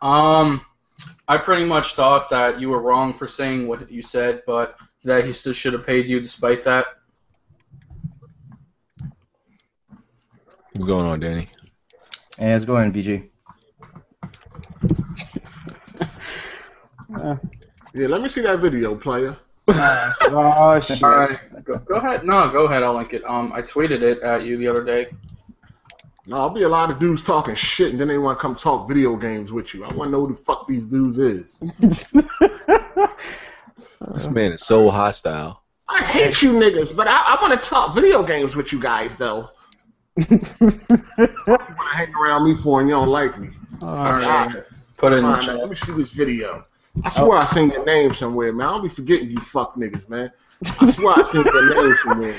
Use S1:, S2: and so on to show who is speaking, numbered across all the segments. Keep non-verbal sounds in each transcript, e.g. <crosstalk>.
S1: Um, I pretty much thought that you were wrong for saying what you said, but that he still should have paid you despite that.
S2: What's going on, Danny?
S3: Hey, how's it going, VG?
S4: Uh, yeah, let me see that video, player.
S3: oh, shit.
S1: All right, go, go ahead. No, go ahead. I'll link it. Um, I tweeted it at you the other day.
S4: No, I'll be a lot of dudes talking shit, and then they want to come talk video games with you. I want to know who the fuck these dudes is.
S2: This
S4: Uh,
S2: man is so hostile.
S4: I hate you niggas, but I, I want to talk video games with you guys,
S1: <laughs>
S4: though. You want to hang around me for and you don't like me.
S1: All right, put it in the
S4: Fine, man,
S1: chat.
S4: let me see this video. I swear I seen your name somewhere, man. I don't be forgetting you fuck niggas, man. I swear I seen your name somewhere.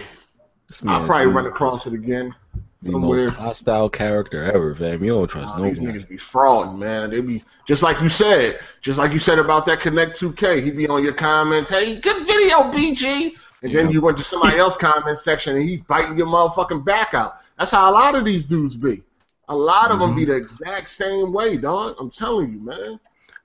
S2: This
S4: I'll
S2: man
S4: probably
S2: is
S4: run across it again.
S2: the
S4: somewhere.
S2: most hostile character ever, fam. You don't trust
S4: Nah,
S2: no
S4: these
S2: one.
S4: niggas be frauding, man. They be just like you said, just like you said about that Connect 2K. He be on your comments, hey, good video, BG. And
S2: Yeah.
S4: then you went to somebody else's comment section and he biting your motherfucking back out. That's how a lot of these dudes be. A lot of them be
S2: Mm-hmm.
S4: the exact same way, dog. I'm telling you, man.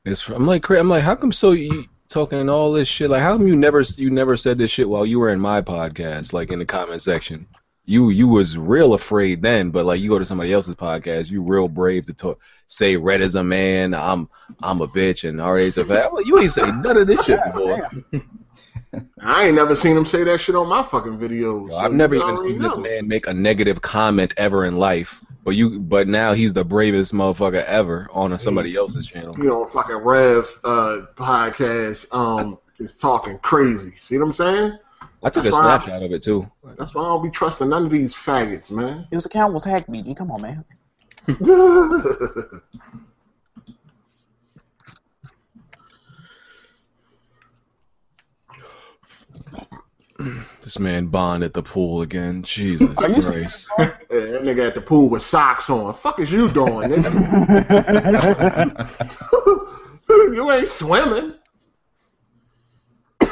S2: It's, I'm like, cra- I'm like, how come so you talking all this shit? Like, how come you never you never said this shit while you were in my podcast, like in the comment section? You you was real afraid then, but like you go to somebody else's podcast, you real brave to talk, say red is a man, I'm I'm a bitch, and RA's a fat. I'm like, You ain't say none of this
S4: <laughs>
S2: shit before.
S4: I ain't never seen him say that shit on my fucking videos.
S2: Yo,
S4: so
S2: I've never
S4: you
S2: even
S4: already
S2: seen this
S4: know.
S2: man make a negative comment ever in life. But you, but now he's the bravest motherfucker ever on a, somebody else's channel.
S4: You know, fucking Rev uh, podcast, um, just talking crazy. See what I'm saying?
S2: I took a
S4: That's why-
S2: snapshot of it too.
S4: That's why I don't be trusting none of these faggots, man. <laughs>
S5: His account was hacked, BG. Come on, man.
S4: All
S2: This man Bond at the pool again. Jesus
S5: Are you
S2: Christ.
S4: Yeah, that nigga at the pool with socks on. Fuck is you doing, nigga?
S3: <laughs>
S4: <laughs> you ain't swimming. <coughs>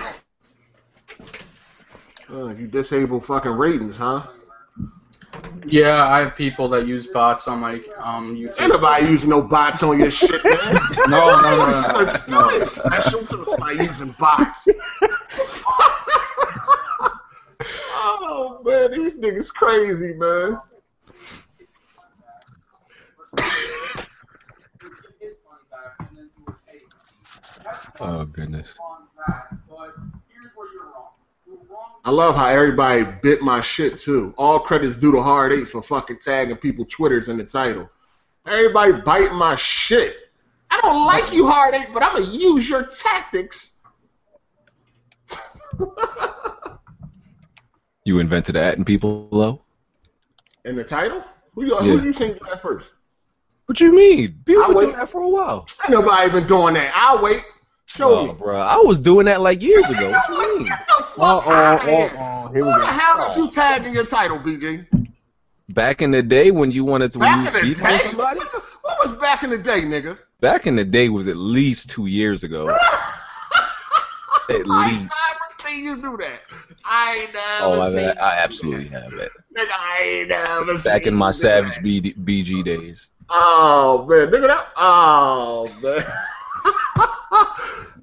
S4: Uh, you disable fucking ratings, huh?
S1: Yeah, I have people that use bots on my um
S4: Ain't
S1: YouTube.
S4: nobody using no bots on your shit, man.
S1: No,
S3: Uh,
S1: no, no, no, no.
S4: It's not special to somebody using bots. <laughs> oh man, these niggas crazy, man.
S2: Oh goodness.
S4: I love how everybody bit my shit too. All credits due to Hard Eight for fucking tagging people Twitters in the title. Everybody biting my shit. I don't like you, Hard Eight, but I'm gonna use your tactics. <laughs>
S2: You invented that in people low?
S4: In the title? Who you, who
S2: Yeah.
S4: you think did that first?
S2: What you mean? People
S4: I
S2: been
S4: would-
S2: doing that for a while.
S4: Ain't nobody been doing that. I'll wait. Show
S2: Oh,
S4: me.
S2: bro, I was doing that like years ago. What you mean?
S4: Get the fuck
S5: Uh oh,
S4: outta
S5: uh
S4: here.
S5: oh. Here we
S4: Who the hell did
S5: go.
S4: you tag in your title, BG?
S2: Back in the day when you wanted to when
S4: Back
S2: you
S4: in the
S2: beef on
S4: day?
S2: somebody?
S4: What was back in the day, nigga?
S2: Back in the day was at least two years ago.
S4: <laughs>
S2: At
S4: I ain't
S2: least.
S4: never seen you do that. I ain't never
S2: Oh, I,
S4: seen you do
S2: I
S4: that.
S2: absolutely have it.
S4: Nigga, I ain't never
S2: Back
S4: seen
S2: in my
S4: you do
S2: Savage
S4: that.
S2: BD, BG days.
S4: Oh man, nigga, that. Oh man.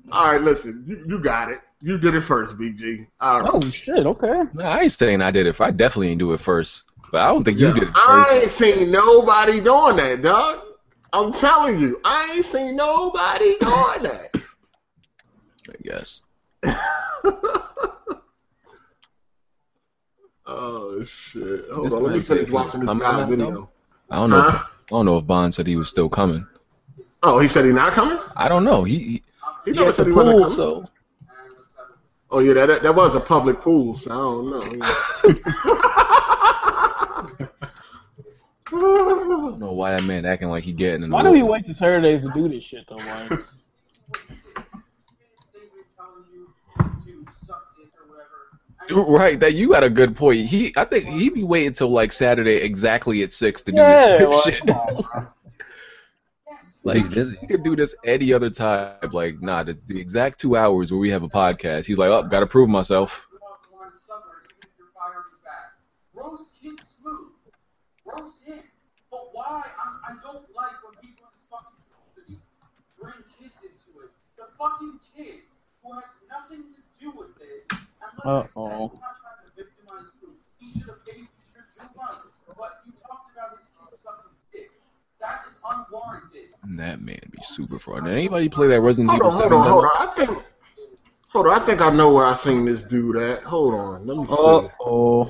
S4: <laughs> All right, listen, you, you got it. You did it first, BG. All right.
S5: Oh, shit. Okay.
S2: No, I ain't saying I did it. I definitely didn't do it first. But I don't think you did it
S4: I
S2: first.
S4: ain't seen nobody doing that, dog. I'm telling you, I ain't seen nobody doing that. <laughs>
S2: I guess.
S4: oh shit! Hold
S2: This
S4: on, let me
S2: man said
S4: finish
S2: he
S4: watching
S2: was
S4: this
S2: coming
S4: guy
S2: out,
S4: video.
S2: I don't know. if-
S4: Huh?
S2: I don't know if Bond said he was still coming.
S4: Oh, he said he not coming.
S2: I don't know. He, he
S4: He
S2: He
S4: never
S2: at the
S4: said he wasn't
S2: pool,
S4: coming.
S2: so
S4: Oh yeah, that, that that was a public pool, so I don't <laughs>
S2: I
S4: know.
S2: don't know why that man acting like he getting in the
S5: Why do we
S2: water.
S5: wait to Saturdays to do this shit, though, <laughs> man?
S2: Right, that you got a good point. He, I think he be waiting till like Saturday exactly at six to do
S5: Yeah,
S2: <laughs> this
S5: like,
S2: shit.
S5: come on, bro.
S2: Like he could do this any other time. Like, nah, the, the exact two hours where we have a podcast, he's like, oh, gotta prove myself.
S6: Roast him smooth. Roast him. But why? I, I don't like when people in fucking community fucking kid who has nothing to do with this. And like I said,
S5: Uh-oh.
S6: I'm not trying to victimize you. He should have paid you your money. But you talked about his kid sucking dick. That is unwarranted.
S2: That man be super fraud. Did anybody play that Resident Evil
S4: Hold on, hold
S2: 7?
S4: on, hold on. I think. Hold on, I think I know where I seen this dude at. Hold on, let me see.
S5: Uh oh.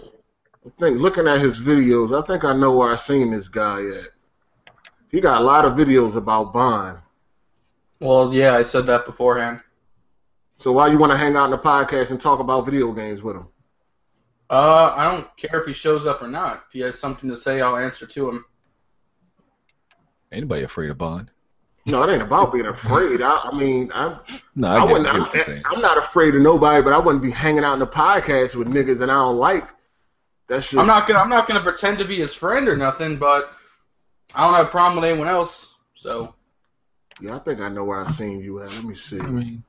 S4: I think looking at his videos, I think I know where I seen this guy at. He got a lot of videos about Bond.
S1: Well, yeah, I said that beforehand.
S4: So why you want to hang out in the podcast and talk about video games with him?
S1: Uh, I don't care if he shows up or not. If he has something to say, I'll answer to him.
S2: Anybody afraid of Bond?
S4: No, it ain't about being afraid. I, I mean, I'm,
S2: No,
S4: I,
S2: I, get
S4: wouldn't.
S2: get
S4: I'm, eh,
S2: what you're saying.
S4: I'm not afraid of nobody, but I wouldn't be hanging out in the podcast with niggas that I don't like. That's just.
S1: I'm not gonna I'm not gonna pretend to be his friend or nothing, but I don't have a problem with anyone else. So
S4: Yeah, I think I know where I seen you at. Let me see.
S2: I mean,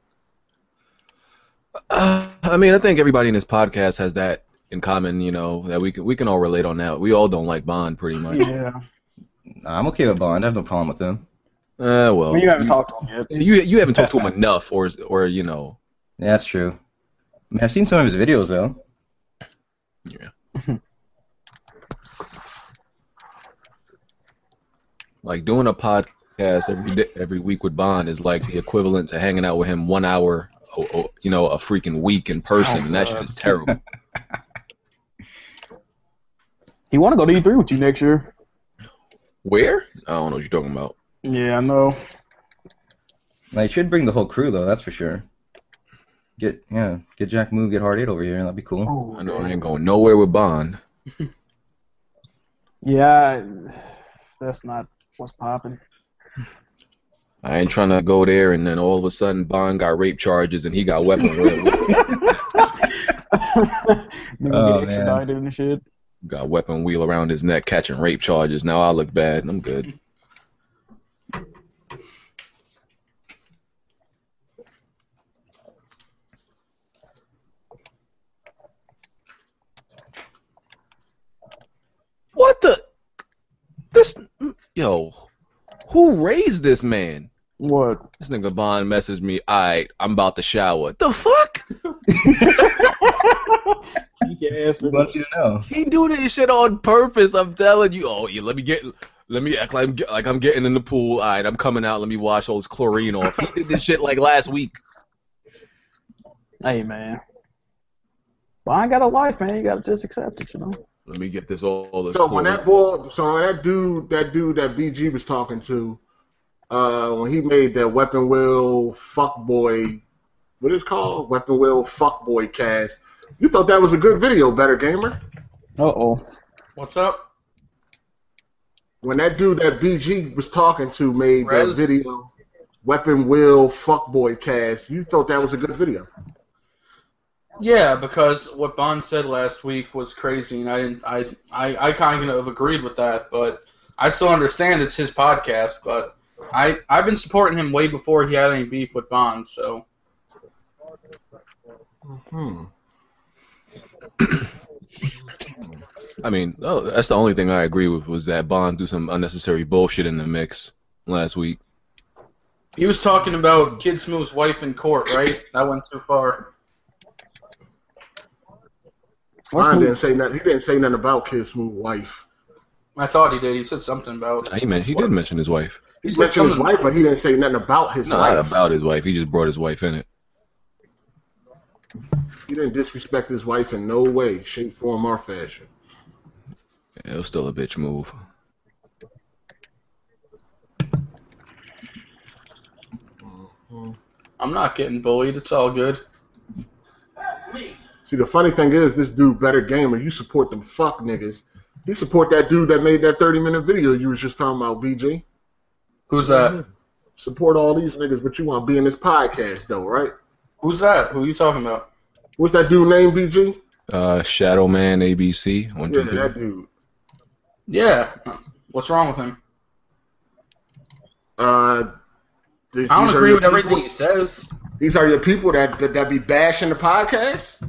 S2: uh, I mean, I think everybody in this podcast has that in common. You know that we can we can all relate on that. We all don't like Bond, pretty much.
S5: Yeah.
S3: Nah, I'm okay with Bond. I have no problem with him.
S2: Uh, well,
S5: Well, you haven't
S2: you,
S5: talked to him yet.
S2: you you haven't talked to him enough, or or you know,
S3: Yeah, that's true. I mean, I've seen some of his videos though.
S2: like doing a podcast every day, every week with Bond is like the equivalent to hanging out with him one hour, o- o- you know, a freaking week in person, and that shit is
S5: <laughs>
S2: terrible.
S5: He want to go to E3 with you next year.
S2: Where? I don't know what you're talking about.
S5: Yeah, I know.
S3: Like, should bring the whole crew though. That's for sure. Get yeah, get Jack Moo, get Hard Eight over here. That'd be cool.
S5: Oh,
S2: I know I ain't going nowhere with Bond.
S5: Yeah, that's not what's popping.
S2: I ain't trying to go there, and then all of a sudden Bond got rape charges and he got
S5: <laughs>
S2: weapon wheel, <laughs>
S5: Nigga
S3: Oh,
S5: get extradited and shit.
S2: got weapon wheel around his neck catching rape charges. Now I look bad. and I'm good. What the? This yo, who raised this man?
S5: What?
S2: This nigga Bond messaged me. All right, I'm about to shower. The fuck?
S5: You can ask
S3: Who wants you to know?
S2: He do this shit on purpose. I'm telling you. Oh yeah, let me get, let me act like I'm get, like I'm getting in the pool. All right, I'm coming out. Let me wash all this chlorine off. He did this shit like last week.
S5: Hey man, Bond got a life, man. You gotta just accept it, you know.
S2: Let me get this all. all this
S4: So
S2: chlorine.
S4: when that boy, so when that dude, that dude that BG was talking to, uh, when he made that Weapon Will Fuckboy, what is it called Weapon Will Fuckboy cast, you thought that was a good video, better gamer.
S5: Uh oh.
S1: what's up?
S4: When that dude that BG was talking to made
S1: Rez?
S4: that video, Weapon Will Fuckboy cast, you thought that was a good video.
S1: Yeah, because what Bond said last week was crazy, and I didn't, I I I kind of agreed with that, but I still understand it's his podcast. But I I've been supporting him way before he had any beef with Bond, so
S4: Hmm.
S2: I mean, oh, that's the only thing I agree with was that Bond do some unnecessary bullshit in the mix last week.
S1: he was talking about Kid Smooth's wife in court, right? That went too far.
S4: Mine didn't say nothing. He didn't say nothing about Kid Smooth wife.
S1: I thought he did. He said something about.
S2: He meant he did mention his wife.
S1: He
S4: He
S1: said
S4: mentioned his
S1: something.
S4: wife, but he didn't say nothing about his
S2: Not
S4: wife.
S2: about his wife. He just brought his wife in it.
S4: He didn't disrespect his wife in no way, shape, form, or fashion.
S2: It was still a bitch move.
S1: I'm not getting bullied. It's all good.
S4: See, the funny thing is, this dude, Better Gamer, you support them fuck niggas. You support that dude that made that 30 minute video you was just talking about, BG.
S1: Who's
S2: Mm-hmm.
S1: that?
S4: Support all these niggas, but you want to be in this podcast, though, right?
S1: Who's that? Who are you talking about?
S4: What's that dude name, BG?
S2: Uh, Shadow Man ABC one
S4: Yeah,
S2: two three.
S4: that dude.
S1: Yeah. What's wrong with him?
S4: Uh, th-
S1: I don't
S4: these are
S1: agree
S4: your
S1: with everything he
S4: people-
S1: says.
S4: These are your people that, that that be bashing the podcast.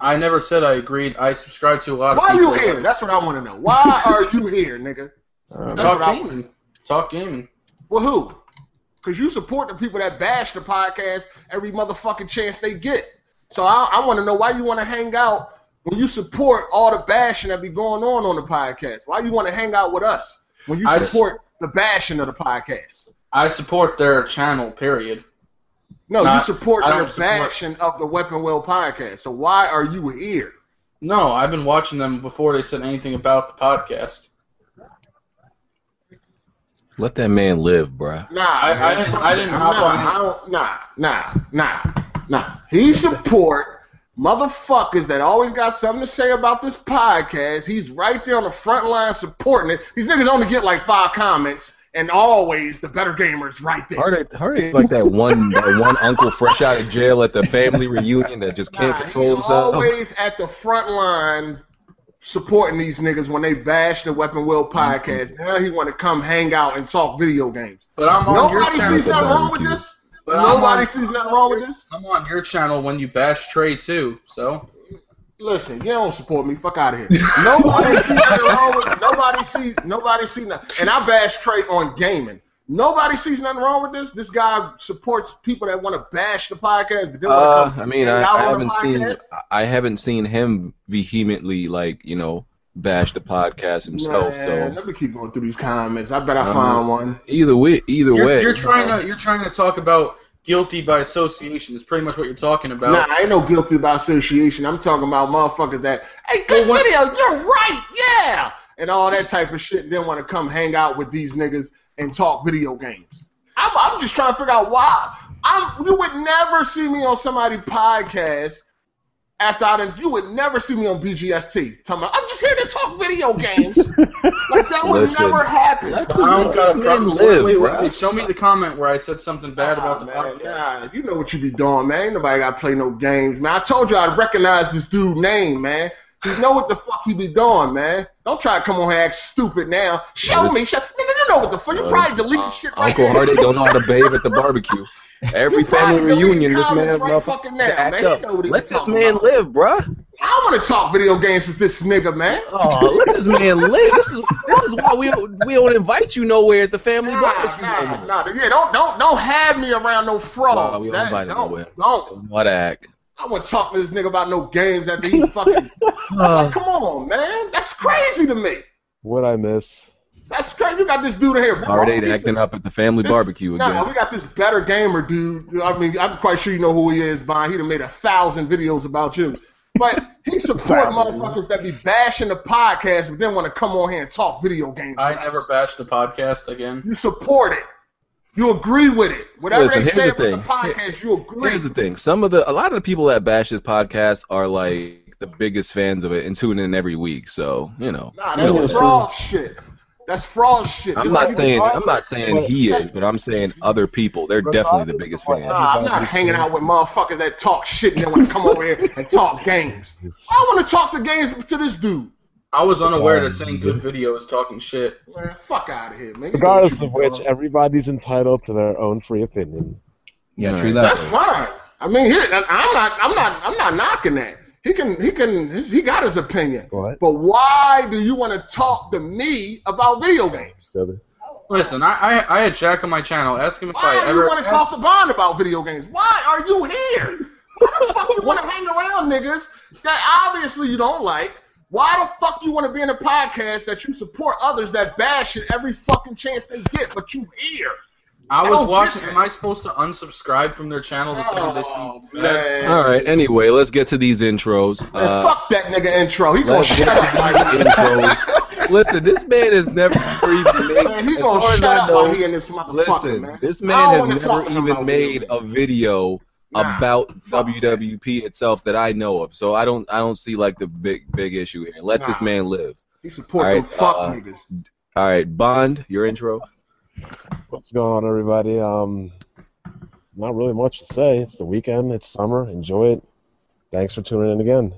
S1: I never said I agreed. I subscribe to a lot of
S4: Why are
S1: people.
S4: you here? That's what I want to know. Why are you here, nigga?
S5: Uh,
S4: That's what I
S1: Talk gaming. Talk gaming.
S4: Well, who? because you support the people that bash the podcast every motherfucking chance they get. So I, I want to know why you want to hang out when you support all the bashing that be going on on the podcast. Why you want to hang out with us when you
S1: I s-
S4: support the bashing of the podcast?
S1: I support their channel. Period.
S4: No,
S1: Nah,
S4: you support
S1: I
S4: the
S1: don't support-
S4: bashing of the Weapon Well podcast. So why are you here?
S1: No, I've been watching them before they said anything about the podcast.
S2: Let that man live, bruh.
S4: Nah,
S1: I- I
S4: man.
S1: didn't- I didn't
S4: nah,
S1: hop on it.
S4: I don't, nah, nah, nah, nah. He support motherfuckers that always got something to say about this podcast. He's right there on the front line supporting it. These niggas only get like five comments, and always the better gamers right there.
S2: Heartache, heartache, like that one, that one uncle fresh out of jail at the family reunion that just can't
S4: Nah,
S2: control
S4: he's
S2: himself.
S4: always at the front line supporting these niggas when they bash the Weapon Will podcast. Now he want to come hang out and talk video games.
S1: But I'm on
S4: Nobody
S1: your channel.
S4: sees nothing wrong with
S2: Barbecue.
S4: this.
S1: but I'm
S4: Nobody
S1: on-
S4: sees nothing wrong with this.
S1: I'm on your channel when you bash Trey too. So
S4: Listen, you don't support me.
S2: <laughs>
S4: Fuck out of here. Nobody sees nothing wrong with nobody sees nobody sees nothing. And I bash Trey on gaming. Nobody sees nothing wrong with this. This guy supports people that want to bash the podcast, but then wanna
S2: Uh,
S4: come
S2: I mean, I,
S4: hang
S2: I
S4: out on the
S2: haven't seen,
S4: podcast.
S2: I haven't seen him vehemently like you know bash the podcast himself.
S4: Man,
S2: So
S4: let me keep going through these comments. I bet I
S2: Uh-huh.
S4: find one.
S2: either way, either
S1: you're,
S2: way,
S1: you're trying to you're trying to talk about guilty by association. Is pretty much what you're talking about.
S4: Nah, I ain't no guilty by association. I'm talking about motherfuckers that, hey, good
S1: Well, what-
S4: video, you're right, yeah, and all that type of shit. And then want to come hang out with these niggas and talk video games. I'm, I'm just trying to figure out why. I'm you would never see me on somebody podcast after I done. You would never see me on BGST. Talking about, I'm just here to talk video games. like that would
S2: Listen.
S4: never happen.
S1: I don't got a
S2: Let
S1: problem.
S2: men live,
S1: wait, wait, wait,
S2: bruh.
S1: Show me the comment where I said something bad about the
S4: Nah, man,
S1: podcast.
S4: nah, you know what you be doing, man. Ain't nobody got to play no games, man. I told you I'd recognize this dude name, man. You know what the fuck he be doing, man. Don't try to come on here and act stupid now. Show
S2: Well,
S4: me. Show, nigga, you know what the fuck. You
S2: Well,
S4: probably
S2: this-
S4: deleted shit
S2: uh,
S4: right
S2: Uncle
S4: now.
S2: Hardy don't know how to bathe at the barbecue. Every
S4: You probably
S2: family
S4: deleted
S2: reunion, this
S4: comments
S2: man,
S4: right
S2: motherfucker,
S4: fucking now,
S2: act
S4: man. He
S2: up.
S4: know what he
S2: Let
S4: be
S2: this
S4: talking
S2: man
S4: about.
S2: live, bruh.
S4: I want to talk video games with this nigga, man.
S2: Oh, let this man live. This is this is why we don't, we don't invite you nowhere at the family
S4: Nah,
S2: barbecue. no
S4: nah,
S2: more.
S4: nah. Yeah, don't, don't, don't have me around no
S2: Nah, we
S4: frauds.
S2: don't
S4: That-
S2: invite him nowhere.
S4: don't, don't.
S2: What a act.
S4: I want to talk to this nigga about no games
S2: <laughs>
S4: after he fucking. like,
S2: Uh.
S4: come on, man. That's crazy to me.
S7: What I miss?
S4: That's crazy. You got this dude here.
S2: Hardy acting up at the family
S4: This-
S2: barbecue
S4: Nah,
S2: again.
S4: we got this better gamer dude. I mean, I'm quite sure you know who he is, Bond. He'd have made a thousand videos about you. But
S2: <laughs>
S4: he support
S7: Thousand.
S4: motherfuckers that be bashing the podcast but then want to come on here and talk video games.
S1: I
S4: with
S1: never
S4: us.
S1: bashed the podcast again.
S4: You support it. You agree with it. Whatever
S2: Listen,
S4: they
S2: here's
S4: say
S2: the
S4: about the
S2: thing.
S4: podcast, you agree.
S2: Here's the thing: some of the a lot of the people that bash this podcast are like the biggest fans of it and tune in every week. So you know,
S4: Nah,
S2: you know
S4: that's
S2: what?
S4: fraud shit. That's fraud shit.
S2: I'm
S4: Just
S2: not
S4: like-
S2: saying I'm not saying he is, but I'm saying other people. They're definitely the biggest fans.
S4: Nah, I'm not hanging out with motherfuckers that talk shit and then want to come over here and talk games. I want to talk the games to this dude.
S1: I was unaware that saying good video is talking shit.
S4: Man, fuck out of here, man. You know what
S7: Regardless
S4: you
S7: of which,
S4: doing.
S7: everybody's entitled to their own free opinion.
S3: Yeah,
S2: All
S3: true
S2: right.
S3: that.
S4: <laughs> that's fine. I mean, he, I- I'm not, I'm not, I'm not knocking that. He can, he can, his- he got his opinion.
S7: What?
S4: But why do you want to talk to me about video games?
S1: Listen, I, I I had Jack on my channel. Ask him if
S4: Why
S1: I
S4: do you
S1: ever.
S4: want to talk to Bond about video games? Why are you here? Why the fuck you want to hang around niggas that obviously you don't like? Why the fuck you want to be in a podcast that you support others that bash it every fucking chance they get, but you here?
S1: I
S4: I don't
S1: was
S4: get
S1: watching.
S4: that.
S1: Am I supposed to unsubscribe from their channel to say that you?
S4: Oh, man.
S2: All right. Anyway, let's get to these intros.
S4: Man,
S2: Uh,
S4: fuck that nigga intro. He gonna
S2: let's
S4: shut
S2: get
S4: up.
S2: to these
S4: Mike.
S2: intros. Listen, this man has never even
S4: <laughs> Man, he
S2: made. As
S4: gonna
S2: far as
S4: shut
S2: I
S4: up
S2: know,
S4: while he in this motherfucker,
S2: listen,
S4: man.
S2: this
S4: I
S2: man
S4: don't wanna
S2: has never
S4: talk to him
S2: even
S4: about
S2: made
S4: video
S2: a video
S4: Nah.
S2: about
S4: Fuck that.
S2: WWP itself that I know of. So I don't, I don't see like the big, big issue here. Let this
S4: Nah.
S2: man live.
S4: He support
S2: All
S4: them
S2: right,
S4: fuck
S2: uh,
S4: niggas.
S2: All right, Bond, your intro.
S7: What's going on, everybody? Um, not really much to say. It's the weekend. It's summer. Enjoy it. Thanks for tuning in again.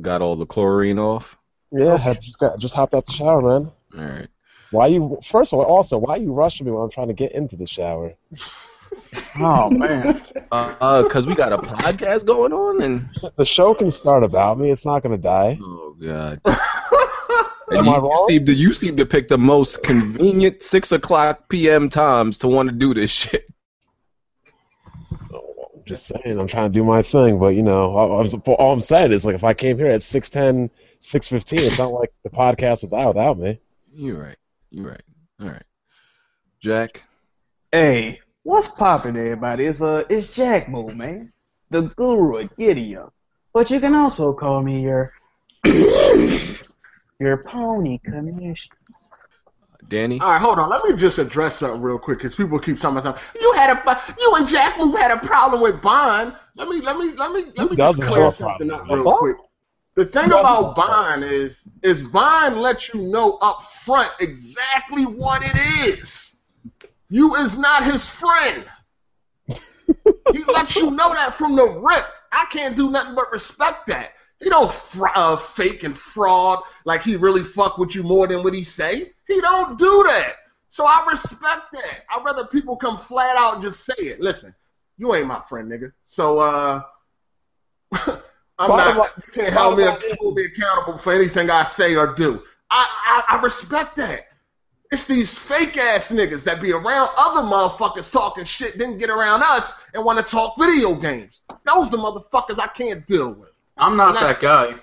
S2: Got all the chlorine off.
S7: Yeah, I just, got, just hopped out the shower, man.
S2: All right.
S7: Why you? First of all, also, why you rushing me when I'm trying to get into the shower?
S5: <laughs> Oh man,
S2: Uh, because we got a podcast going on, and
S7: The show can start about me. It's not gonna die.
S2: oh god,
S7: Am
S2: you,
S7: I
S2: you
S7: wrong?
S2: seem to you seem to pick the most convenient six o'clock p.m. times to want to do this <laughs> shit.
S7: Just saying, I'm trying to do my thing, but you know, all, I'm, all I'm saying is like if I came here at 6:10, 6:15, it's not like the podcast without without me.
S2: You're right. You're right. All right. Jack.
S5: Hey, what's poppin', everybody? It's uh, it's Jack Mo, man, the guru of Gideon. But you can also call me your <coughs> your pony commissioner.
S2: Danny.
S4: All right, hold on. Let me just address something real quick because people keep talking about something. you had a bu- you and Jack Move had a problem with Bond. Let me let me let me let me just
S7: doesn't
S4: clear
S7: have a
S4: something
S7: problem
S4: up
S7: with
S4: real
S7: Bond?
S4: quick. The thing about Bond is is Bond lets you know up front exactly what it is. You is not his friend. he lets you know that from the rip. I can't do nothing but respect that. He don't fr- uh, fake and fraud like he really fuck with you more than what he say. He don't do that. So I respect that. I'd rather people come flat out and just say it. Listen, you ain't my friend, nigga. So uh, <laughs> I'm
S7: Bottom
S4: not. You can't hold me,
S7: bottom line
S4: hold me accountable for anything I say or do. I, I I respect that. It's these fake ass niggas that be around other motherfuckers talking shit, then get around us and want to talk video games. Those the motherfuckers I can't deal with.
S1: I'm not
S4: Unless-
S1: that guy.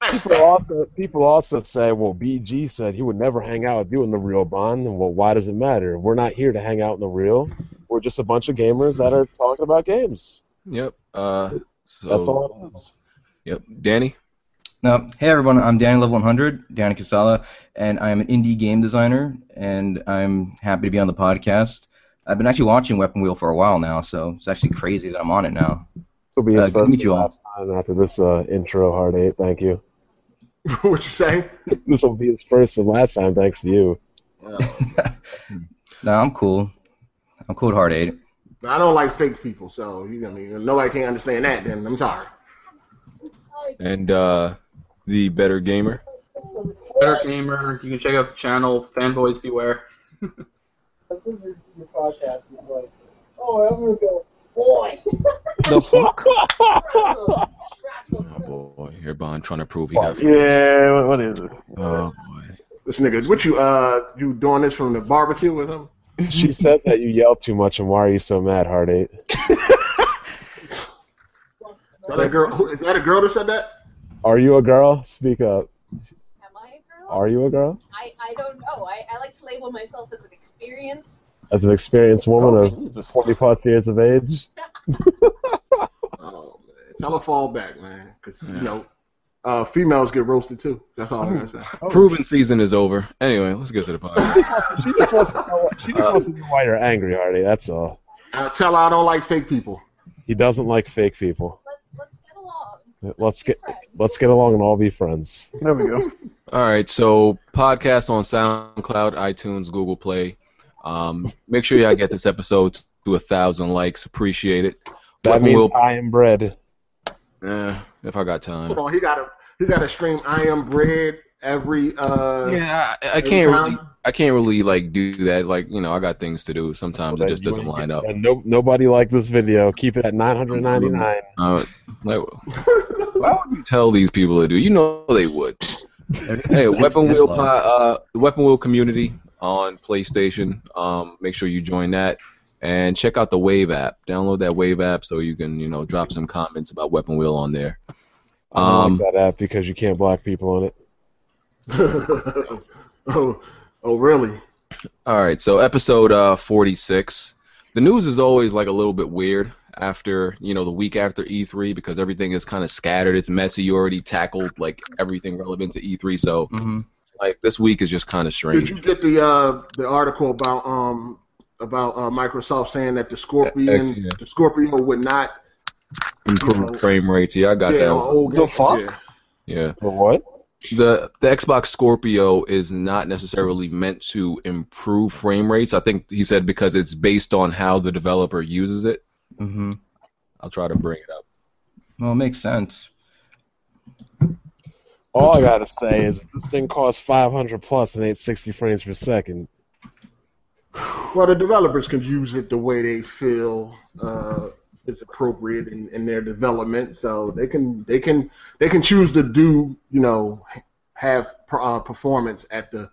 S4: That's
S7: People also people also say, well, BG said he would never hang out with you in the real Bond. And well, why does it matter? We're not here to hang out in the real. We're just a bunch of gamers that are talking about games.
S2: Yep. Uh. So,
S7: That's all it is.
S2: Yep. Danny.
S3: Now, hey everyone, I'm Danny Level 100, Danny Casala, and I'm an indie game designer, and I'm happy to be on the podcast. I've been actually watching Weapon Wheel for a while now, so it's actually crazy that I'm on it now.
S7: This will be
S3: Uh,
S7: his
S3: good to
S7: first
S3: meet
S7: and
S3: you all.
S7: last time after this uh, intro, Hard Eight. Thank you.
S4: <laughs> what you saying?
S7: This will be his first and last time, thanks to you.
S3: No, I'm cool. I'm cool at Heart 8.
S4: I don't like fake people, so you know, I mean, nobody can understand that. Then I'm sorry.
S2: And uh, the better gamer.
S1: Better gamer. You can check out the channel. Fanboys beware.
S8: Oh,
S5: <laughs> The fuck?
S2: Oh boy. Here Bond trying to prove he got.
S5: Yeah, what- what is it?
S2: Oh boy.
S4: This nigga, what you uh, you doing this from the barbecue with him?
S7: She says that you yell too much, and why are you so mad, Hard Eight?
S4: Is that a girl? who- Is that a girl that said that?
S7: Are you a girl? Speak up.
S8: Am I a girl?
S7: Are you a girl?
S8: I, I don't know. I, I like to label myself as an experience.
S7: As an experienced woman of
S5: Jesus.
S7: 20 plus years of age,
S4: Oh man, tell her fall back, man, because
S2: Yeah.
S4: you know, uh, females get roasted too. That's all I gotta say.
S5: Oh.
S2: Proven season is over. Anyway, let's get to the podcast.
S7: she just wants to know, she
S2: Uh,
S7: just wants to know why you're angry, Hardy. That's all.
S4: Uh, tell her I don't like fake people.
S7: He doesn't like fake people.
S8: Let's, let's get along.
S7: Let's
S8: Be
S7: get
S8: friends.
S7: let's get along and all be friends.
S5: There we go.
S2: All right. So podcast on SoundCloud, iTunes, Google Play. Um, make sure y'all get this episode to a thousand likes. Appreciate it.
S7: That
S2: Weapon
S7: means
S2: Wheel-
S7: I am bread.
S2: Eh, if I got time.
S4: Hold on, he gotta he gotta stream I am bread every uh.
S2: Yeah, I, I
S4: every
S2: can't
S4: time. <laughs>
S2: really, I can't really like do that. Like you know, I got things to do. Sometimes it just doesn't line up.
S7: And no, nobody liked this video. Keep it at 999.
S2: Uh,
S7: <laughs>
S2: like, why would you tell these people to do? You know they would. Hey, Weapon Wheel, Pod- uh, the Weapon Wheel community on PlayStation. Um, make sure you join that and check out the Wave app. Download that Wave app so you can you know drop some comments about Weapon Wheel on there.
S7: I don't
S2: Um,
S7: like that app because you can't block people on it.
S4: oh, oh really?
S2: All right, so episode uh, 46. The news is always like a little bit weird after, you know, the week after E3 because everything is kind of scattered. It's messy. You already tackled like everything relevant to E3, so
S3: hmm
S2: like this week is just kind of
S4: Did
S2: strange.
S4: you get the uh the article about um about uh, Microsoft saying that the Scorpion
S2: yeah.
S4: the Scorpion would not
S2: Improved frame rates. Yeah, I got
S4: yeah,
S2: that.
S4: on
S2: One.
S4: old
S5: The
S4: games,
S5: fuck?
S4: yeah.
S2: Yeah.
S7: But what?
S2: The the Xbox Scorpio is not necessarily meant to improve frame rates. I think he said because it's based on how the developer uses it.
S3: hmm
S2: I'll try to bring it up.
S3: Well, it makes sense.
S7: All I gotta say is this thing costs 500 plus and ain't 60 frames per second.
S4: Well, the developers can use it the way they feel uh, is appropriate in, in their development. So they can they can they can choose to do you know have uh, performance at the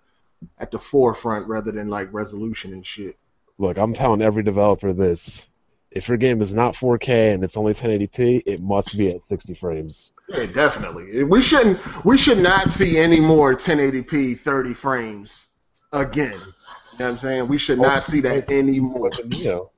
S4: at the forefront rather than like resolution and shit.
S7: Look, I'm telling every developer this. If your game is not 4K and it's only 1080p, it must be at 60 frames.
S4: Yeah, definitely. We shouldn't. We should not see any more 1080p 30 frames again. You know what I'm saying? We should not see that anymore.
S7: But, you know,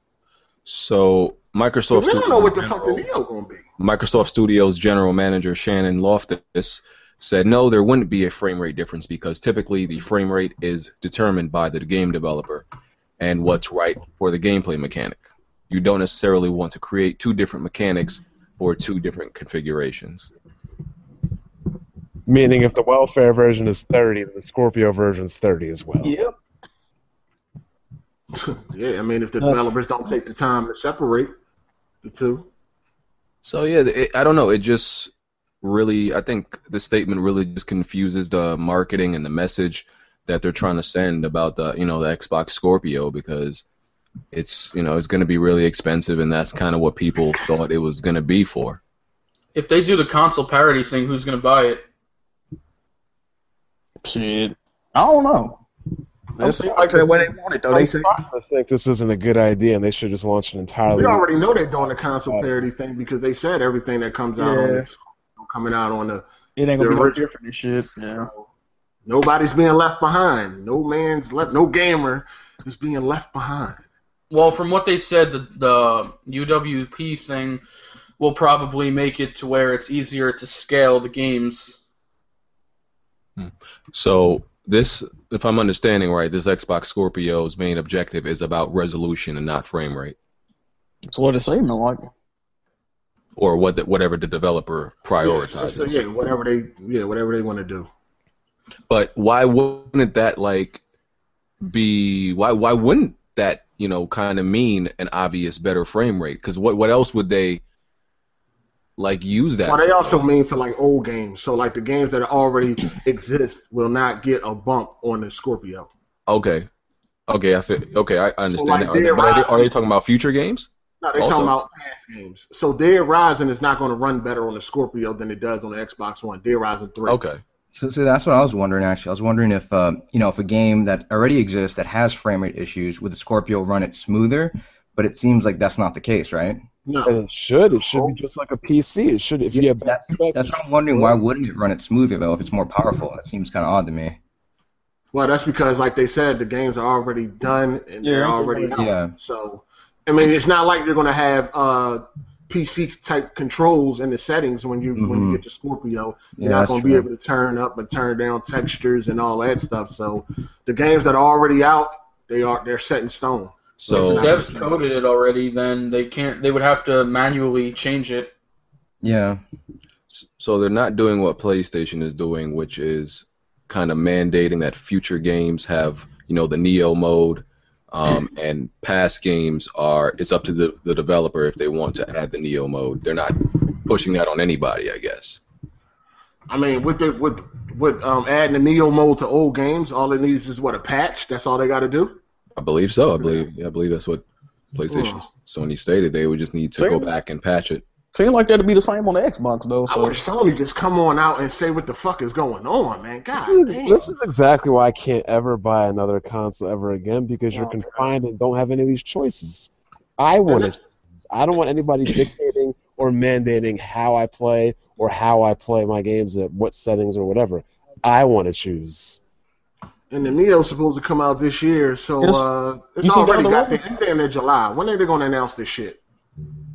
S2: So Microsoft.
S4: We don't know
S2: Studios
S4: what the fuck the
S2: general-
S4: Neo gonna be.
S2: Microsoft Studios general manager Shannon Loftus said no, there wouldn't be a frame rate difference because typically the frame rate is determined by the game developer and what's right for the gameplay mechanic. You don't necessarily want to create two different mechanics for two different configurations.
S7: meaning if the welfare version is 30, then the Scorpio version is 30 as well.
S5: Yep.
S4: yeah, I mean, if the
S5: That's-
S4: developers don't take the time to separate the two,
S2: So yeah, it, I don't know. It just really, I think the statement really just confuses the marketing and the message that they're trying to send about the you know the Xbox Scorpio because it's you know it's going to be really expensive and that's kind of what people thought it was going to be for.
S1: If they do the console parity thing, who's going to buy it?
S5: Shit. I don't know. Oh,
S7: I'm
S5: That seemed
S7: sorry,
S5: like the way they want it though. They say
S7: I think this isn't a good idea, and they should just launch an
S5: Oh,
S7: entirely.
S4: we
S7: new-
S4: already know they're doing the console parity thing because they said everything that comes out on
S5: Yeah.
S4: this coming out on the
S5: it ain't gonna
S4: The
S5: be no
S4: original-
S5: different and shit. Yeah.
S4: nobody's being left behind. No man's left. No gamer is being left behind.
S1: Well, from what they said, the, the UWP thing will probably make it to where it's easier to scale the games.
S2: So this, if I'm understanding right, this Xbox Scorpio's main objective is about resolution and not frame rate
S5: That's what it seemed like.
S2: or what the, whatever the developer
S4: Yeah,
S2: prioritizes.
S4: so, so, yeah, whatever they yeah whatever they want to do.
S2: But why wouldn't that like be why why wouldn't that you know kind of mean an obvious better frame rate? Because what what else would they like use that?
S4: Well, they
S2: for?
S4: also mean for like old games. So like the games that already exist will not get a bump on the Scorpio.
S2: okay, okay, I feel, okay, I, I understand
S4: like,
S2: that. Are they,
S4: they're
S2: but are they,
S4: rising-
S2: are they talking about future games?
S4: No, they're
S2: Also-
S4: talking about past games. So Dead Rising is not going to run better on the Scorpio than it does on the Xbox One. Dead Rising Three.
S2: Okay,
S3: So, so that's what I was wondering. Actually, I was wondering if uh, you know if a game that already exists that has frame rate issues would the Scorpio run it smoother? But it seems like that's not the case, right?
S7: And
S4: No.
S7: it should. It should be just like a PC. It should. If you have
S3: That- that's what I'm wondering. Why wouldn't it run it smoother though if it's more powerful? That seems kind of odd to me.
S4: Well, that's because like they said, the games are already done and
S5: Yeah,
S4: they're
S5: I'm
S4: already out.
S3: Yeah.
S4: So, I mean, it's not like you're going to have uh, PC type controls in the settings when you when
S3: Mhm.
S4: you get the Scorpio.
S3: Yeah,
S4: You're not
S3: that's
S4: going to be
S3: true.
S4: able to turn up and turn down textures and all that stuff. So, the games that are already out, they are they're set in stone.
S2: so
S1: if devs coded it already, then they can't. They would have to manually change it.
S3: Yeah.
S2: So they're not doing what PlayStation is doing, which is kind of mandating that future games have, you know, the Neo mode,
S5: <clears throat>
S2: um, and past games are. It's up to the, the developer if they want to add the Neo mode. They're not pushing that on anybody, I guess.
S4: I mean, with the with with um, adding the Neo mode to old games, all it needs is what a patch. That's all they got to do.
S2: I believe so. I believe. Yeah, I believe that's what PlayStation,
S4: Ugh.
S2: Sony stated. They would just need to go
S5: Sure.
S2: back and patch it.
S5: Seemed like that'd be the same on the Xbox though.
S4: I
S5: So
S4: wish Sony just come on out and say what the fuck is going on, man.
S7: This
S4: God
S7: is,
S4: damn.
S7: this is exactly why I can't ever buy another console ever again because you're confined and don't have any of these choices. I want to. I don't want anybody dictating or mandating how I play or how I play my games at what settings or whatever. I want to choose.
S4: And the Neo's supposed to come out this year, so
S5: Yes.
S4: uh,
S5: You
S4: it's
S5: see
S4: already
S5: the
S4: got
S5: other
S4: there. It's in there July. When are they going to announce this shit?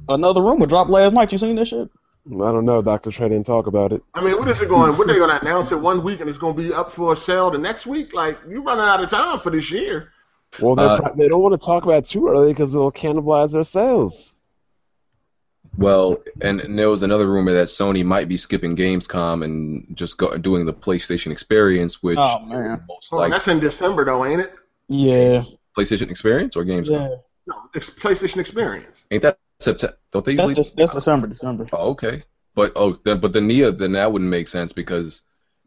S5: another rumor dropped last night. You seen that shit?
S7: I don't know. Dr. Trey didn't talk about it.
S4: I mean, what is it going? What are they going to announce it one week and it's going to be up for sale the next week? Like you running out of time for this year.
S7: Well, they're
S2: Uh,
S7: pro- they don't want to talk about it too early because it'll cannibalize their sales.
S2: Well, and, and there was another rumor that Sony might be skipping Gamescom and just go, doing the PlayStation experience, which
S5: Oh, man.
S2: most
S4: So
S2: likely
S4: that's in December though, ain't it?
S5: Yeah.
S2: PlayStation Experience or Gamescom?
S5: Yeah.
S4: No, it's PlayStation Experience.
S2: Ain't that September? Don't they
S5: That's
S2: usually?
S5: just, that's December, December.
S2: Oh, okay. But oh, then, but the Neo then that wouldn't make sense because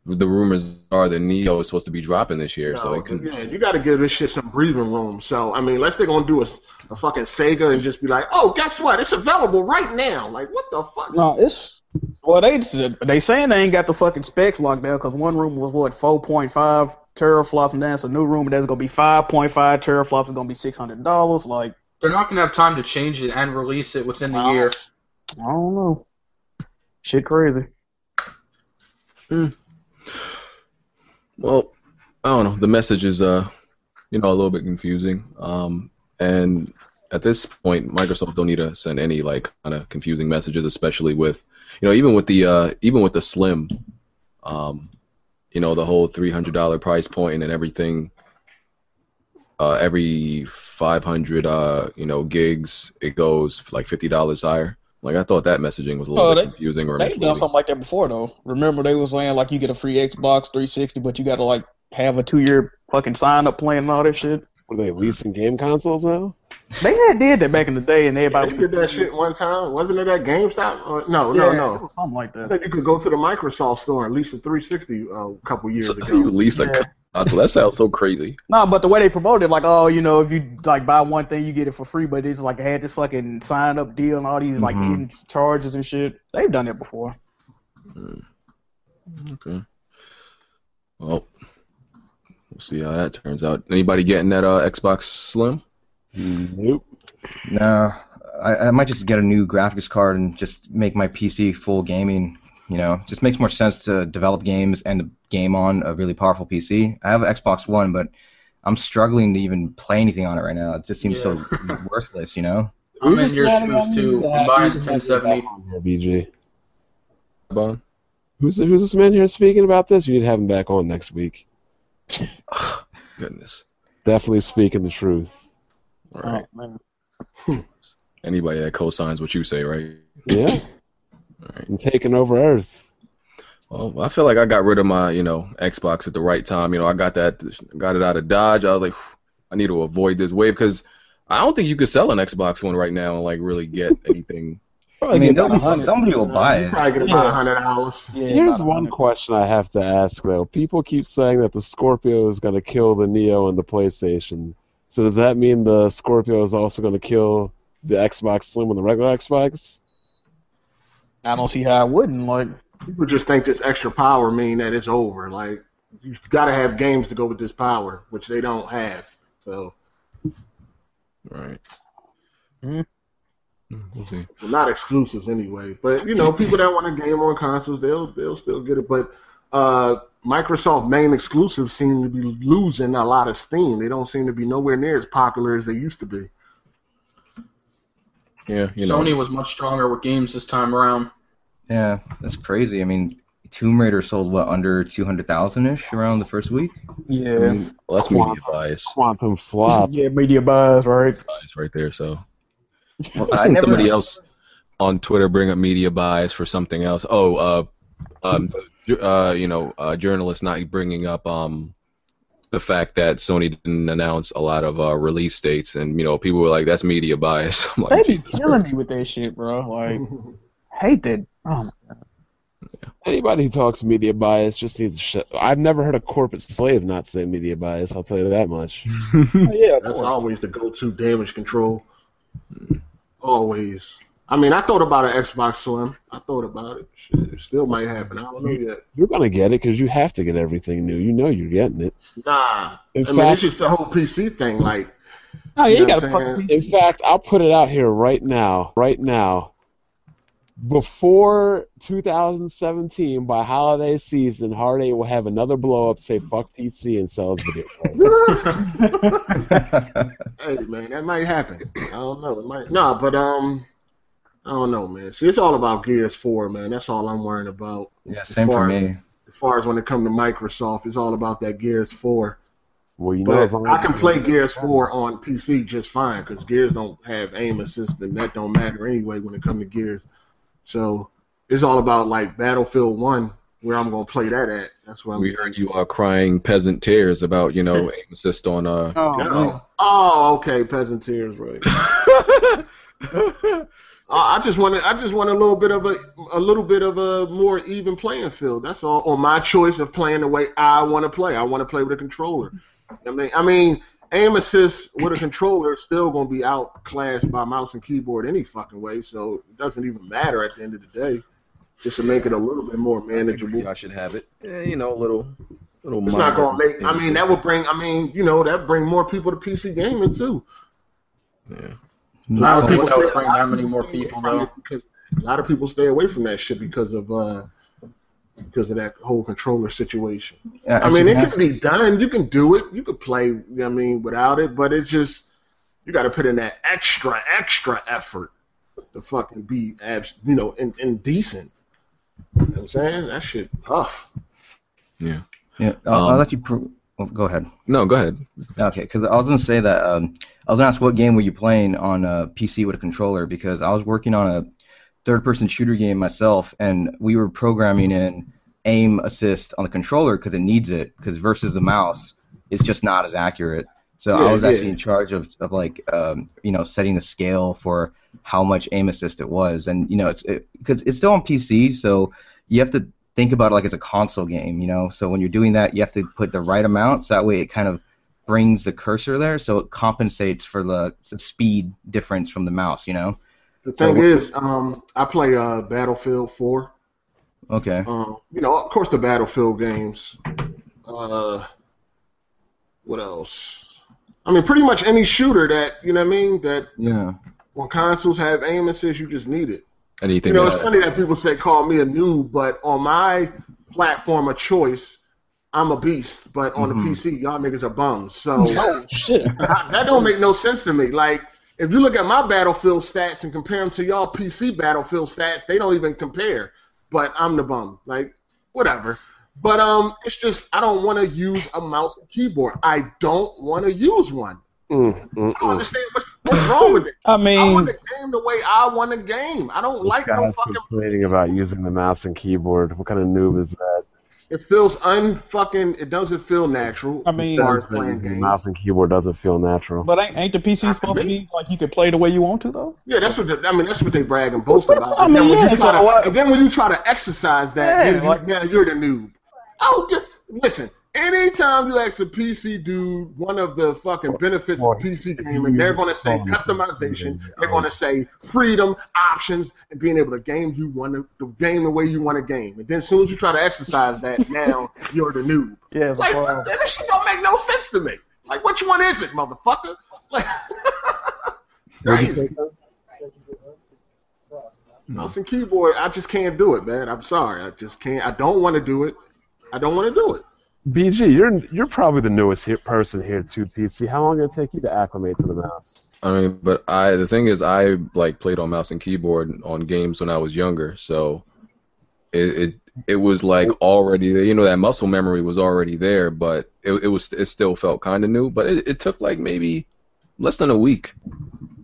S2: the rumors are that Neo is supposed to be dropping this year, so
S4: No,
S2: they can.
S4: yeah, you got to give this shit some breathing room. So I mean, unless they're going to do a, a fucking Sega and just be like, oh, guess what? It's available right now. Like what the fuck?
S5: No, it's well they said- they saying they ain't got the fucking specs locked down because one room was what four point five teraflops and then it's a new room that's gonna be five point five teraflops. It's gonna be six hundred dollars. Like
S1: They're not going to have time to change it and release it within the
S5: Well,
S1: year.
S5: I don't know. Shit crazy.
S2: Well, I don't know. The message is, uh, you know, a little bit confusing. Um, and at this point, Microsoft don't need to send any like kind of confusing messages, especially with, you know, even with the uh, even with the Slim, um, you know, the whole three hundred dollar price point and everything. Uh, every five hundred, uh, you know, gigs, it goes like fifty dollars higher. Like I thought that messaging was a little
S9: Oh,
S2: bit
S9: they-
S2: confusing or
S9: They've done
S2: misleading.
S9: something like that before, though. Remember, they were saying like you get a free Xbox 360, but you got to like have a two-year fucking sign-up plan and all that shit.
S7: Were they leasing game consoles now?
S5: They had did that back in the day, and
S4: They
S5: everybody
S4: did that shit one time. Wasn't it at GameStop? Or, no, no,
S5: Yeah,
S4: no.
S5: it was something like
S4: I
S5: that.
S4: think you could go to the Microsoft store and lease a 360 uh, a couple years
S2: So, <laughs> you
S4: ago.
S2: lease a
S5: Yeah.
S2: console. <laughs> That sounds so crazy.
S5: No, but the way they promoted, it, like, oh, you know, if you like buy one thing, you get it for free. But it's like I had this fucking sign up deal and all these like
S9: Mm-hmm.
S3: Mhm.
S5: hidden charges and shit. They've done that before.
S2: Okay. Well, we'll see how that turns out. Anybody getting that uh, Xbox Slim?
S7: Nope.
S3: No, I, I might just get a new graphics card and just make my PC full gaming. You know, just makes more sense to develop games and to game on a really powerful PC. I have an Xbox One, but I'm struggling to even play anything on it right now. It just seems so <laughs> worthless. You know.
S1: I'm in your shoes too. I'm buying the 1070.
S7: Come here, BG.
S2: Bon?
S7: Who's, who's this man here speaking about this? You need to have him back on next week.
S2: Goodness.
S7: Definitely speaking the truth.
S2: All right.
S5: Oh, man.
S2: Anybody that co-signs what you say, right?
S7: Yeah?
S2: All right.
S7: I'm taking over Earth.
S2: Well, I feel like I got rid of my, you know, Xbox at the right time. You know, I got that, got it out of Dodge. I was like, "Phew, I need to avoid this wave because I don't think you could sell an Xbox One right now and like
S1: <laughs>
S2: really get anything.
S3: I mean,
S9: about
S3: there'll be-
S9: 100.
S3: somebody will buy
S4: You
S3: it.
S4: probably get about a hundred dollars.
S7: Here's one question I have to ask, though. People keep saying that the Scorpio is going to kill the Neo and the PlayStation. So does that mean the Scorpio is also going to kill the Xbox Slim and the regular Xbox?
S9: I don't see how I wouldn't like.
S4: People just think this extra power mean that it's over. Like you got to have games to go with this power, which they don't have. So
S2: Right.
S1: Hmm.
S2: Hmm,
S5: Mhm.
S2: We'll see.
S4: well, not exclusives anyway. But you know, people that want to game on consoles, they'll they'll still get it. But uh, Microsoft main exclusives seem to be losing a lot of steam. They don't seem to be nowhere near as popular as they used to be.
S2: Yeah. You know,
S1: Sony was much stronger with games this time around.
S3: Yeah, that's crazy. I mean, Tomb Raider sold what under two hundred thousand ish around the first week. <laughs>
S5: Yeah,
S2: well, that's media bias.
S7: Quantum flop.
S5: yeah, media buys, right?
S2: bias right there. So
S3: Well,
S2: I
S3: I
S2: seen
S3: never-
S2: somebody else on Twitter bring up media bias for something else. Oh, uh, um, ju- uh, you know, uh, journalists not bringing up um the fact that Sony didn't announce a lot of uh, release dates, and you know, people were like, "That's media bias." <laughs> I'm
S5: They
S2: like,
S5: be
S2: Jesus
S5: killing
S2: Christ.
S5: me with that shit,
S4: <laughs>
S5: bro. Like, hate that. Um,
S7: Anybody who talks media bias just needs to shut. I've never heard a corporate slave not say media bias. I'll tell you that much.
S9: yeah,
S4: That's always the go-to damage control. Always. I mean, I thought about an Xbox Slim. I thought about it. Shit, it still might happen. I don't know yet.
S7: You're gonna get it because you have to get everything new. You know you're getting it.
S4: Nah.
S7: In
S4: I mean, it's
S7: fact,
S4: just the whole PC thing. Like,
S9: oh,
S4: you
S9: yeah, you
S4: know what
S9: got a
S4: I'm
S9: fucking
S4: saying?
S7: in fact, I'll put it out here right now. Right now. Before 2017, by holiday season, Holiday will have another blow up, say fuck PC, and sells video. cards.
S4: <laughs>
S9: <laughs>
S4: hey, man, that might happen. I don't know. It might. Nah, but um, I don't know, man. See, it's all about Gears Four, man. That's all I'm worrying about.
S3: yeah, same for me.
S4: As far as when it comes to Microsoft, it's all about that Gears Four.
S7: well, you know,
S4: But
S7: as long as
S4: I can play Gears 4 on PC just fine because Gears don't have aim assist, and that don't matter anyway when it comes to Gears. So it's all about like Battlefield 1, where I'm gonna play that at. That's where I'm.
S2: We heard you are crying peasant tears about you know aim assist on uh.
S5: oh, man.
S4: No. Oh, okay, Peasanters,
S2: <laughs>
S4: right? I I just want I just want a little bit of a a little bit of a more even playing field. That's all. Or my choice of playing the way I want to play. I want to play with a controller. I mean, I mean, aim assist with a controller is still gonna be outclassed by mouse and keyboard any fucking way. So it doesn't even matter at the end of the day. Just to make it a little bit more manageable.
S2: I should have it. Eh, you know, little, little.
S4: It's not gonna
S2: minor
S4: make. I mean, that would bring. I mean, you know, that bring more people to PC gaming too.
S2: Yeah.
S4: A lot of
S1: Well,
S4: people
S1: what
S4: stay
S1: would bring that many more
S4: away
S1: people,
S4: from it
S1: though?
S4: because a lot of people stay away from that shit because of uh because of that whole controller situation.
S3: Yeah,
S4: I
S3: actually,
S4: mean, it
S3: yeah.
S4: can be done. You can do it. You could play. you know what I mean, without it, but it's just you got to put in that extra, extra effort to fucking be, abs- you know, and, and decent. You know what I'm saying that shit tough.
S3: Yeah, I'll,
S2: Um,
S3: I'll let you. Pro- oh, go ahead.
S2: No, go ahead.
S3: Okay, because I was gonna say that um, I was gonna ask what game were you playing on a PC with a controller because I was working on a third-person shooter game myself, and we were programming in aim assist on the controller because it needs it because versus the mouse, it's just not as accurate. So I
S4: Yeah,
S3: was
S4: yeah.
S3: actually in charge of, of like um, you know setting the scale for how much aim assist it was, and you know it's because it's still on PC, so you have to think about it like it's a console game, you know. So when you're doing that, you have to put the right amount, so that way it kind of brings the cursor there, so it compensates for the, the speed difference from the mouse, you know.
S4: The thing
S3: So-
S4: is, um, I play uh, Battlefield 4.
S3: Okay.
S4: Um, you know, of course, the Battlefield games. Uh, what else? I mean, pretty much any shooter that you know what I mean that
S3: Yeah.
S4: when consoles have aim assist, you just need it.
S2: Anything
S4: You know,
S2: that-
S4: it's funny that people say call me a noob, but on my platform of choice, I'm a beast. But on
S3: Mhm.
S4: the PC, y'all niggas are bums.
S9: <laughs>
S4: So
S9: Oh shit!
S4: I- that don't make no sense to me. Like, if you look at my battlefield stats and compare them to y'all PC battlefield stats, they don't even compare. But I'm the bum. Like, whatever. But um, it's just I don't want to use a mouse and keyboard. I don't want to use one.
S7: Mm, mm,
S4: I don't
S7: mm.
S4: understand what's, what's wrong with it.
S9: <laughs> I
S4: I want
S9: mean,
S4: to game the way I want to game. I don't like no
S7: Guys
S4: fucking.
S7: complaining about using the mouse and keyboard. What kind of noob is that?
S4: It feels unfucking. It doesn't feel natural.
S9: I mean-
S4: as far as
S7: That
S4: playing
S7: using the
S4: games.
S7: mouse and keyboard doesn't feel natural.
S9: but ain't, ain't the PC supposed to be like you could play the way you want to though?
S4: Yeah, that's what the, I mean. That's what they brag and boast about.
S9: I
S4: And then
S9: mean,
S4: when
S9: yeah,
S4: you try
S9: so
S4: to,
S9: what-
S4: and then when you try to exercise that,
S9: Yeah,
S4: then you,
S9: like-
S4: now you're the noob. Oh, d- listen. Anytime you ask a PC dude one of the fucking benefits of PC gaming, they're going to say customization. They're going to say freedom, options, and being able to game you want to the game the way you want to game. And then as soon as you try to exercise that, now you're the noob.
S9: Yeah, it's a
S4: Like,
S9: problem.
S4: what, the- this shit don't make no sense to me. Like, which one is it, motherfucker? Like, <laughs> crazy. Mouse and keyboard, I just can't do it, man. I'm sorry, I just can't. I don't want to do it. I don't want to do it.
S7: BG, you're you're probably the newest here, person here to PC. How long did it take you to acclimate to the mouse?
S2: I mean, but I the thing is, I like played on mouse and keyboard on games when I was younger, so it it, it was like already there. You know, that muscle memory was already there, but it it was it still felt kind of new. But it, it took like maybe less than a week.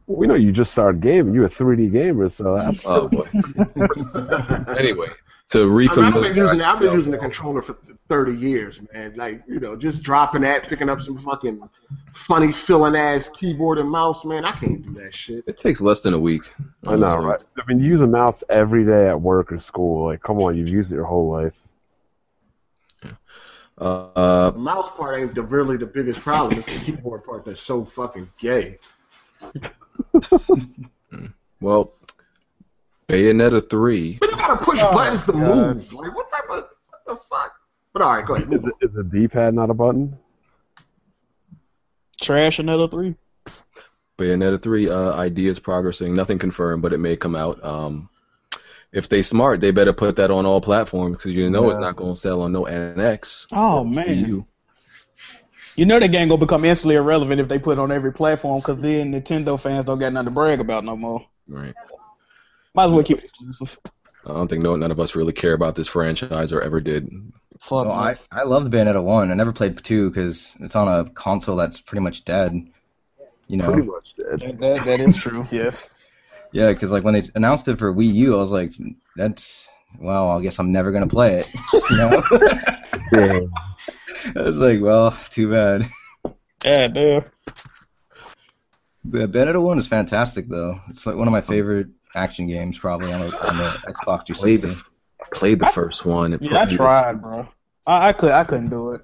S7: We know you just started gaming. You a 3D gamer, so that's
S4: Uh,
S2: Oh
S7: <laughs>
S2: boy.
S4: I
S2: anyway, to
S4: mean, I've been using
S2: refamiliarize.
S4: I've been using the controller for 30 years, man. Like you know, just dropping that, picking up some fucking funny feeling ass keyboard and mouse, man. I can't do that shit.
S2: It takes less than a week.
S7: I know, right?
S4: uh,
S7: I mean, you use a mouse every day at work or school. Like, come on, you've used it your whole life.
S2: Uh,
S4: The mouse part ain't the, really the biggest problem. It's the keyboard part that's so fucking gay.
S2: well, Bayonetta three.
S4: But you gotta push
S9: Oh,
S4: buttons to
S9: God.
S4: move. Like what type of what the fuck? But all right, go ahead.
S7: Is it is a D-pad not a button?
S9: Trash another three.
S2: Bayonetta 3 uh, ideas progressing. Nothing confirmed, but it may come out. Um, if they smart, they better put that on all platforms because you know it's
S3: Yeah.
S2: not going to sell on no NX.
S5: Oh
S2: EU.
S5: man.
S9: You know that game gonna become instantly irrelevant if they put it on every platform, because then Nintendo fans don't got nothing to brag about no more.
S2: Right.
S9: Might as well keep it exclusive.
S2: I don't think no, none of us really care about this franchise or ever did.
S9: Fuck.
S3: Oh,
S9: no.
S3: I, I loved Bayonetta 1. I never played 2 because it's on a console that's pretty much dead. You
S7: Pretty
S3: know?
S7: much. Did.
S9: That- that- that is true. <laughs> Yes.
S3: Yeah, because like when they announced it for Wii U, I was like, that's, wow, I guess I'm never going to play it. <laughs> You know?
S7: Yeah.
S3: I was like, well, too bad.
S9: Yeah, dude.
S3: Yeah, Bayonetta 1 is fantastic, though. It's like one of my favorite action games, probably, on, a, on the Xbox
S2: Played the,
S3: 360.
S2: f- played the first one. It
S9: Yeah, I
S2: probably was-
S9: tried, bro. I, I could I couldn't do it.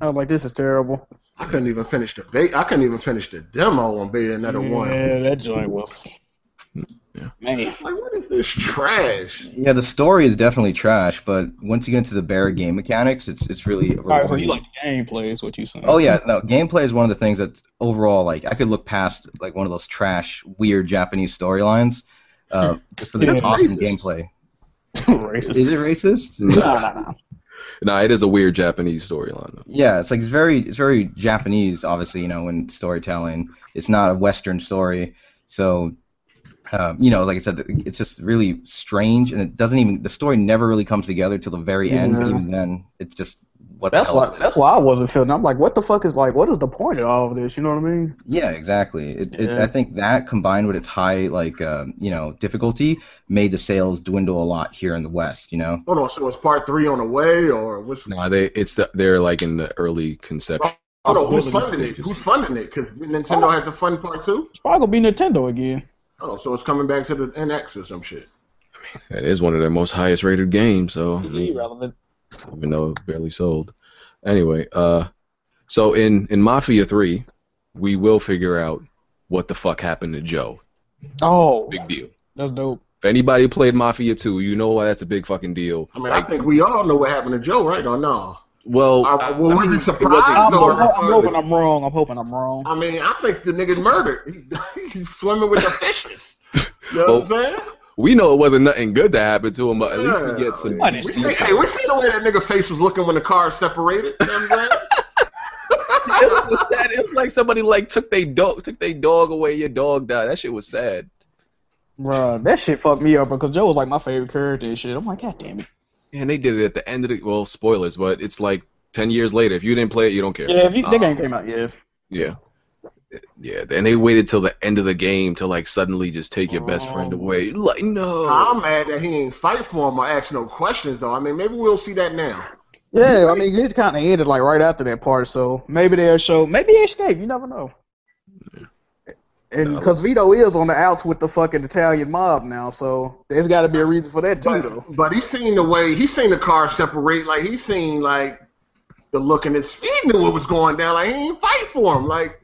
S9: I was like, this is terrible.
S4: I couldn't even finish the ba- I couldn't even finish the demo on Bayonetta
S9: yeah,
S4: One.
S9: that joint was.
S5: Man,
S4: Like, what is this trash?
S3: Yeah, the story is definitely trash, but once you get into the bare game mechanics, it's it's really
S9: All right, so you
S3: rewarding.
S9: like the gameplay is what you saying?
S3: Oh yeah, no, gameplay is one of the things that overall, like, I could look past like one of those trash, weird Japanese storylines uh, for the
S9: Yeah, it's
S3: awesome
S4: racist.
S3: gameplay. Is
S9: Hmm. <laughs> racist.
S3: it racist?
S9: No, no, no.
S2: Nah, it is a weird Japanese storyline. though.
S3: Yeah, it's like it's very it's very Japanese, obviously, you know, in storytelling. It's not a Western story, so um, you know, like I said, it's just really strange, and it doesn't even the story never really comes together till the very end. But
S9: Yeah.
S3: even then, it's just what the
S9: That's
S3: hell is
S9: why.
S3: this?
S9: That's why I wasn't feeling. I'm like, what the fuck is like? What is the point of all of this? You know what I mean?
S3: Yeah, exactly. It, it,
S9: Yeah.
S3: I think that combined with its high, like um, you know, difficulty, made the sales dwindle a lot here in the West. You know,
S4: Hold on, so is part three on the way, or what's?
S2: Nah, they it's the, they're like in the early conception.
S4: Hold on,
S2: Possibility
S4: who's funding it?
S2: stages.
S4: Who's funding it? Because Nintendo had to fund part two.
S9: It's probably gonna be Nintendo again.
S4: Oh, so it's coming back to the NX or some shit.
S2: That is one of their most highest rated games. So
S9: Irrelevant.
S2: even though it barely sold. Anyway, uh, so in in Mafia Three, we will figure out what the fuck happened to Joe.
S9: Oh,
S2: Big deal.
S9: that's dope.
S2: If anybody played Mafia Two, you know why that's a big fucking deal.
S4: I mean, I
S2: Like,
S4: think we all know what happened to Joe, right? Or no?
S2: well,
S4: Are, will we be
S2: it wasn't-
S4: surprised?
S9: I'm,
S4: Or,
S9: I'm, I'm hoping I'm wrong. I'm hoping I'm wrong.
S4: I mean, I think the nigga's murdered. <laughs> He, he's swimming with
S2: <laughs>
S4: the fishes. You know what I'm saying?
S2: we know it wasn't nothing good that happened to him, but at least we
S4: Yeah.
S2: get some.
S9: What is
S4: We see, hey, we see the way that nigga face was looking when the car separated. You know what I'm saying?
S2: it was sad. It was like somebody like took they dog took they dog away. Your dog died. That shit was sad.
S9: Bruh, that shit fucked me up because Joe was like my favorite character and shit. I'm like, god damn it.
S2: And they did it at the end of the well, spoilers, but it's like ten years later. If you didn't play it, you don't care.
S9: Yeah, if you, that
S2: Um,
S9: game came out, yeah.
S2: Yeah. Yeah, and they waited till the end of the game to like suddenly just take your best
S4: Oh.
S2: friend away. Like no,
S4: I'm mad that he ain't fight for him or ask no questions though. I mean, maybe we'll see that now.
S9: Yeah, I mean, it kind of ended like right after that part, so maybe they'll show, maybe they escape. You never know. And
S2: Yeah.
S9: because Vito is on the outs with the fucking Italian mob now, so there's got to be a reason for that too, though.
S4: But, but he seen the way he seen the car separate. Like he seen like the look in his. He knew what was going down. Like he ain't fight for him. Like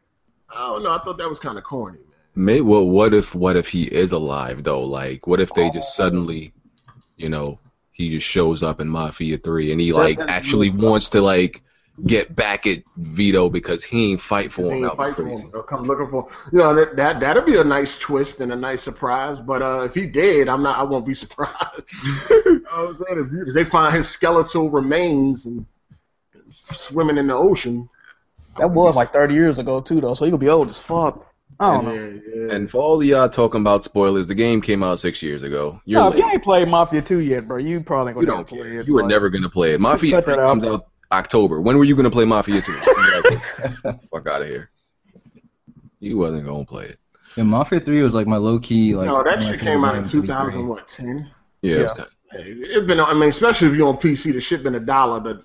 S4: I don't know. I thought that was kind of corny. Man.
S2: May, well, what if what if he is alive though? Like, what if they just
S4: Oh.
S2: suddenly, you know, he just shows up in Mafia Three and he like
S4: that-
S2: actually wants to like get back at Vito because he ain't fight for
S4: He
S2: him.
S4: ain't
S2: That
S4: fight
S2: would
S4: for
S2: be
S4: him.
S2: crazy.
S4: They'll come looking for. You know that that that'd be a nice twist and a nice surprise. But uh, if he did, I'm not. I won't be <laughs> surprised. You know what I'm saying? If you- if they find his skeletal remains and swimming in the ocean.
S2: Uh,
S9: That was like 30 years ago too, though, so he could be old as fuck. I don't know.
S4: yeah, yeah.
S2: And for all of y'all talking about spoilers, the game came out six years ago. You're
S9: No, if
S2: late.
S9: you ain't played Mafia 2 yet, bro, you probably
S2: You
S9: gonna
S2: don't
S9: play
S2: care.
S9: it.
S2: You were
S9: bro.
S2: never gonna play it. Mafia
S9: Cut that
S2: 3
S9: out.
S2: comes out October. When were you gonna play Mafia 2? Fuck out of here. You wasn't gonna play it.
S3: yeah, Mafia Three was like my low key, like.
S4: no,
S3: one
S4: that
S3: of my
S4: shit
S3: favorite
S4: came out in
S3: games to be
S4: 2000
S3: great.
S4: what 10.
S2: Yeah. it was
S9: Yeah.
S2: kinda-
S4: It been, I mean, especially if you're on PC, the shit been a dollar. But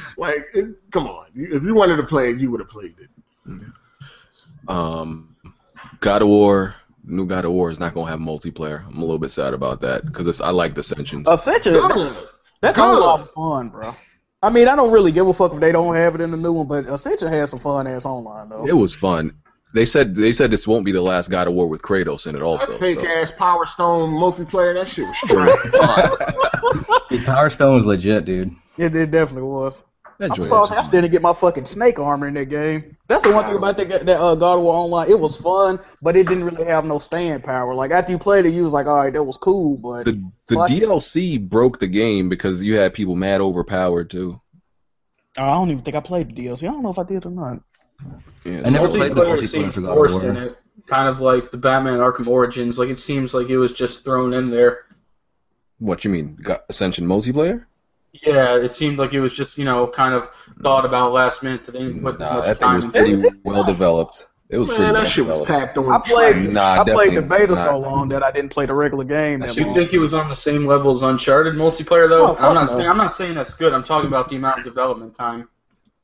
S4: <laughs> like, it, come on, You- if you wanted to play it, you would have played it.
S2: Um, God of War, new God of War is not gonna have multiplayer. I'm a little bit sad about that because it's I like Dissensions.
S9: Essentially, that,
S4: Good.
S9: that
S4: Good.
S9: whole lot of fun, bro. I mean, I don't really give a fuck if they don't have it in the new one, but Essential has some fun ass online though.
S2: It was fun. They said they said this won't be the last God of War with Kratos in it. Also,
S4: That fake
S2: so-
S4: ass Power Stone multiplayer, that shit was trash.
S3: Dude, Power Stone was legit, dude.
S9: It, it definitely was.
S2: That
S9: I'm
S2: joint
S9: sorry,
S2: was
S9: I still didn't get my fucking snake armor in that game. That's the one thing about that, ga- that uh, God of War Online. It was fun, but it didn't really have no stand power. Like after you played it, you was like, all right, that was cool, but
S2: the the
S9: Fuck.
S2: DLC broke the game because you had people mad overpowered too.
S9: I don't even think I played the DLC. I don't know if I did or not.
S2: Yeah,
S3: I never
S2: so-
S3: played the
S1: multiplayer
S3: multiplayer
S1: seemed
S3: for God of
S1: forced
S3: War.
S1: in it, kind of like the Batman Arkham Origins. Like it seems like it was just thrown in there.
S2: What you mean, Go- Ascension multiplayer?
S1: Yeah, it seemed like it was just you know kind of thought about last minute. They didn't put
S2: Mm-hmm. Nah,
S1: much
S2: that thing
S1: time
S2: was
S1: into it.
S2: pretty well developed. It was pretty
S4: Man,
S2: well
S4: that shit was
S2: developed.
S4: packed on.
S9: I played,
S4: trash.
S2: Nah,
S9: I played the
S2: definitely
S9: beta so
S2: not.
S9: long that I didn't play the regular game. That
S1: Do you
S9: long.
S1: think it was on the same level as Uncharted multiplayer though?
S9: Oh, fuck
S1: I'm not
S9: no.
S1: saying I'm not saying that's good. I'm talking about the amount of development time.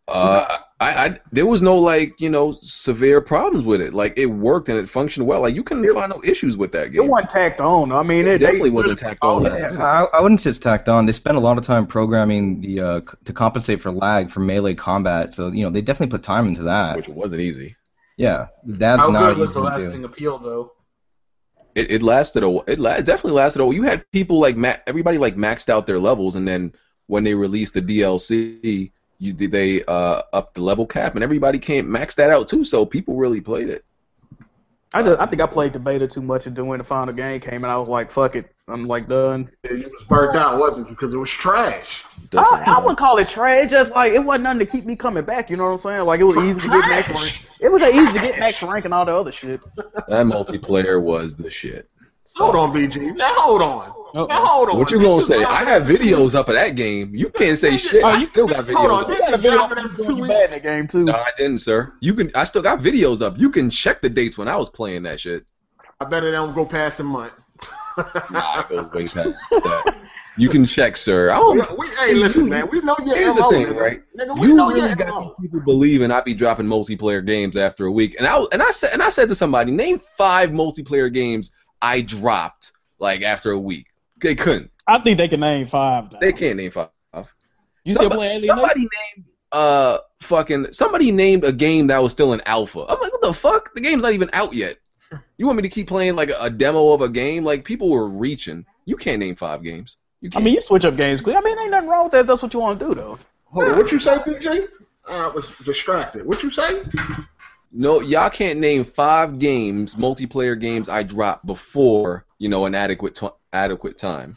S2: Uh, I, I there was no like you know severe problems with it. Like it worked and it functioned well. Like you couldn't find no issues with that
S9: It
S2: game.
S9: wasn't tacked on. I mean,
S2: It
S9: it,
S2: definitely
S9: they,
S2: wasn't tacked on last
S3: Yeah,
S2: minute.
S3: I, I wouldn't say it's tacked on. They spent a lot of time programming the uh, c- to compensate for lag for melee combat, so you know they definitely put time into that.
S2: which wasn't easy.
S3: Yeah, that's
S1: How
S3: not
S1: good was
S3: easy
S1: the
S3: to do.
S1: lasting appeal though?
S2: It, it lasted a. wh- It la- it definitely lasted a. wh- You had people like ma- everybody like maxed out their levels, and then when they released the DLC, you did they uh up the level cap, and everybody came maxed that out too. So people really played it.
S9: I just I think I played the beta too much, and then when the final game came, and I was like, "Fuck it, I'm like done."
S4: You was burnt out, wasn't you? Because it was trash.
S9: I, I wouldn't call it trash. Just like it wasn't nothing to keep me coming back. You know what I'm saying? Like it was easy to get max rank. It was easy to get max rank and all the other shit.
S2: That multiplayer was the shit.
S4: Hold on, BG. Now hold on. Now hold on.
S2: What you gonna say? I got videos up of that game. You can't
S4: Oh,
S2: say shit. I still got videos.
S4: <laughs> Hold
S2: up.
S4: on. This is dropping every two
S9: You bad in
S4: weeks.
S9: the game too.
S2: No, I didn't, sir. You can. I still got videos up. You can check the dates when I was playing that shit.
S4: I better don't go past a month.
S2: Nah, I go way past that. You can check, sir. I don't.
S4: we, hey, listen, man. We know
S2: Oh,
S4: your
S2: Here's the
S4: MO,
S2: thing,
S4: nigga.
S2: right?
S4: Nigga, we
S2: You
S4: know
S2: really
S4: your
S2: got
S4: MO.
S2: these people believing I be dropping multiplayer games after a week, and I and I said and I said to somebody, name five multiplayer games I dropped like after a week. They couldn't.
S5: I think they can name five. Now.
S2: They can't name five. somebody,
S5: You still playing Alien?
S2: somebody named uh fucking somebody named a game that was still in alpha. I'm like, what the fuck? The game's not even out yet. You want me to keep playing like a demo of a game? Like people were reaching. You can't name five games. You
S9: I
S2: can't.
S9: mean, you switch up games quick. I mean, ain't nothing wrong with that. if That's what you want to do though.
S4: Hold on. What you say, BG? Uh, I was distracted. What you say?
S2: no, y'all can't name five games, multiplayer games I dropped before you know an adequate t- adequate time.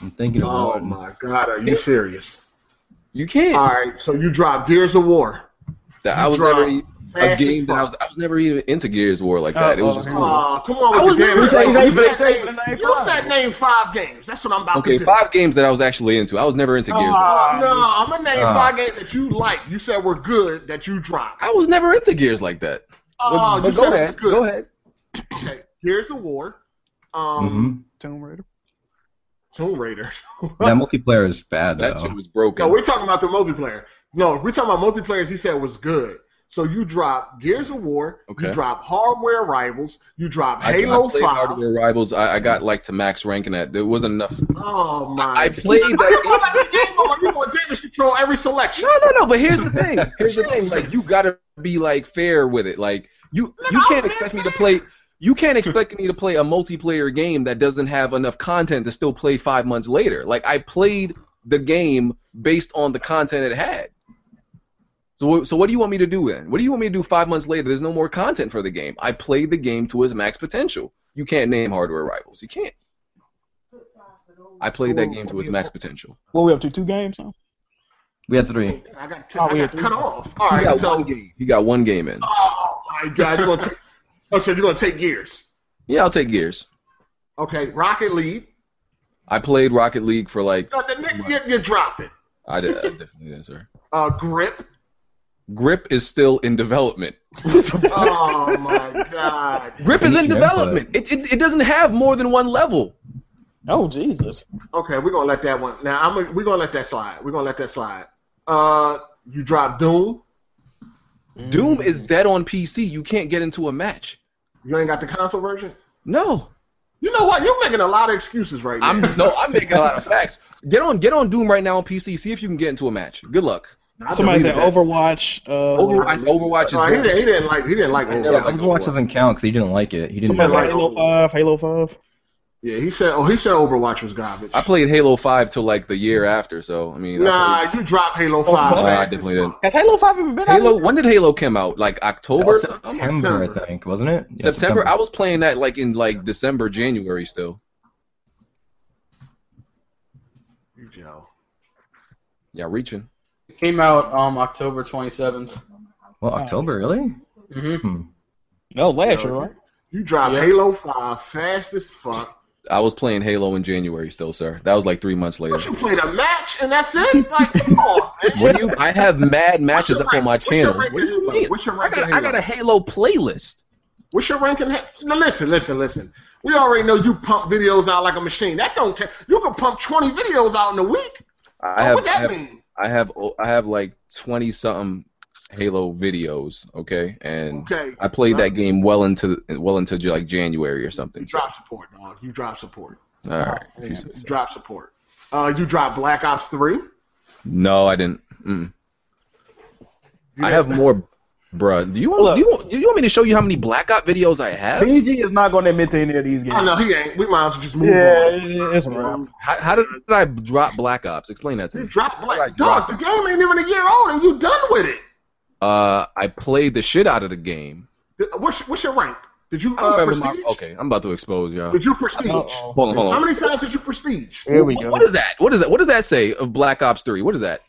S3: I'm thinking of
S4: Oh
S3: one.
S4: my God, are you serious?
S2: You can't.
S4: All right, so you dropped Gears of War.
S2: That- I was
S4: dropped
S2: never e- a
S4: fast
S2: game
S4: as
S2: that Oh, I
S4: fuck.
S2: was. I was never even into Gears of War like that. it was just cool.
S4: Aw, come on
S2: I
S4: with
S2: was
S4: the damn.
S2: never-
S4: You,
S9: you
S4: said,
S9: said name
S4: name, you
S9: five.
S4: said name five games. That's what I'm about
S2: Okay,
S4: to do.
S2: five games that I was actually into. I was never into Gears. of War.
S4: Oh, no, I'm gonna name
S2: Uh-huh.
S3: Ah.
S4: five games that you like. You said were good that you dropped.
S2: I was never into Gears like that.
S4: Oh,
S2: Oh. But-
S4: you
S2: but go
S4: said
S2: ahead.
S4: it was
S2: Go
S4: good.
S2: ahead.
S4: Okay, here's a war.
S2: Mm-hmm.
S4: Um,
S3: Mhm.
S9: Tomb Raider.
S4: Tomb Raider.
S3: That multiplayer is bad
S2: That
S3: though.
S2: shit was broken.
S4: No, we're talking about the multiplayer. No, we're talking about multiplayers. He said was good. So you drop Gears of War.
S2: Okay.
S4: You drop Hardware Rivals. You drop
S2: I,
S4: Halo
S2: I played
S4: Five.
S2: Hardware Rivals. I, I got like to max ranking that. There wasn't enough.
S4: Oh my!
S2: I played
S4: <laughs>
S2: that game.
S4: that game over. You want damage control every selection?
S2: No, no, no. But here's the
S5: <laughs>
S2: thing. <laughs> Here's the thing. Like you gotta be like fair with it. Like you you can't expect me to play. You can't expect me to play a multiplayer game that doesn't have enough content to still play five months later. Like I played the game based on the content it had. So what- so what do you want me to do then? What do you want me to do five months later? There's no more content for the game. I played the game to its max potential. You can't name hardware rivals. You can't. I played that game to its max potential.
S5: What we up to? Two games now.
S3: We had three.
S4: I got,
S5: Oh,
S4: I
S5: we
S4: got
S5: have
S4: cut off. All
S2: He
S4: right,
S2: got
S4: so
S2: one game. He got one game in.
S4: oh my god, you're gonna take. Oh, so you're gonna take Gears?
S2: Yeah, I'll take Gears.
S4: Okay, Rocket League.
S2: I played Rocket League for like
S4: No, the nigga, you, you dropped it.
S2: I did. I definitely did, sir.
S4: Uh, Grip.
S2: Grip is still in development.
S4: Oh my god.
S2: Grip is in
S3: Yeah, but-
S2: development. It, it, it doesn't have more than one level.
S5: Oh Jesus.
S4: Okay, we're gonna let that one. Now I'm. gonna- We're gonna let that slide. We're gonna let that slide. Uh, you dropped Doom.
S2: Doom is dead on PC. You can't get into a match.
S4: You ain't got the console version.
S2: No,
S4: You know what? You're making a lot of excuses right now.
S2: I'm no. I'm making a lot of facts. Get on, get on Doom right now on PC. See if you can get into a match. Good luck.
S4: I
S5: Somebody said
S4: deleted that.
S5: Overwatch. Uh,
S2: Overwatch, Overwatch is
S4: No, he,
S2: gone.
S4: didn't, he didn't like. He didn't like
S2: I never
S4: Overwatch.
S2: liked
S3: Overwatch
S2: Overwatch.
S3: doesn't count because he didn't like it. He didn't.
S5: Somebody
S3: like
S4: like
S5: said Halo
S4: Overwatch.
S5: Five. Halo Five.
S4: Yeah, he said. Oh, he said Overwatch was garbage.
S2: I played Halo Five till like the year after. So I mean, I
S4: Nah, you dropped Halo Five.
S2: Nah,
S4: man.
S2: I definitely didn't.
S5: Has Halo Five even been
S2: played-
S5: out?
S2: Halo. When did Halo come out? Like October. or something?
S3: September, I
S4: September.
S3: think, wasn't it? Yeah,
S2: September. I was playing that like in like December, January still.
S4: You Joe.
S2: Yeah, reaching.
S1: It came out um October 27th.
S3: Well, October, really?
S1: hmm
S3: Hmm.
S5: No,
S4: No.
S5: last year, right?
S4: You dropped
S1: Yeah.
S4: Halo Five fast as fuck.
S2: I was playing Halo in January still, sir. That was like three months later.
S4: But you played a match and that's it. Like, come on, man.
S2: What do you? I have mad <laughs> matches up on my
S4: What's your
S2: channel.
S4: rank
S2: What
S4: in
S2: do you
S4: Halo?
S2: mean?
S4: What's your
S2: I
S4: rank in
S2: got, I got a Halo
S4: Halo?
S2: playlist.
S4: What's your rank in Halo? Now listen, listen, listen. We already know you pump videos out like a machine. That don't care. You can pump 20 videos out in a week.
S2: I
S4: Oh,
S2: have,
S4: what
S2: I
S4: that
S2: have,
S4: mean?
S2: I have, I have like twenty something Halo videos. Okay, and
S4: Okay.
S2: I played that game well into well into like January or something.
S4: You drop support, dog. You drop support.
S2: All right.
S4: You drop support. Uh, you drop Black Ops Three.
S2: No, I didn't. Mm.
S4: You
S2: I
S4: didn't-
S2: have more. Bruh, do you want do you want, do you want me to show you how many Black Ops videos I have?
S9: BG is not going to admit to any of these games.
S4: Oh no, he ain't. We might as well just move
S9: yeah,
S4: on.
S9: it- it- it's a wrap.
S2: How, how did, did I drop Black Ops? Explain that to
S4: You
S2: me.
S4: dropped
S2: Like,
S4: black dog. The game ain't even a year old, and you done with it.
S2: Uh, I played the shit out of the game.
S4: Th- What's what's your rank? Did you
S2: I don't
S4: uh,
S2: remember my-
S4: prestige?
S2: okay, I'm about to expose y'all.
S4: Did you prestige?
S9: Uh-oh.
S2: Hold on, hold
S4: How
S2: on.
S4: many times did you prestige?
S7: Here we
S2: What- What is that? What is that? What does that say of Black Ops 3? What is that?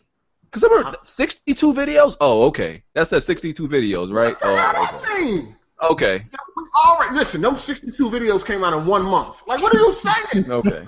S2: Because there were 62 videos. Oh, okay. That says 62 videos, right?
S4: What the hell
S2: Oh,
S4: that
S2: okay.
S4: mean?
S2: Okay.
S4: We already listen. Them sixty-two videos came out in one month. Like, what are
S2: <laughs>
S4: you saying? <laughs>
S2: Okay.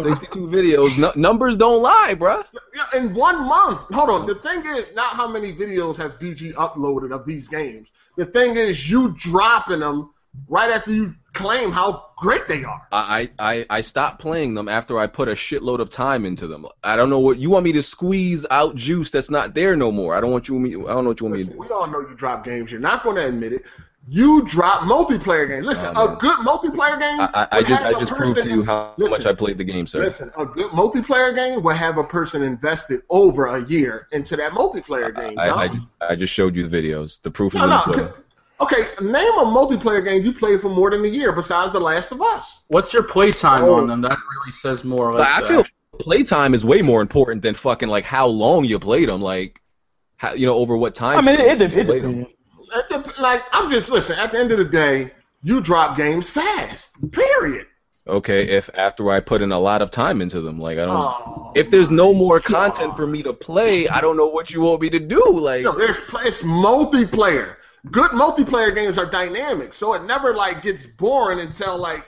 S2: 62 videos. Nu- numbers don't lie, bruh.
S4: Yeah, in one month. Hold on. The thing is, not how many videos have BG uploaded of these games. The thing is, you dropping them right after you claim how great they are.
S2: I, I, I stopped playing them after I put a shitload of time into them. I don't know what you want me to squeeze out juice that's not there no more. I don't want you. Me, I don't know what you want me to
S4: Listen,
S2: do.
S4: we all know you drop games. You're not going to admit it. You drop multiplayer games. Listen,
S2: Nah,
S4: a
S2: Oh, man.
S4: good multiplayer game.
S2: I, I, I
S4: would
S2: just I
S4: have a
S2: just
S4: person
S2: proved to you how
S4: listen,
S2: much I played the game, sir.
S4: Listen, a good multiplayer game will have a person invested over a year into that multiplayer game.
S2: I,
S4: no?
S2: I, I just showed you the videos. The proof is
S4: No,
S2: in the
S4: no,
S2: pudding.
S4: Okay, name a multiplayer game you played for more than a year besides The Last of Us.
S1: What's your playtime on them? That really says more. Like uh,
S2: Like, I
S4: uh,
S1: the
S2: feel
S1: act-
S2: playtime is way more important than fucking like how long you played them. Like, how you know over what time?
S9: I mean, it, it,
S2: you
S9: it
S2: played 'em.
S9: depends.
S4: At the- Like, I'm just listen. At the end of the day, you drop games fast. Period.
S2: Okay, if after I put in a lot of time into them, like I don't.
S4: Oh,
S2: Um, if there's
S4: my
S2: no more
S4: God.
S2: content for me to play, I don't know what you want me to do. Like,
S4: No, there's pl- it's multiplayer. Good multiplayer games are dynamic, so it never like gets boring until like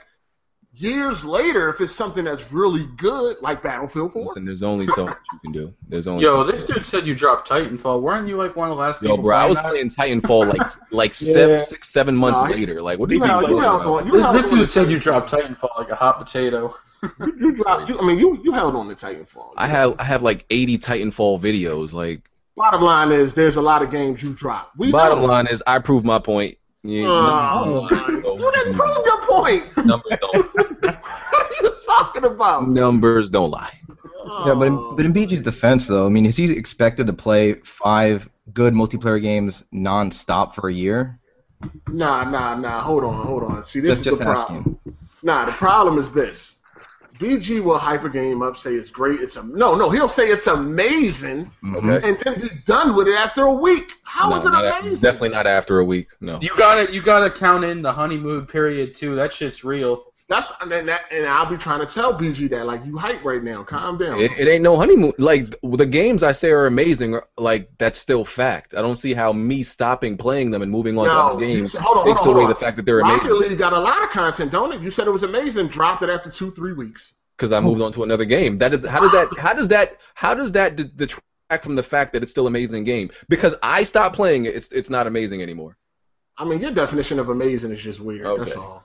S4: years later if it's something that's really good, like Battlefield 4.
S2: listen, there's only so much you can do. There's only.
S1: Yo,
S2: so
S1: this
S2: much.
S1: dude said you dropped Titanfall. Weren't you like one of the last
S2: Yo,
S1: people?
S2: bro, I
S1: playing
S2: was
S1: that?
S2: playing Titanfall
S4: <laughs>
S2: like like seven, six, seven months
S4: Nah, he-
S2: later. Like, what are
S4: You
S2: you
S4: held,
S2: talking
S4: you held
S2: about?
S4: on. You held
S1: This, this
S4: on
S1: dude
S4: to
S1: said you
S4: Titanfall.
S1: dropped Titanfall like a hot potato.
S4: You, you dropped. You, I mean, you you held on to Titanfall.
S2: I have I have like 80 Titanfall videos. Like,
S4: Bottom line is, there's a lot of games you drop. We
S2: Bottom
S4: know.
S2: line is, I proved my point. Yeah,
S4: Oh, my-
S2: numbers don't
S4: you didn't
S2: lie.
S4: prove your point. <laughs>
S2: Numbers don't,
S4: what are you talking about?
S2: numbers don't lie.
S3: Yeah, but in, but in BG's defense, though, I mean, is he expected to play five good multiplayer games nonstop for a year?
S4: Oh. Nah, nah, nah. Hold on, hold on. See, this
S3: Just,
S4: is
S3: just
S4: the problem.
S3: asking.
S4: Nah, the problem is this. BG will hype a game up, say it's great, it's a no, no, he'll say it's amazing,
S3: Mhm.
S4: and then be done with it after a week. How
S2: No,
S4: is
S2: not
S4: it
S2: a-
S4: amazing?
S2: definitely not after a week. No.
S1: You gotta you gotta count in the honeymoon period too. That shit's real.
S4: That's and then that, and I'll be trying to tell BG that like you hype right now. Calm down.
S2: It, it ain't no honeymoon. Like the games I say are amazing. are- Like that's still fact. I don't see how me stopping playing them and moving on
S4: No,
S2: to other
S4: you
S2: games
S4: said- hold on,
S2: takes
S4: hold on,
S2: away
S4: hold on.
S2: the fact that they're
S4: Rocket
S2: amazing
S4: League got a lot of content, don't it? You said it was amazing, dropped it after two, three weeks.
S2: because I moved on to another game. That is how does that how does that how does that de- detract from the fact that it's still an amazing game? Because I stopped playing it, it's it's not amazing anymore.
S4: I mean, your definition of amazing is just weird. That's
S2: Okay.
S4: all.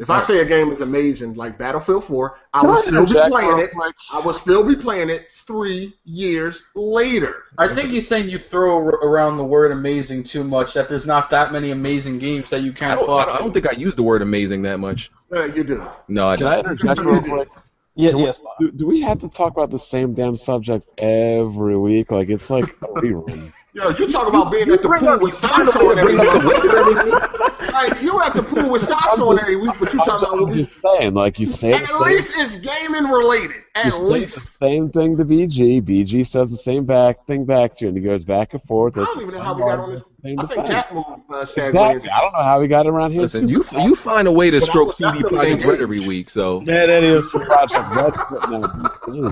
S4: If I say a game is amazing, like Battlefield 4, I
S9: Can
S4: will
S9: I
S4: still be
S9: interject
S4: playing
S9: real
S4: it. I will still be playing it three years later.
S1: I think he's saying you throw ar- around the word amazing too much. That there's not that many amazing games that you
S2: I
S1: can't
S2: don't, I
S1: fuck.
S2: don't- I don't think I used the word amazing that much.
S4: Uh, you do.
S2: No, I
S7: Can I
S2: didn't.
S7: interject real quick?
S9: Yeah, yes.
S7: <laughs> Do, do we have to talk about the same damn subject every week? Like it's like a rerun.
S4: Yo, you talk about being at the
S2: bring
S4: pool
S2: up-
S4: with
S2: you find
S4: socks
S2: a way
S4: on
S2: to
S4: every
S2: bring up the
S4: week.
S2: weather every week.
S4: like, you at the pool with socks on every week, but you
S7: I'm
S4: talking
S7: just-
S4: about what
S7: I'm
S4: we.
S7: just saying, like you say the
S4: At
S7: same,
S4: least it's gaming related.
S7: you
S4: At
S7: say the
S4: least.
S7: same thing to BG. BG says the same back thing back to you, and he goes back and forth.
S4: I
S7: It's
S4: don't even know how we
S7: the
S4: got on this.
S7: same
S4: I think
S7: defense.
S4: Jack moved uh, segue
S7: Exactly.
S4: into
S7: I don't know how we got around here.
S2: Listen,
S7: too.
S2: you you find a way to
S4: But I
S2: stroke
S4: was
S2: CD
S4: definitely
S2: Projekt Red
S4: engaged.
S2: every week, so
S9: Yeah, that is.
S7: Project Red sitting there with these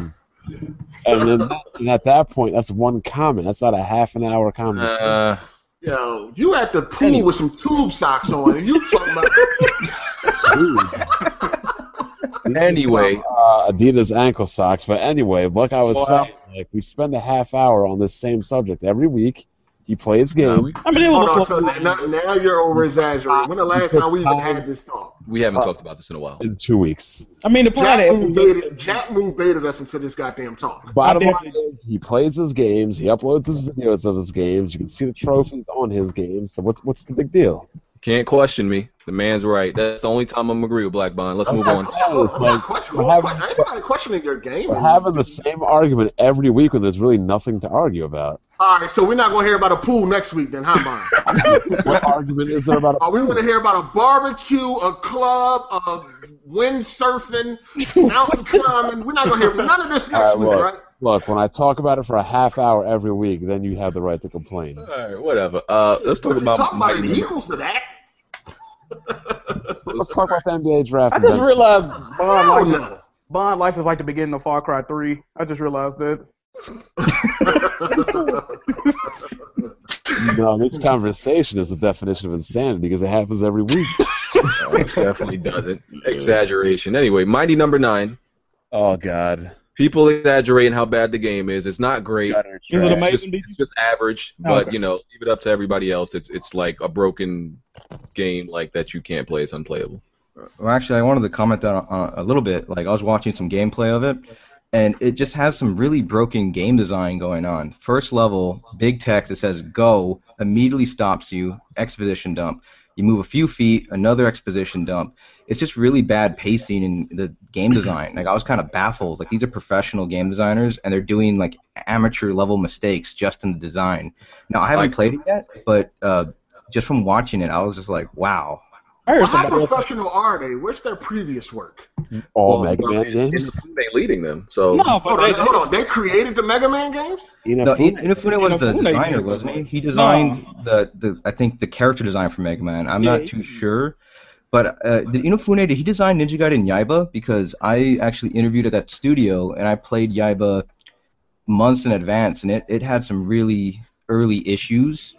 S7: things. And then and at that point, that's one comment. That's not a half an hour conversation.
S2: uh,
S4: Yo, you at the pool with some tube socks on, and you talking about
S7: Ooh.
S2: Anyway.
S7: uh, Adidas ankle socks. But anyway, like I was
S9: Wow.
S7: saying, like we spend a half hour on this same subject every week. He plays
S2: No,
S7: game.
S2: we-
S9: I mean, it
S4: Hold
S9: was a
S4: on,
S9: slow.
S4: so now, now you're over exaggerating. When the last time we even had this talk?
S2: we haven't
S7: Uh,
S2: talked about this in a while.
S7: in two weeks.
S9: I mean, the part
S4: Jack Moon
S9: that
S4: baited, Jack Moon baited us into this goddamn talk.
S7: Bottom
S9: I
S7: line is, he plays his games. He uploads his videos of his games. You can see the trophies on his games. So what's what's the big deal?
S2: Can't question me. The man's right. That's the only time I'm agree with Black Bond. Let's move on.
S4: I'm not questioning,
S7: We're having-
S4: anybody questioning your game.
S7: We're having the same argument every week when there's really nothing to argue about.
S4: All right, so we're not going to hear about a pool next week then, huh, Bond?
S7: <laughs> What argument is there about a
S4: Are we going to hear about a barbecue, a club, a windsurfing, mountain climbing? We're not going to hear none of this next
S7: All right,
S4: week,
S7: look.
S4: right?
S7: Look, when I talk about it for a half hour every week, then you have the right to complain.
S2: All right, whatever. Uh, let's talk about
S4: Talk about it
S2: Mighty.
S4: equals to that.
S7: Let's talk about the NBA draft.
S9: I just
S7: then.
S9: realized Bond
S4: Hell
S9: life, is,
S4: no. <laughs>
S9: Bond life is like the beginning of Far Cry 3. I just realized that.
S7: no, this conversation is the definition of insanity because it happens every week.
S2: Oh, it definitely doesn't. Exaggeration. Anyway, Mighty number nine.
S7: oh God.
S2: People exaggerating how bad the game is. It's not great.
S9: Is it
S2: It's
S9: amazing,
S2: just,
S9: BG?
S2: it's just average, but
S9: Okay.
S2: you know, leave it up to everybody else. It's it's like a broken game, like that you can't play. It's unplayable.
S3: Well, actually, I wanted to comment on, on a little bit. Like, I was watching some gameplay of it, and it just has some really broken game design going on. First level, big text that says "Go" immediately stops you. Exposition dump. You move a few feet, another exposition dump. It's just really bad pacing in the game design. Like, I was kind of baffled. Like, these are professional game designers, and they're doing like amateur level mistakes just in the design. Now, I haven't
S2: Like-
S3: played it yet, but uh, just from watching it, I was just like, wow.
S9: I heard
S4: Well, how
S9: somebody else.
S4: professional are they? Where's their previous work?
S7: All
S2: Well,
S7: Mega
S2: well,
S7: Man
S2: it's-
S7: games.
S2: it's- they leading them. So
S9: No,
S4: Hold
S9: but
S4: on,
S9: they,
S4: hold on. They created the Mega Man games?
S3: No,
S7: Inafune.
S3: In- Inafune was the
S9: Inafune did
S3: designer,
S9: it,
S3: wasn't he?
S9: wasn't
S3: He designed the, the I think the character design for Mega Man. I'm not
S9: Yeah,
S3: too sure, but uh, did Inafune did he design Ninja Gaiden Yaiba? Because I actually interviewed at that studio and I played Yaiba months in advance, and it, it had some really early issues,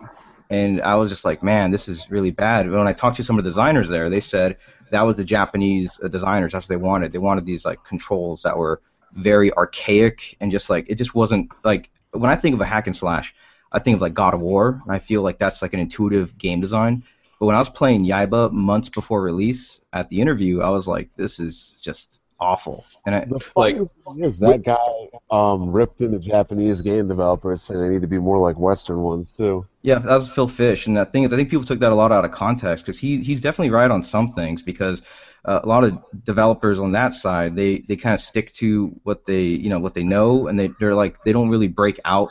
S3: and I was just like, man, this is really bad. When I talked to some of the designers there, they said that was the Japanese uh, designers. That's what they wanted. They wanted these like controls that were very archaic and just like it just wasn't like when I think of a hack and slash, I think of like God of War, and I feel like that's like an intuitive game design. But when I was playing Yaiba months before release at the interview, I was like, this is just awful. And I,
S7: The funniest thing is that guy um, ripped in the Japanese game developers saying they need to be more like Western ones too.
S3: Yeah, that was Phil Fish, and the thing is, I think people took that a lot out of context because he he's definitely right on some things because uh, a lot of developers on that side they they kind of stick to what they you know what they know and they they're like they don't really break out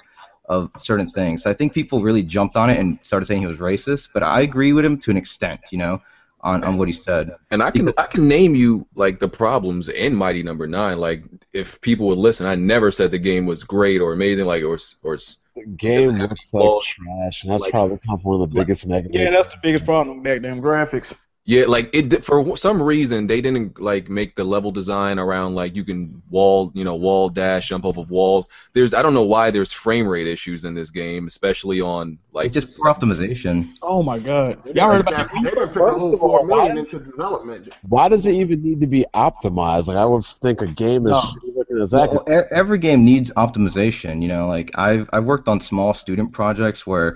S3: of certain things. So I think people really jumped on it and started saying he was racist, but I agree with him to an extent, you know, on on what he said.
S2: And I can I can name you like the problems in Mighty Number Nine. Like if people would listen, I never said the game was great or amazing. Like or s- or s-
S7: The game
S2: Doesn't have
S7: looks
S2: any
S7: like
S2: balls.
S7: trash, and that's
S2: Like-
S7: probably come from one of the biggest Mega Man.
S9: yeah, that's the biggest problem. Goddamn graphics.
S2: yeah, like it di- for some reason they didn't like make the level design around like you can wall you know wall dash jump off of walls. There's I don't know why there's frame rate issues in this game, especially on like
S3: Like just poor optimization.
S9: Oh my god. Y'all heard about
S4: They didn't put
S7: First
S4: over
S7: of all,
S4: four million
S7: why-
S4: into development.
S7: Why does it even need to be optimized? Like I would think a game is
S9: No.
S7: looking as that.
S3: Well, e- every game needs optimization. You know, like I've I've worked on small student projects where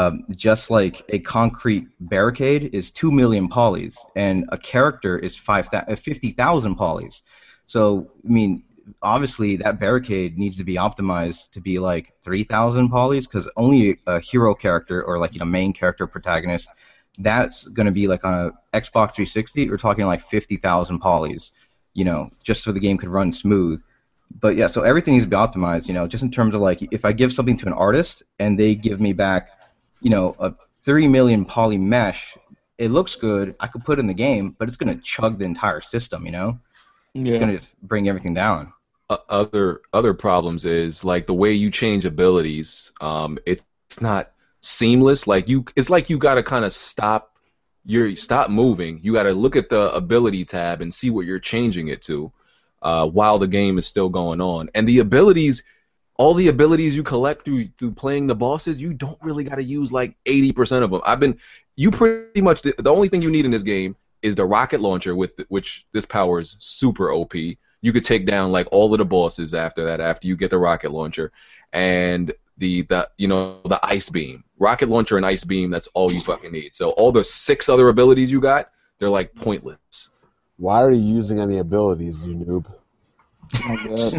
S3: um, just like a concrete barricade is two million polys, and a character is five uh, fifty thousand polys. So I mean, obviously that barricade needs to be optimized to be like three thousand polys because only a hero character or like you know main character protagonist. That's going to be like on a Xbox 360. We're talking like 50,000 polys, you know, just so the game could run smooth but yeah, so everything needs to be optimized, you know, just in terms of like if I give something to an artist and they give me back, you know, a three million poly mesh, it looks good, I could put it in the game, but it's gonna chug the entire system, you know? It's
S9: Yeah.
S3: gonna just bring everything down.
S2: o- other other problems is like the way you change abilities um it's not seamless like you it's like you got to kind of stop your stop moving you got to look at the ability tab and see what you're changing it to uh, while the game is still going on and the abilities all the abilities you collect through through playing the bosses you don't really got to use like 80% of them i've been you pretty much the, the only thing you need in this game is the rocket launcher with which this power is super op you could take down like all of the bosses after that after you get the rocket launcher and the the you know the ice beam rocket launcher and ice beam that's all you fucking need so all the six other abilities you got they're like pointless
S7: Why are you using any abilities, you noob?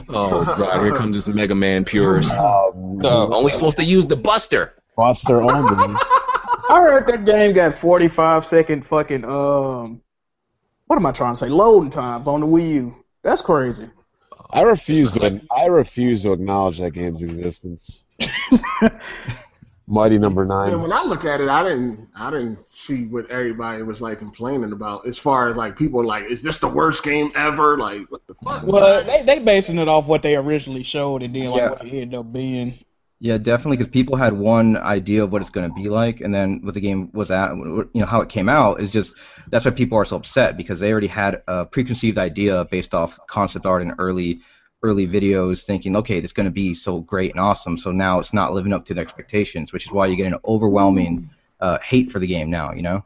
S2: oh
S4: <laughs>
S2: god here comes this mega man purist
S7: Um,
S2: only supposed to use the buster
S7: Buster only.
S9: I heard that game got 45 second fucking um. What am I trying to say? Loading times on the Wii U. That's crazy.
S7: I refuse to. I refuse to acknowledge that game's existence. Mighty Number
S4: And
S7: Nine.
S4: when I look at it, I didn't I didn't see what everybody was like complaining about as far as like people like, is this the worst game ever? Like what the fuck?
S9: Well, they they basing it off what they originally showed and then like
S3: Yeah.
S9: what it ended up being.
S3: Yeah, definitely, because people had one idea of what it's going to be like, and then what the game was at, you know, how it came out is just that's why people are so upset because they already had a preconceived idea based off concept art and early, early videos, thinking, okay, this is going to be so great and awesome. So now it's not living up to the expectations, which is why you get an overwhelming uh, hate for the game now, you know.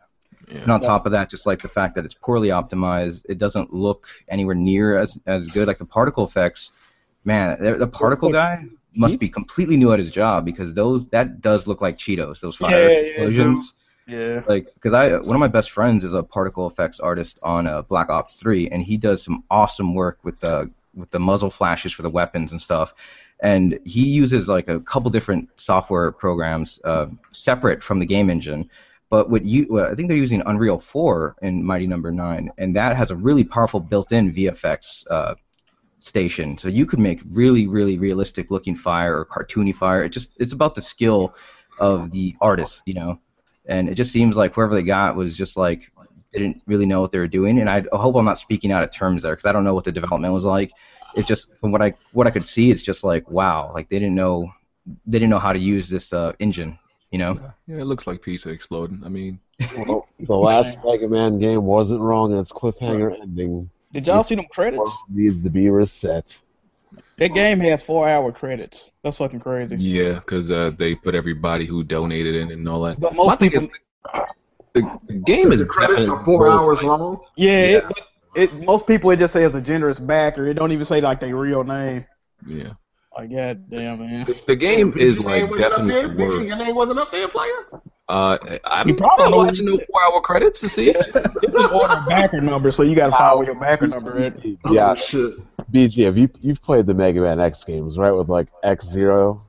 S2: Yeah.
S3: And on top of that, just like the fact that it's poorly optimized, it doesn't look anywhere near as as good. Like the particle effects, man, the, the particle guy
S9: Hmm?
S3: must be completely new at his job because those that does look like Cheetos. Those fire
S9: Yeah, yeah,
S3: explosions.
S9: Yeah.
S3: Like, because I one of my best friends is a particle effects artist on uh, Black Ops Three, and he does some awesome work with the with the muzzle flashes for the weapons and stuff. And he uses like a couple different software programs uh, separate from the game engine. But what you, well, I think they're using Unreal 4 in Mighty Number Nine, and that has a really powerful built-in VFX uh, station. So you could make really, really realistic looking fire or cartoony fire. It just it's about the skill of the artist, you know. And it just seems like whoever they got was just like didn't really know what they were doing. And I I hope I'm not speaking out of terms there because I don't know what the development was like. It's just from what I what I could see, it's just like wow, like they didn't know they didn't know how to use this uh, engine, you know.
S2: Yeah, it looks like pizza exploding. I mean,
S7: Well, the last Mega Man game wasn't wrong in its cliffhanger ending.
S9: Did y'all see them credits?
S7: Needs to be reset.
S9: That game has four hour credits. That's fucking crazy.
S2: yeah, because uh, they put everybody who donated in and all that.
S9: But
S2: My
S9: most
S2: thing
S9: people
S2: is, the, the game is
S4: the credits
S2: definitely
S4: are four
S2: worth-
S4: hours long.
S9: Yeah, It, but it most people it just says a generous backer. It don't even say like their real name.
S2: Yeah,
S9: Like goddamn man.
S2: the, the game
S4: Bitch,
S2: is
S4: your
S2: like
S4: name wasn't up there?
S2: definitely
S4: Bitch,
S2: worth.
S4: Your name wasn't up there, player.
S2: Uh, I'm
S9: You probably
S2: not
S9: don't-
S2: watching no four-hour credits to see it.
S9: It's an order of <laughs> backer number, so you gotta find where your backer number at.
S7: Yeah,
S4: Oh, shit.
S7: BG, have you you've played the Mega Man X games, right? With like X Zero.
S2: <laughs>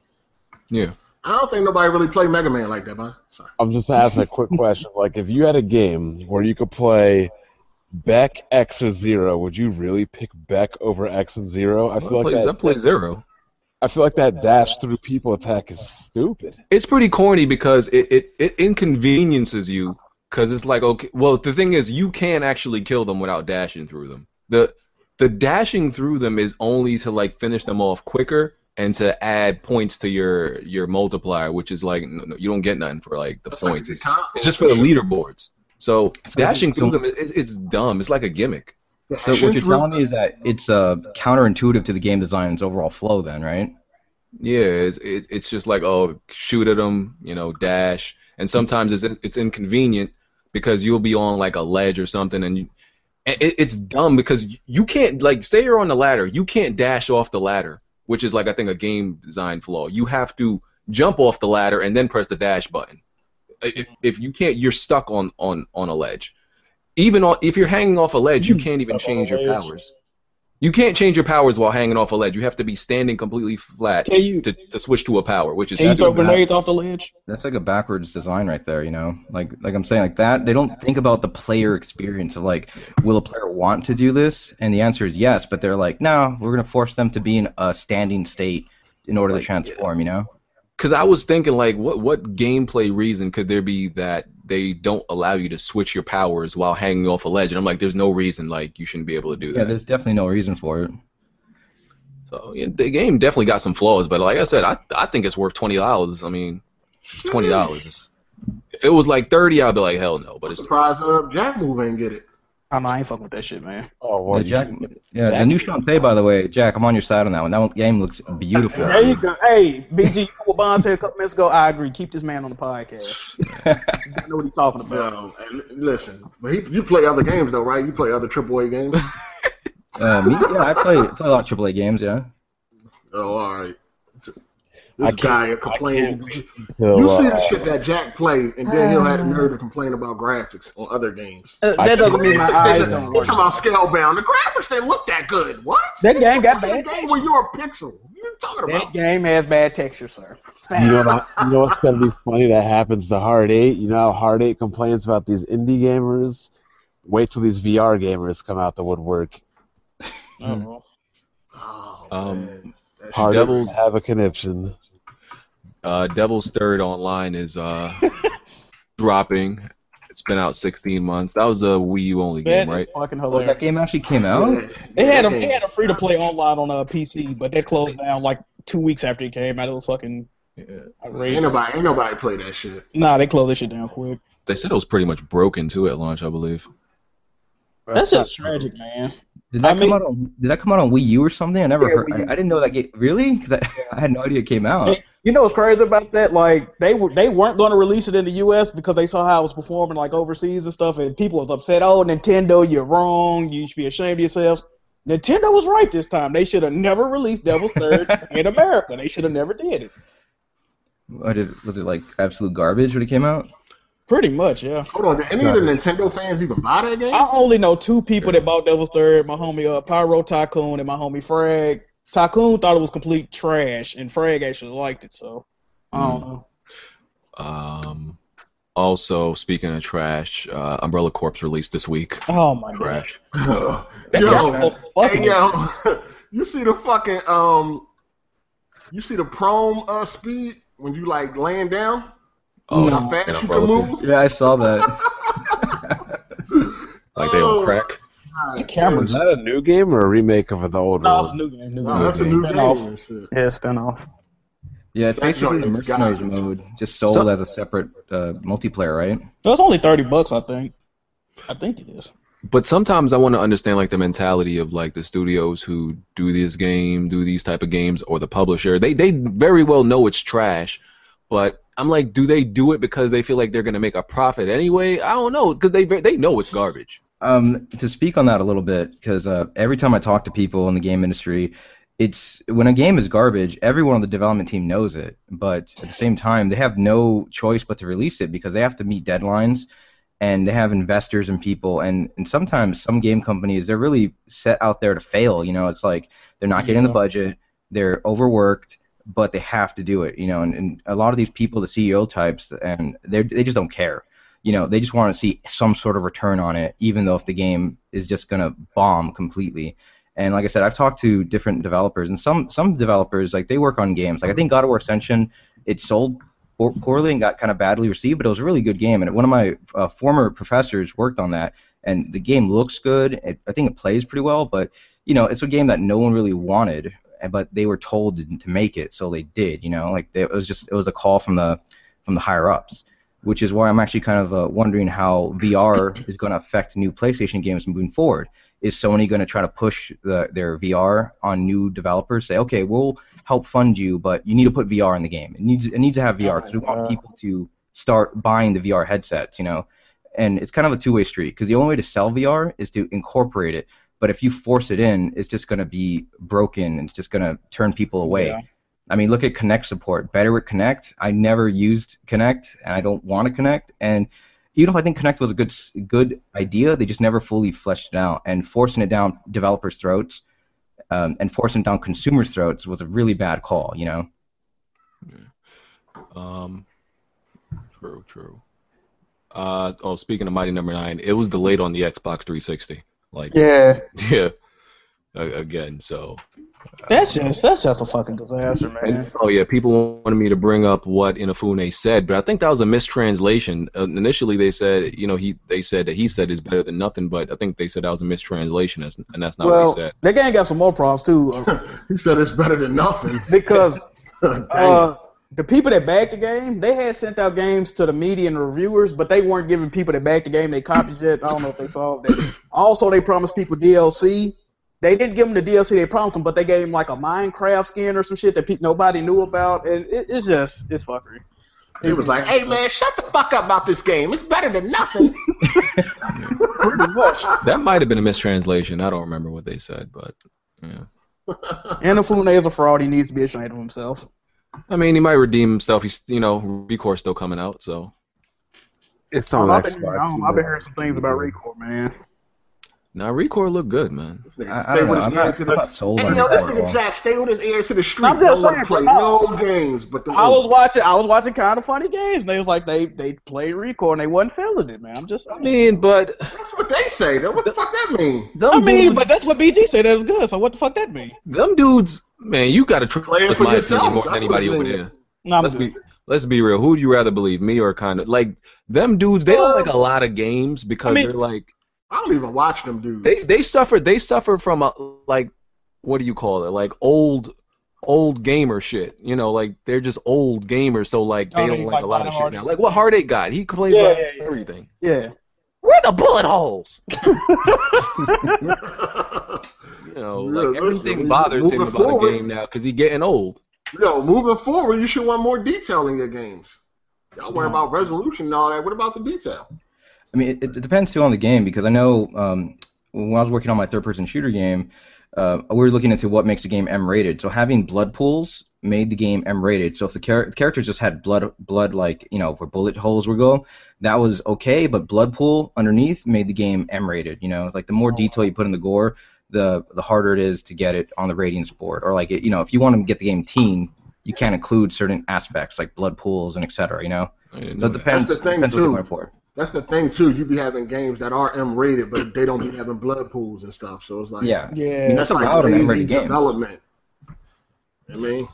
S2: Yeah,
S4: I don't think nobody really played Mega Man like that, man. Sorry.
S7: I'm just asking a <laughs> quick question. Like, if you had a game where you could play Beck X or Zero, would you really pick Beck over X and Zero? I
S2: I
S7: feel
S2: play,
S7: like
S2: I
S7: that.
S2: play zero.
S7: I feel like that dash through people attack is stupid.
S2: It's pretty corny because it it, it inconveniences you because it's like okay, well the thing is you can actually kill them without dashing through them. The the dashing through them is only to like finish them off quicker and to add points to your your multiplier, which is like no, no, you don't get nothing for like the
S4: That's like
S2: points.
S4: a
S2: it's,
S4: combo.
S2: it's just for the leaderboards. So dashing through
S3: so-
S2: them, it's, it's dumb. It's like a gimmick.
S3: So what you're telling me is that it's uh, counterintuitive to the game design's overall flow, then, right?
S2: Yeah, it's it, it's just like oh, shoot at them, you know, dash, and sometimes it's it's inconvenient because you'll be on like a ledge or something, and you, and it, it's dumb because you- you can't like say you're on the ladder, you can't dash off the ladder, which is like I think a game design flaw. You have to jump off the ladder and then press the dash button. If, if you can't, you're stuck on on on a ledge. Even on if you're hanging off a ledge, you can't even
S7: Hmm. Stuck on a
S2: change your
S7: ledge.
S2: powers. You can't change your powers while hanging off a ledge. You have to be standing completely flat
S9: Can you
S2: to, to switch to a power, which is
S9: can you throw
S2: stupid.
S9: grenades off the ledge?
S3: That's like a backwards design right there, you know. Like like I'm saying, like that they don't think about the player experience of like, will a player want to do this? And the answer is yes, but they're like, no, we're gonna force them to be in a standing state in order
S2: Like,
S3: to transform, you know.
S2: Because I was thinking, like, what what gameplay reason could there be that they don't allow you to switch your powers while hanging off a ledge? And I'm like, there's no reason, like, you shouldn't be able to do
S3: Yeah,
S2: that.
S3: there's definitely no reason for it.
S2: so yeah, the game definitely got some flaws, but like I said, I I think it's worth twenty dollars. I mean, it's twenty dollars. If it was like thirty, I'd be like, hell no. But it's
S4: Surprised uh, Jack move ain't get it.
S9: I know I ain't fucking with that shit, man.
S7: Oh,
S3: Yeah,
S7: well,
S3: Jack,
S7: you-
S3: yeah, the new Shantae, by the way, Jack, I'm on your side on that one. That one, game looks beautiful.
S9: <laughs> There you go. Hey, BG, you know what Bond said a couple minutes ago? I agree. Keep this man on the podcast. I know what he's talking about.
S4: No, and listen, but he, you play other games though, right? You play other AAA
S9: <laughs>
S4: games.
S3: uh, me, yeah, I play play a lot of AAA games, yeah.
S4: oh, all right.
S7: I
S4: This
S7: can't-
S4: guy
S7: can't
S4: complaining.
S7: till,
S4: You see
S7: uh,
S4: the shit that Jack plays, and then he'll have
S9: Um,
S4: the nerve to complain about graphics on other games.
S9: <laughs> Uh,
S7: I
S9: that doesn't
S7: can't-
S9: mean my eyes don't
S4: We're
S9: work.
S4: talking about Scalebound. The graphics didn't look that good. What?
S9: That game got
S4: That
S9: bad.
S4: game where you're a pixel. You- talking
S9: That
S4: about?
S9: game has bad texture, sir.
S7: You know, what I- you know what's gonna be funny that happens to Hard Eight. You know how Hard Eight complains about these indie gamers. Wait till these VR gamers come out the woodwork.
S4: Oh,
S2: Um,
S4: man. That
S7: Hard
S4: shit-
S7: Eight
S2: Devils-
S7: have a conniption.
S2: Uh, Devil's Third Online is uh, dropping. It's been out 16 months. That was a Wii U only
S9: That
S2: game,
S9: is
S2: right?
S9: fucking
S3: Oh, that
S9: hilarious.
S3: game actually came out.
S9: They had a
S4: That
S9: they
S4: game-
S9: had a free to play online on a PC, but that closed down like two weeks after it came out. It was fucking
S4: Ain't
S9: outrageous.
S4: nobody, ain't nobody play that shit.
S9: Nah, they closed this shit down quick.
S2: They said it was pretty much broken too at launch, I believe.
S9: That's just tragic, man.
S3: Did that
S9: I mean-
S3: come out on Did that come out on Wii U or something? I never
S9: Yeah,
S3: heard. I,
S9: Wii U.
S3: I didn't know that game. Really? 'Cause I, <laughs> I had no idea it came out.
S9: You know what's crazy about that? Like they were they weren't going to release it in the U.S. because they saw how it was performing like overseas and stuff, and people was upset. Oh, Nintendo, you're wrong. You should be ashamed of yourselves. Nintendo was right this time. They should have never released Devil's <laughs> Third in America. They should have never did it.
S3: What did, was it like absolute garbage when it came out?
S9: Pretty much, yeah.
S4: Hold on, did any of the Nintendo fans even buy that game?
S9: I only know two people that bought Devil's Third: my homie uh, Pyro Tycoon and my homie Frag. Tycoon thought it was complete trash, and Frag actually liked it. So I
S5: Oh.
S9: don't know.
S2: Um, also, speaking of trash, uh, Umbrella Corpse released this week.
S9: Oh my god.
S2: Trash.
S4: <laughs> yo,
S9: Oh, fuck
S4: hey,
S9: it.
S4: yo, <laughs> you see the fucking um, you see the prone uh speed when you like laying down?
S2: Oh,
S4: how
S2: and
S4: fast you can
S2: Umbrella Corpse.
S4: move?
S3: Yeah, I saw that.
S2: Like they
S4: Oh,
S2: on crack.
S4: God.
S9: The cameras
S7: Is that a new game or a remake of the old
S9: No, it's
S7: one?
S9: a new game. New
S4: Nah,
S9: game.
S4: that's a new
S9: Spin
S4: game.
S9: off.
S4: and shit. <laughs>
S9: Yeah, spin off.
S3: <laughs> Yeah, it's
S4: That
S3: basically
S4: joint
S3: the
S4: is
S3: mercenaries
S4: garbage.
S3: mode, just sold
S2: So-
S3: as a separate uh, multiplayer, right?
S9: No, it's only thirty bucks, I think. I think it is.
S2: but sometimes I want to understand like the mentality of like the studios who do this game, do these type of games, or the publisher. They they very well know it's trash, but I'm like, do they do it because they feel like they're gonna make a profit anyway? I don't know because they they know it's garbage.
S3: Um, to speak on that a little bit, because uh, every time I talk to people in the game industry, it's when a game is garbage, everyone on the development team knows it, but at the same time, they have no choice but to release it because they have to meet deadlines, and they have investors and people, and and sometimes some game companies they're really set out there to fail. You know, it's like they're not getting the
S9: Yeah.
S3: budget, they're overworked, but they have to do it. You know, and, and a lot of these people, the CEO types, and they they just don't care you know they just want to see some sort of return on it even though if the game is just going to bomb completely and like i said i've talked to different developers and some some developers like they work on games like i think god of war ascension it sold poor- poorly and got kind of badly received but it was a really good game and one of my uh, former professors worked on that and the game looks good it, i think it plays pretty well but you know it's a game that no one really wanted but they were told to make it so they did you know like they, it was just it was a call from the from the higher ups which is why I'm actually kind of uh, wondering how VR is going to affect new PlayStation games moving forward. Is Sony going to try to push the, their VR on new developers? Say, okay, we'll help fund you, but you need to put VR in the game. It needs it needs to have VR because we want people to start buying the VR headsets, you know. And it's kind of a two-way street because the only way to sell VR is to incorporate it. But if you force it in, it's just going to be broken. and It's just going to turn people away.
S9: Yeah.
S3: I mean, look at Connect support. Better with Connect. I never used Connect, and I don't want to Connect. And even if I think Connect was a good s- good idea, they just never fully fleshed it out. And forcing it down developers' throats um, and forcing it down consumers' throats was a really bad call. You know.
S2: Um, true, true. Uh, oh, speaking of Mighty Number Nine, it was delayed on the Xbox 360. Like, <laughs> yeah, A- again. So
S9: That's just that's just a fucking disaster, man.
S2: And, oh yeah, people wanted me to bring up what Inafune said, but I think that was a mistranslation. Uh, initially, they said, you know, he they said that he said is better than nothing, but I think they said that was a mistranslation, that's- and that's not
S9: well,
S2: what he said.
S9: that game got some more problems too, <laughs> uh,
S4: he said it's better than nothing. <laughs>
S9: because
S4: Dang.
S9: uh, the people that backed the game, they had sent out games to the media and reviewers, but they weren't giving people that backed the game they copies yet. I don't know if they solved
S2: <coughs>
S9: that. Also, they promised people DLC. They didn't give them the DLC they promised them, but they gave them like a Minecraft skin or some shit that pe- nobody knew about, and it, it's just it's fuckery.
S4: he was like, "Hey man, shut the fuck up about this game. It's better than <laughs> nothing."
S9: Pretty much.
S2: That might have been a mistranslation. I don't remember what they said, but yeah.
S9: Inafune is a fraud. He needs to be ashamed of himself.
S2: I mean, he might redeem himself. He's you know, Recore's still coming out, so
S7: It's on
S9: I've
S7: Xbox.
S9: been, I've been hearing some things about Record, man.
S2: Now Record looked good, man.
S4: This nigga
S3: I, I
S4: stay
S3: don't know.
S4: with his
S3: I'm
S4: ear
S3: not,
S4: to
S3: I'm
S4: the.
S3: not sold on
S4: Hey, yo, this
S3: that. at
S4: nigga
S3: all.
S4: Jack stay with his ear to the street.
S9: I'm
S4: Don't
S9: just
S4: want to play
S9: saying, bro.
S4: no games, but the
S9: I was watching. I was watching kind of funny games, and they was like they they played Record and they wasn't feeling it, man. I'm just.
S2: I mean, but
S4: That's what they say. though. What the fuck that mean?
S2: them
S9: I mean,
S2: dudes-
S9: but that's what BG said. That was good. So what the fuck that mean?
S2: them dudes, man, you gotta trust
S4: Playing for
S2: my
S4: yourself.
S2: opinion more than
S4: That's what
S2: anybody
S4: I'm
S2: over
S4: doing.
S2: there.
S9: No, I'm
S2: Let's
S9: good.
S2: be let's be real. Who would you rather believe, me or kind of like them dudes? They don't like a lot of games because
S9: I mean-
S2: they're like
S4: I don't even watch them dudes. <laughs>
S2: they they suffer they suffer from a, like what do you call it like old old gamer shit you know like they're just old gamers so like they
S9: Oh,
S2: don't
S9: you
S2: like a
S9: like
S2: lot
S9: Lionel
S2: of shit
S9: Hardy.
S2: now like what heartache got he plays
S9: Yeah,
S2: like
S9: yeah, yeah.
S2: everything
S9: yeah.
S2: where the bullet holes
S4: Yo,
S2: you know
S4: Yeah,
S2: like
S4: listen,
S2: everything
S4: we-
S2: bothers him
S4: moving
S2: about
S4: forward.
S2: a game now because he getting old
S4: moving forward, you should want more detail in your games. Y'all worry
S9: No.
S4: about resolution and all that. What about the detail?
S3: I mean, it, it depends too on the game because I know um, when I was working on my third-person shooter game, uh, we were looking into what makes a game M-rated. So having blood pools made the game M-rated. So if the, char- the characters just had blood, blood like you know where bullet holes would go, that was okay. But blood pool underneath made the game M-rated. You know, it's like the more detail you put in the gore, the the harder it is to get it on the ratings board. Or like it, you know, if you want to get the game teen, you can't include certain aspects like blood pools and etc. You know,
S2: I didn't
S3: so it
S2: know that.
S3: depends.
S4: That's the thing,
S3: depends what
S4: too.
S3: you're going for.
S4: That's the thing too. You be having games that are M rated, but they don't be having blood pools and stuff. So it's like
S3: Yeah. I mean,
S9: Yeah.
S3: that's allowed in
S4: lazy
S3: M-rated games.
S4: development. I mean,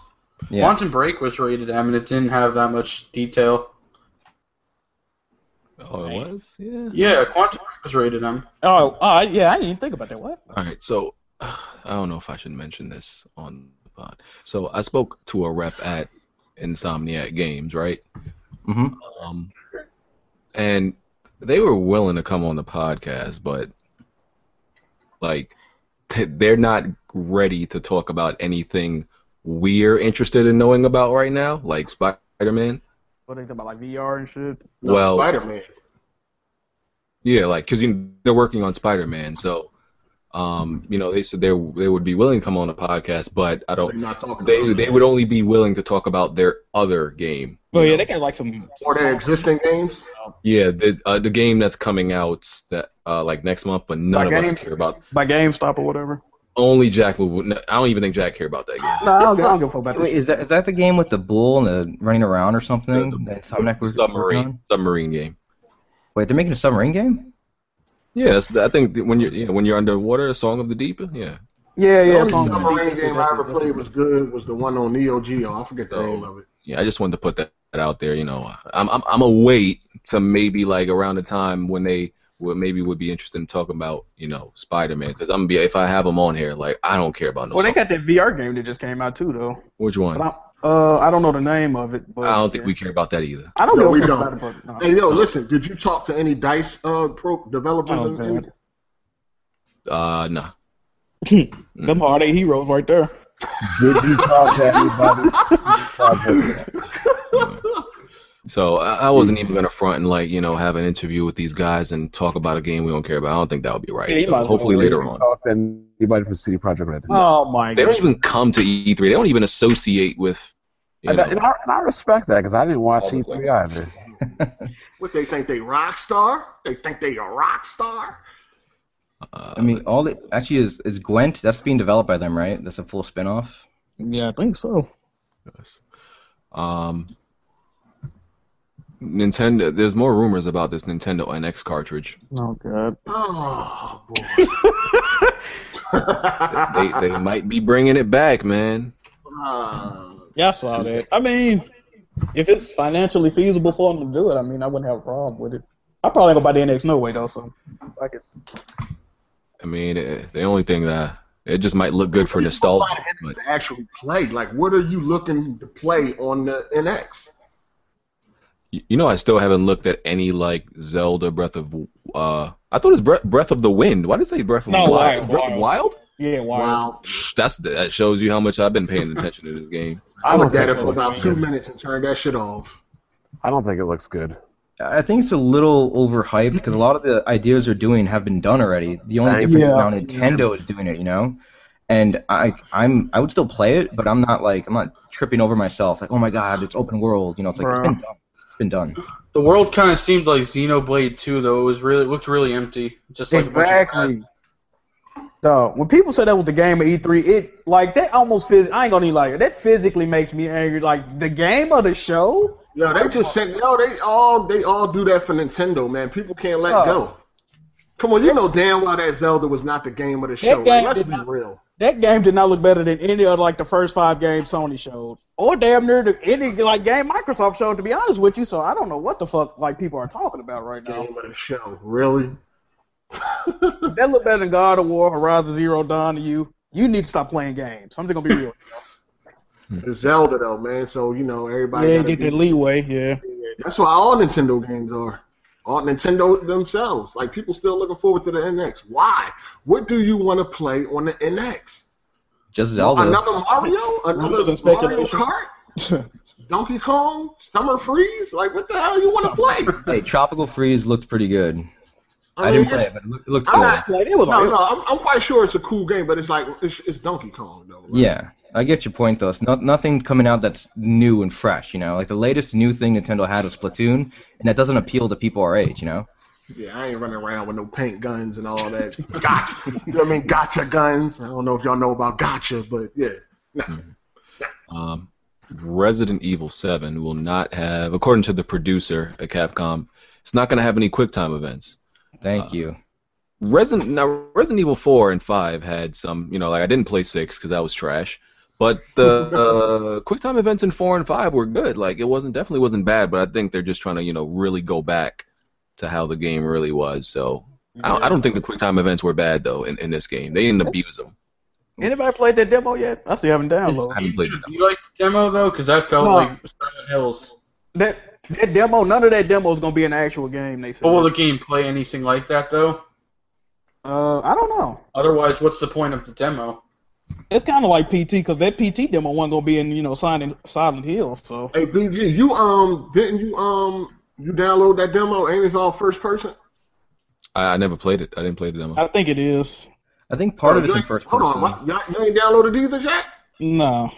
S3: Yeah.
S1: Quantum Break was rated M and it didn't have that much detail.
S2: oh it was yeah
S1: Yeah, Quantum Break was rated M.
S9: Oh, uh, yeah. I didn't even think about that. What?
S2: All right, so <sighs> I don't know if I should mention this on the pod. So I spoke to a rep at Insomniac Games, right?
S3: Mhm.
S2: Um, and they were willing to come on the podcast, but like th- they're not ready to talk about anything we're interested in knowing about right now, like Spider-Man.
S9: What they talking about like VR and shit?
S4: no,
S2: Well-
S4: Spider Man.
S2: Yeah, like because you know, they're working on Spider-Man, so um, you know they said they they would be willing to come on the podcast, but I don't
S4: They're not talking
S2: they
S4: about
S2: they would only be willing to talk about their other game.
S9: Oh
S2: you
S9: yeah,
S2: know?
S9: they got like some.
S4: or their existing games.
S2: yeah. The uh, the game that's coming out that uh, like next month, but none
S9: By
S2: of
S9: game?
S2: us care about.
S9: by GameStop or whatever.
S2: Only Jack will. no, I don't even think Jack care about that game.
S9: No, I don't, I don't give a fuck about
S3: Wait,
S9: this.
S3: is that is that the game with the bull and the running around or something?
S2: The- the-
S3: that Insomniac was working
S2: submarine
S3: on?
S2: submarine game.
S3: Wait, they're making a submarine game?
S2: Yeah, that's, I think that when you're yeah, when you're underwater, Song of the Deep. Yeah,
S9: Yeah,
S4: The
S9: yeah.
S4: only
S9: it's on-
S4: submarine game I
S9: That's it,
S4: ever
S9: that's it.
S4: played was good was the one on Neo Geo. I forget the
S2: Oh.
S4: name of it.
S2: yeah. I just wanted to put that out there. You know, I'm I'm I'm a wait to maybe like around the time when they would maybe would be interested in talking about you know Spider-Man because I'm gonna be if I have them on here like I don't care about no.
S9: Well, they
S2: Song-
S9: got that VR game that just came out too, though.
S2: Which one?
S9: But I, uh, I don't know the name of it. But
S2: I don't think we care about that either.
S9: I don't
S4: No,
S9: know.
S4: we
S9: We
S4: don't.
S9: don't. About it, but, no.
S4: Hey yo, listen, did you talk to any Dice uh pro developers
S9: Oh,
S4: in the game?
S9: God.
S2: Uh, nah.
S9: Them hard A heroes right there.
S7: Did you talk to
S9: <laughs>
S7: anybody? Did you talk
S4: <laughs>
S7: to-
S2: So I, I wasn't even gonna front and like you know have an interview with these guys and talk about a game we don't care about. I don't think that would be right.
S7: Yeah, you
S2: So
S7: might as well
S2: hopefully
S7: wait Oh,
S2: later
S7: and
S2: on.
S7: Talk to anybody from CD Projekt Red.
S9: Oh my
S2: They don't
S9: god.
S2: even come to E3. They don't even associate with. You
S7: and,
S2: know,
S7: I, and, I, and I respect that because I didn't watch
S2: Public
S7: E3 either.
S4: What they think they rock star? They think they a rock star?
S2: uh,
S3: I mean, all it actually is is Gwent. That's being developed by them, right? That's a full spin-off.
S9: Yeah, I think so.
S2: Um, Nintendo. There's more rumors about this Nintendo NX cartridge.
S9: Oh god.
S4: Oh boy. <laughs>
S2: They they might be bringing it back, man.
S4: Uh,
S9: Yeah, I saw that. I mean, if it's financially feasible for them to do it, I mean, I wouldn't have a problem with it. I probably ain't gonna buy the NX no way though. So, like it.
S2: I mean, eh, the only thing that it just might look good for nostalgia, but
S4: to actually play. Like what are you looking to play on the NX?
S2: You you know, I still haven't looked at any like Zelda Breath of. Uh, I thought it was Breath, Breath of the Wind. Why did it say Breath of
S9: No,
S2: Wild?
S9: Wild,
S2: Breath of Wild?
S9: Yeah, wild.
S4: Wow.
S2: Psh, That's that shows you how much I've been paying attention to this game.
S7: I
S4: I
S7: don't
S4: looked at it
S7: think
S4: for
S7: so.
S4: about two minutes and turned that shit off.
S7: I don't think it looks good.
S3: I I think it's a little overhyped because a lot of the ideas they're doing have been done already. The only
S7: Thank
S3: difference
S9: you.
S3: is now Nintendo is doing it, you know. And I, I'm, I would still play it, but I'm not like, I'm not tripping over myself. Like, oh my god, it's open world. You know, it's like it's been done. It's been done.
S1: The world kind of seemed like Xenoblade 2, though. It was really it looked really empty. Just like a bunch of crap.
S9: Exactly. Dog, when people say that was the game of E3, it like that almost phys- I ain't gonna need like it. That physically makes me angry. Like the game of the show.
S4: Yo, they just sent. Yo, they all they all do that for Nintendo, man. People can't let
S9: Oh.
S4: go. Come on, you know damn well that Zelda was not the game of the show. Like,
S9: game
S4: let's
S9: did
S4: be
S9: not-
S4: real.
S9: That game did not look better than any of like the first five games Sony showed, or damn near the, any like game Microsoft showed. To be honest with you, so I don't know what the fuck like people are talking about right now.
S4: Game of the show, really?
S9: that look better than God of War, Horizon Zero Dawn to you. You need to stop playing games. I'm just gonna be <laughs> real.
S4: It's Zelda though, man. So you know everybody.
S9: yeah,
S4: gotta
S9: get
S4: be-
S9: that leeway. Yeah.
S4: That's why all Nintendo games are. All Nintendo themselves. Like people still looking forward to the NX. Why? What do you want to play on the NX?
S3: Just Zelda.
S4: Another Mario? Another
S9: Rumors and
S4: Mario
S9: speculation.
S4: Kart?
S9: <laughs>
S4: Donkey Kong? Summer Freeze? Like what the hell you want to play?
S3: Hey, Tropical Freeze looked pretty good. I,
S4: mean,
S3: didn't play
S4: it's-
S3: it, Oh. but it looked, it looked
S4: I'm
S3: good.
S4: not-
S9: Like it was
S4: No,
S9: like,
S4: no, I'm, I'm quite sure it's a cool game, but it's like it's, it's Donkey Kong though. Like,
S3: Yeah, I get your point though. It's not nothing coming out that's new and fresh. You know, like the latest new thing Nintendo had was Splatoon, and that doesn't appeal to people our age. You know,
S4: Yeah, I ain't running around with no paint guns and all that. Gotcha. you know what I mean, gotcha guns. I don't know if y'all know about gotcha, but yeah.
S2: Um, Resident Evil 7 will not have, according to the producer at Capcom, it's not going to have any quick time events.
S4: Uh,
S3: thank you.
S2: Resident now Resident Evil 4 and 5 had some, you know, like I didn't play 6 because that was trash. But the uh, <laughs> quick time events in 4 and 5 were good. Like it wasn't definitely wasn't bad, but I think they're just trying to, you know, really go back to how the game really was. So I, don't, I don't think the quick time events were bad though in, in this game. They didn't abuse them.
S9: Anybody played that demo yet? I still haven't
S2: I
S9: downloaded.
S2: haven't played it.
S1: You like the demo though, because I felt
S9: No.
S1: like Silent Hills.
S9: That that demo, none of that demo is gonna be an actual game. They said.
S1: But will the game play anything like that though?
S9: uh, I don't know.
S1: Otherwise, what's the point of the demo?
S9: It's kind of like PT because that PT demo wasn't gonna be in you know Silent Silent Hill. So
S4: Hey BG, you um didn't you um you download that demo and it's all first person?
S2: I, I never played it. I didn't play the demo.
S9: I think it is.
S3: I think part of
S4: you
S3: it's in
S4: ain't-
S3: first
S4: oh, Hold
S3: person.
S4: on, what? y'all, you ain't downloaded either, Jack?
S9: No.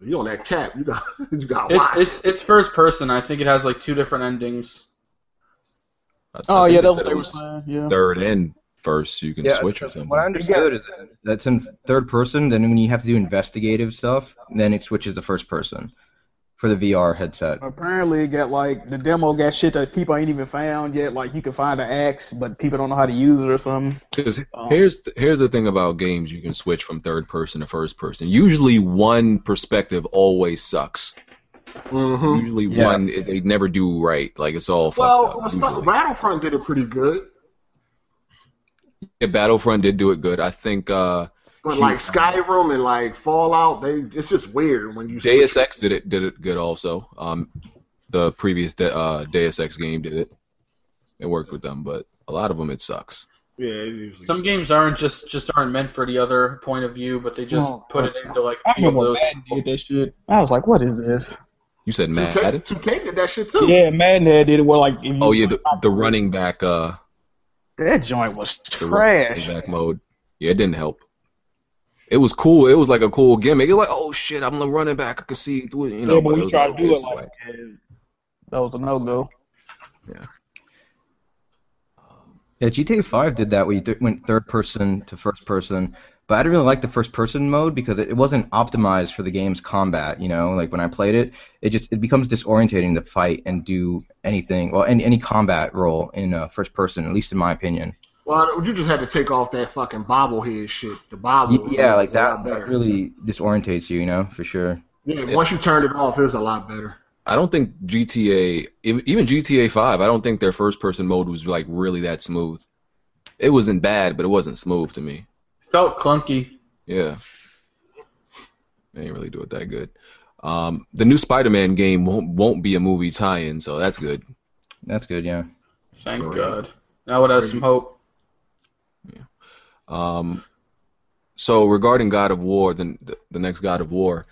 S4: You on that cap? You got <laughs> you got
S1: It,
S4: watch.
S1: it's it's first person. I think it has like two different endings.
S2: I- I
S9: Oh
S2: think
S9: yeah,
S2: they said
S9: that's what
S2: it
S9: they were
S2: was
S9: saying. Yeah.
S2: third and first. You can
S3: Yeah,
S2: switch or something.
S3: What I understood is that that's in third person. Then when you have to do investigative stuff, then it switches to first person for the VR headset.
S9: Apparently, it got like the demo got shit that people ain't even found yet. Like you can find an axe, but people don't know how to use it or something.
S2: Because
S9: Um,
S2: here's th- here's the thing about games, you can switch from third person to first person. Usually, one perspective always sucks.
S4: hmm
S2: Usually,
S3: Yeah.
S2: one it, they never do right. Like it's all
S4: Well,
S2: fucked up.
S4: let's talk-
S2: usually.
S4: Battlefront did it pretty good,
S2: Yeah, Battlefront did do it good. I think uh,
S4: but
S2: Shoot.
S4: like Skyrim and like Fallout, they it's just weird when you.
S2: Deus
S4: switch-
S2: Ex did it did it good also. Um, the previous de- uh, Deus Ex game did it. It worked with them, but a lot of them it sucks.
S4: Yeah, it usually.
S1: Some games aren't just just aren't meant for the other point of view, but they just
S9: No.
S1: put it into like
S9: I
S1: all of
S9: remember
S1: those.
S9: when Madden did that shit. I was like, what is this?
S2: You said
S4: Two K,
S2: mad?
S4: two K did that shit too.
S9: Yeah, Madden had did it where like if you-
S2: Oh yeah, the, the running back uh
S9: that joint was
S2: the run-
S9: trash.
S2: Back mode. Yeah, it didn't help. It was cool. It was like a cool gimmick. It was like, oh shit, I'm the running back. I can see through it. You know,
S9: yeah,
S2: but
S9: but
S2: it
S9: we
S2: was
S9: tried to do it
S2: always
S9: like
S2: like-
S9: that. that was a no go.
S3: Yeah, GTA 5 did that where you th- went third person to first person, but I didn't really like the first person mode because it, it wasn't optimized for the game's combat. You know, like when I played it, it just it becomes disorientating to fight and do anything, well, any any combat role in uh, first person, at least in my opinion.
S4: Well, you just had to take off that fucking bobblehead shit. The
S3: Y-
S4: bobble.
S3: yeah, like
S4: was a lot
S3: that, that
S4: better.
S3: really disorientates you, you know, for sure.
S4: Yeah, once you turned it off, it was a lot better.
S2: I don't think GTA, ev- even GTA 5, I don't think their first person mode was like really that smooth. It wasn't bad, but it wasn't smooth to me.
S1: Felt clunky.
S2: Yeah, they didn't really do it that good. Um, the new Spider-Man game won't won't be a movie tie-in, so that's good.
S3: That's good, yeah.
S1: Thank
S2: Right.
S1: God. That would have some hope.
S2: Um, so regarding God of War, the the next God of War,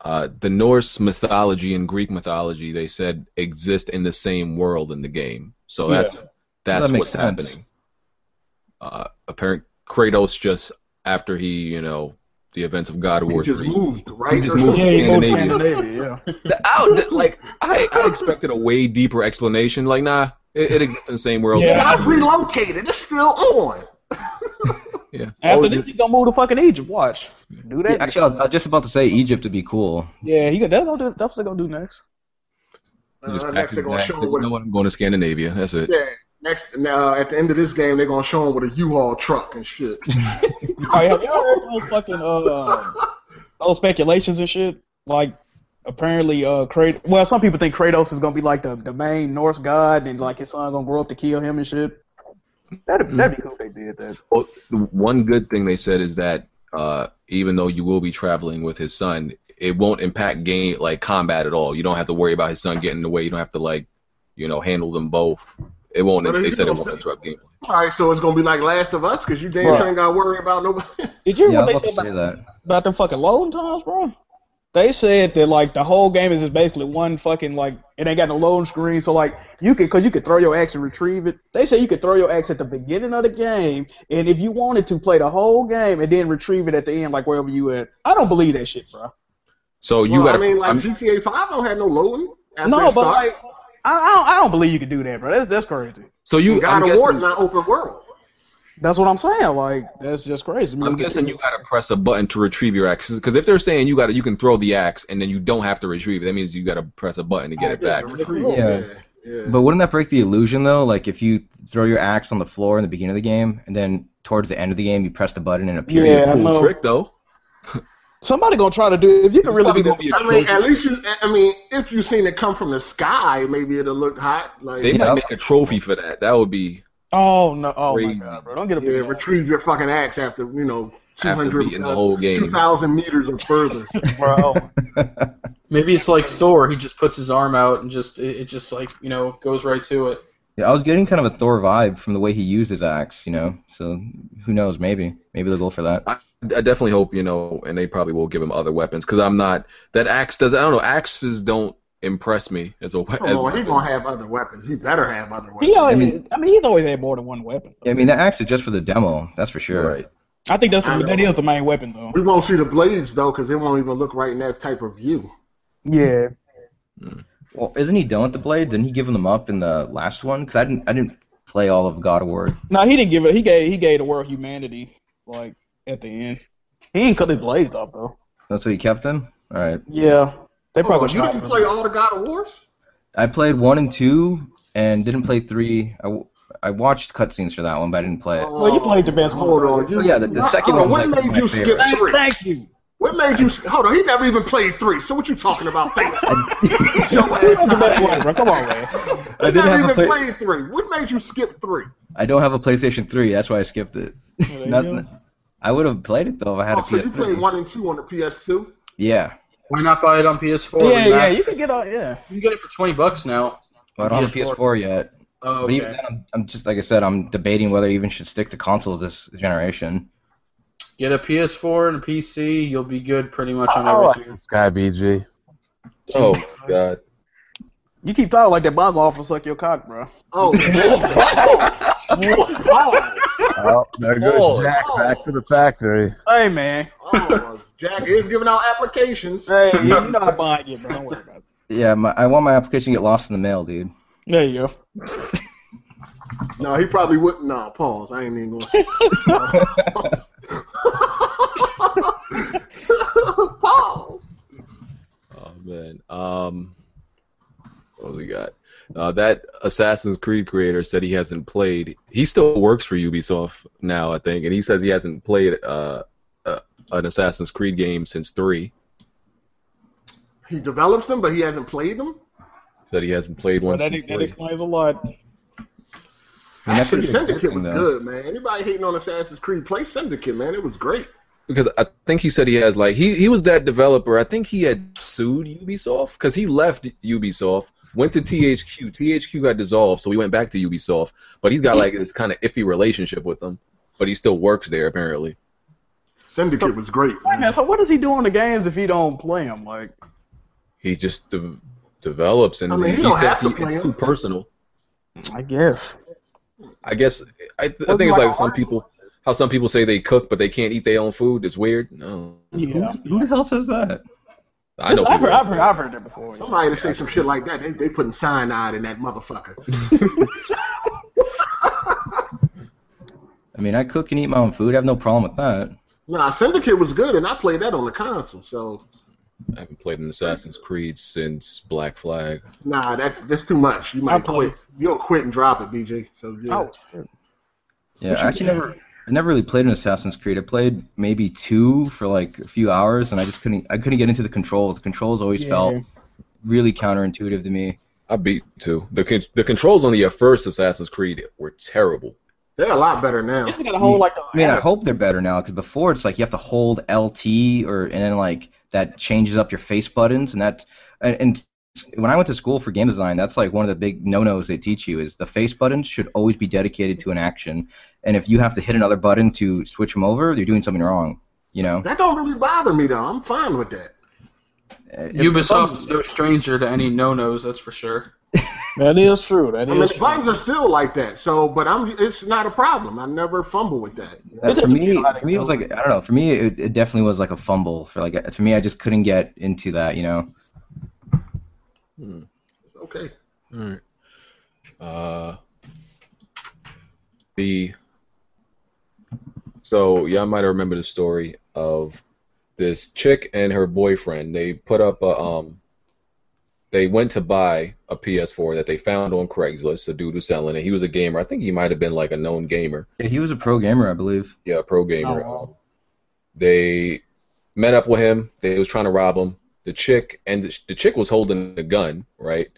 S2: uh, the Norse mythology and Greek mythology they said exist in the same world in the game. So
S9: Yeah.
S2: that's that's
S3: That makes
S2: what's
S3: sense.
S2: happening. Uh, apparent Kratos just after he you know the events of God of War
S4: He just
S2: three.
S4: moved, right?
S2: just
S4: Or
S2: moved.
S4: something.
S9: Yeah, you go to
S2: Scandinavia.
S9: Scandinavia. Yeah.
S2: Ow, th- like I, I expected a way deeper explanation. Like nah, it, it exists in the same world.
S9: Yeah.
S4: Not relocated. It's still on.
S2: Yeah.
S9: After
S2: Oh,
S9: this, he gonna move to fucking Egypt. Watch. Do
S3: Yeah,
S9: that.
S3: actually, I was, I was just about to say Egypt would be cool.
S9: Yeah, he gonna, that's gonna do, that's what they gonna do <laughs> next.
S2: you
S4: Uh,
S2: just
S4: next,
S2: pack
S4: they're
S2: your
S4: going to
S2: bags,
S4: show
S2: say,
S4: him
S2: "You
S4: with
S2: know what? I'm going to Scandinavia. That's it.
S4: Yeah. Next, uh, at the end of this game, they're gonna show him with a U-Haul truck
S2: <laughs>
S4: and shit.
S9: Oh, have y'all heard those fucking uh, those speculations and shit? Like, apparently, uh, Kratos. Well, some people think Kratos is gonna be like the, the main Norse god, and like his son gonna grow up to kill him and shit. Mm. That'd that'd be cool if they did that.
S2: Well, the one good thing they said is that uh, even though you will be traveling with his son, it won't impact game like combat at all. You don't have to worry about his son getting in the way. You don't have to like, you know, handle them both. It won't.
S4: But
S2: They
S4: he's
S2: said it
S4: gonna
S2: won't
S4: stay-
S2: interrupt gameplay.
S4: All right, so it's gonna be like Last of Us, cause you damn
S9: Bruh.
S4: sure ain't gotta worry about nobody.
S9: Did you hear
S3: Yeah, I
S9: what
S3: was
S9: they
S3: about
S9: said
S3: to say
S9: about,
S3: that.
S9: about them fucking loading times, bro? They said that like the whole game is just basically one fucking like it ain't got no loading screen, so like you could cause you could throw your axe and retrieve it. They say you could throw your axe at the beginning of the game, and if you wanted to play the whole game and then retrieve it at the end, like wherever you at. I don't believe that shit, bro.
S2: So you
S4: well,
S2: got.
S4: I mean, like
S2: I'm-
S4: GTA Five don't have no loading. after
S9: No,
S4: it
S9: but
S4: starts.
S9: like I, I don't I don't believe you could do that, bro. That's that's crazy.
S2: so you.
S4: God
S2: I'm
S4: of War's
S2: guessing,
S4: not open world.
S9: That's what I'm saying. Like that's just crazy. I mean,
S2: I'm guessing you got to press a button to retrieve your axe. Because if they're saying you got to, you can throw the axe and then you don't have to retrieve it. That means you got to press a button to get it back.
S3: Yeah.
S4: yeah.
S3: But wouldn't that break the illusion though? Like if you throw your axe on the floor in the beginning of the game, and then towards the end of the game you press the button and it appears.
S9: Yeah, I
S2: Cool
S9: know.
S2: trick though.
S9: Somebody gonna try to do if you can
S2: It's
S9: really
S2: probably
S9: be
S2: gonna
S9: this.
S2: be a
S4: I mean,
S2: trophy.
S4: at least you. I mean, if you seen it come from the sky, maybe it'll look hot. Like
S2: They
S3: Yeah.
S2: might make a trophy for that. That would be
S9: Oh no! Oh my
S2: Crazy.
S9: god, bro! Don't get a
S4: yeah, retrieve your fucking axe after you know two
S2: after
S4: hundred, uh,
S2: beating the whole
S4: two
S2: game.
S4: thousand meters
S3: <laughs>
S4: or further.
S9: <laughs> bro.
S1: Maybe it's like Thor. He just puts his arm out and just it, it just like you know goes right to it.
S3: Yeah, I was getting kind of a Thor vibe from the way he used his axe, you know. So who knows? Maybe, maybe they'll go for that.
S2: I definitely hope you know, and they probably will give him other weapons because I'm not that axe does. I don't know, axes don't impress me as a weapon.
S4: Come on, Oh, he gonna have other weapons. He better have other
S9: He
S4: weapons.
S9: always, I mean, he's always had more than one weapon.
S3: Yeah, I mean, that axe is just for the demo. That's for sure.
S2: Right.
S9: I think that's the,
S4: I know.
S9: that is the main weapon though.
S4: We won't see the blades though, because they won't even look right in that type of view.
S9: Yeah,
S3: Well, isn't he done with the blades? Didn't he give them up in the last one? Because I didn't, I didn't play all of God of War.
S9: no, he didn't give it. He gave he gave the world humanity like at the end. He didn't cut his blades off though.
S3: That's what he kept them. All right.
S9: Yeah, they probably.
S4: Hold on, Oh, you didn't play all the God of Wars.
S3: I played one and two, and didn't play three. I, w- I watched cutscenes for that one, but I didn't play it.
S9: Well, you played the best
S4: Oh, Hold
S9: one.
S4: on, you,
S3: Oh, yeah, the- the
S4: Hold
S3: second
S4: on,
S3: one
S4: What
S3: was, like,
S4: made
S3: my
S4: you skip
S3: favorite.
S4: three?
S9: Thank you.
S4: What made you? Hold on, he never even played three. So what you talking about? Thank you.
S3: I,
S4: Your ass
S9: He was the best
S4: out.
S9: one, bro. Come on,
S3: I
S9: man.
S4: You
S3: didn't
S4: never
S3: have a
S4: even
S3: play-
S4: played three. What made you skip three?
S3: I don't have a PlayStation three. That's why I skipped it.
S9: there you
S3: Not-
S9: go.
S3: I would have played it though if I had
S4: Oh,
S3: a
S4: so you played
S3: PS3.
S4: one and two on the PS2?
S3: yeah.
S1: Why not buy it on PS4?
S9: Yeah, yeah,
S1: remastered?
S9: you can get all. Yeah,
S1: You can get it for twenty bucks now.
S3: Well, I don't have a
S1: PS4.
S3: PS4 yet.
S1: Oh,
S3: But even
S1: okay.
S3: then, I'm, I'm just like I said, I'm debating whether I even should stick to consoles this generation.
S1: Get a PS4 and a PC. You'll be good pretty much on
S7: Oh,
S1: everything.
S7: Sky BG.
S2: Oh God!
S9: you keep talking like that bomb going off will suck your cock, bro.
S4: Oh, oh,
S7: Oh, there goes
S4: Oh,
S7: Jack
S4: oh.
S7: back to the factory.
S9: Hey man,
S4: oh, Jack is giving out applications.
S9: <laughs> hey, you you know I'm buying it, bro. Don't worry about it.
S3: Yeah, my, I want my application to get lost in the mail, dude.
S9: There you go.
S4: No, he probably wouldn't. No, pause. I ain't even going to. <laughs> Paul.
S2: Oh man. Um, what do we got? Uh, that Assassin's Creed creator said he hasn't played. He still works for Ubisoft now, I think, and he says he hasn't played uh, uh, an Assassin's Creed game since three.
S4: He develops them, but he hasn't played them.
S2: That he hasn't played
S9: <laughs> Well,
S2: one
S9: that,
S2: since
S9: that
S2: three.
S9: explains a lot.
S3: I mean, that could be a
S4: Actually,
S3: good
S4: Syndicate
S3: thing,
S4: was
S3: though.
S4: good, man. Anybody hating on Assassin's Creed, play Syndicate, man. It was great.
S2: because I think he said he has like he he was that developer. I think he had sued Ubisoft because he left Ubisoft, went to THQ. THQ got dissolved, so he went back to Ubisoft. But he's got like this kind of iffy relationship with them. But he still works there apparently.
S4: Syndicate was great.
S9: Wait a
S4: man.
S9: minute, so what does he do on the games if he don't play them? Like,
S2: He just de- develops and
S4: I mean, he
S2: he,
S4: don't
S2: says
S4: have to
S2: he,
S4: play
S2: it's
S4: it.
S2: too personal.
S9: I guess.
S2: I guess I, th- I
S4: Wasn't
S2: think it's
S4: like
S2: like
S4: a
S2: some
S4: hard-
S2: people how some people say they cook but they can't eat their own food. It's weird. No,
S9: Yeah.
S3: Who the hell says that?
S2: I know. people
S9: I've, heard,
S2: like
S9: I've, heard, I've heard that before. yeah.
S4: Somebody to say some shit like that, they they putting cyanide in that motherfucker.
S3: I mean, I cook and eat my own food. I have no problem with that.
S4: Nah, Syndicate was good, and I played that on the console. So
S2: I haven't played an Assassin's Creed since Black Flag.
S4: nah, that's that's too much. You might
S5: I played-
S4: quit. You'll quit and drop it, BJ. So yeah.
S5: Ouch.
S3: Yeah, I actually never. I never really played an Assassin's Creed. I played maybe two for like a few hours, and I just couldn't. I couldn't get into the controls. The controls always
S5: Yeah.
S3: felt really counterintuitive to me.
S2: I beat two. The con- the controls on the first Assassin's Creed were terrible.
S4: They're a lot better now.
S5: It's got a whole like the
S3: I mean, I hope they're better now because before it's like you have to hold LT or and then like that changes up your face buttons and that and, and when I went to school for game design, that's like one of the big no-nos they teach you is the face buttons should always be dedicated to an action, and if you have to hit another button to switch them over, you're doing something wrong. You know,
S4: That don't really bother me though. I'm fine with that.
S1: Ubisoft is no stranger to any no-nos, that's for sure.
S5: That is true. That
S4: I mean,
S5: is
S4: the
S5: true.
S4: buttons are still like that. So, but I'm. It's not a problem. I never fumble with that.
S3: Uh, for
S5: doesn't
S3: me,
S5: feel like
S3: for me, it was like I don't know. For me, it, it definitely was like a fumble. For like, for me, I just couldn't get into that. You know,
S4: Okay.
S2: All right. Uh, the so y'all might remember the story of this chick and her boyfriend. They put up a um. They went to buy a PS4 that they found on Craigslist. The dude was selling it. He was a gamer. I think he might have been like a known gamer.
S3: yeah, he was a pro gamer, I believe.
S2: Yeah, a pro gamer.
S5: Oh, wow.
S2: Um, They met up with him. They was trying to rob him. The chick and the, the chick was holding the gun, right?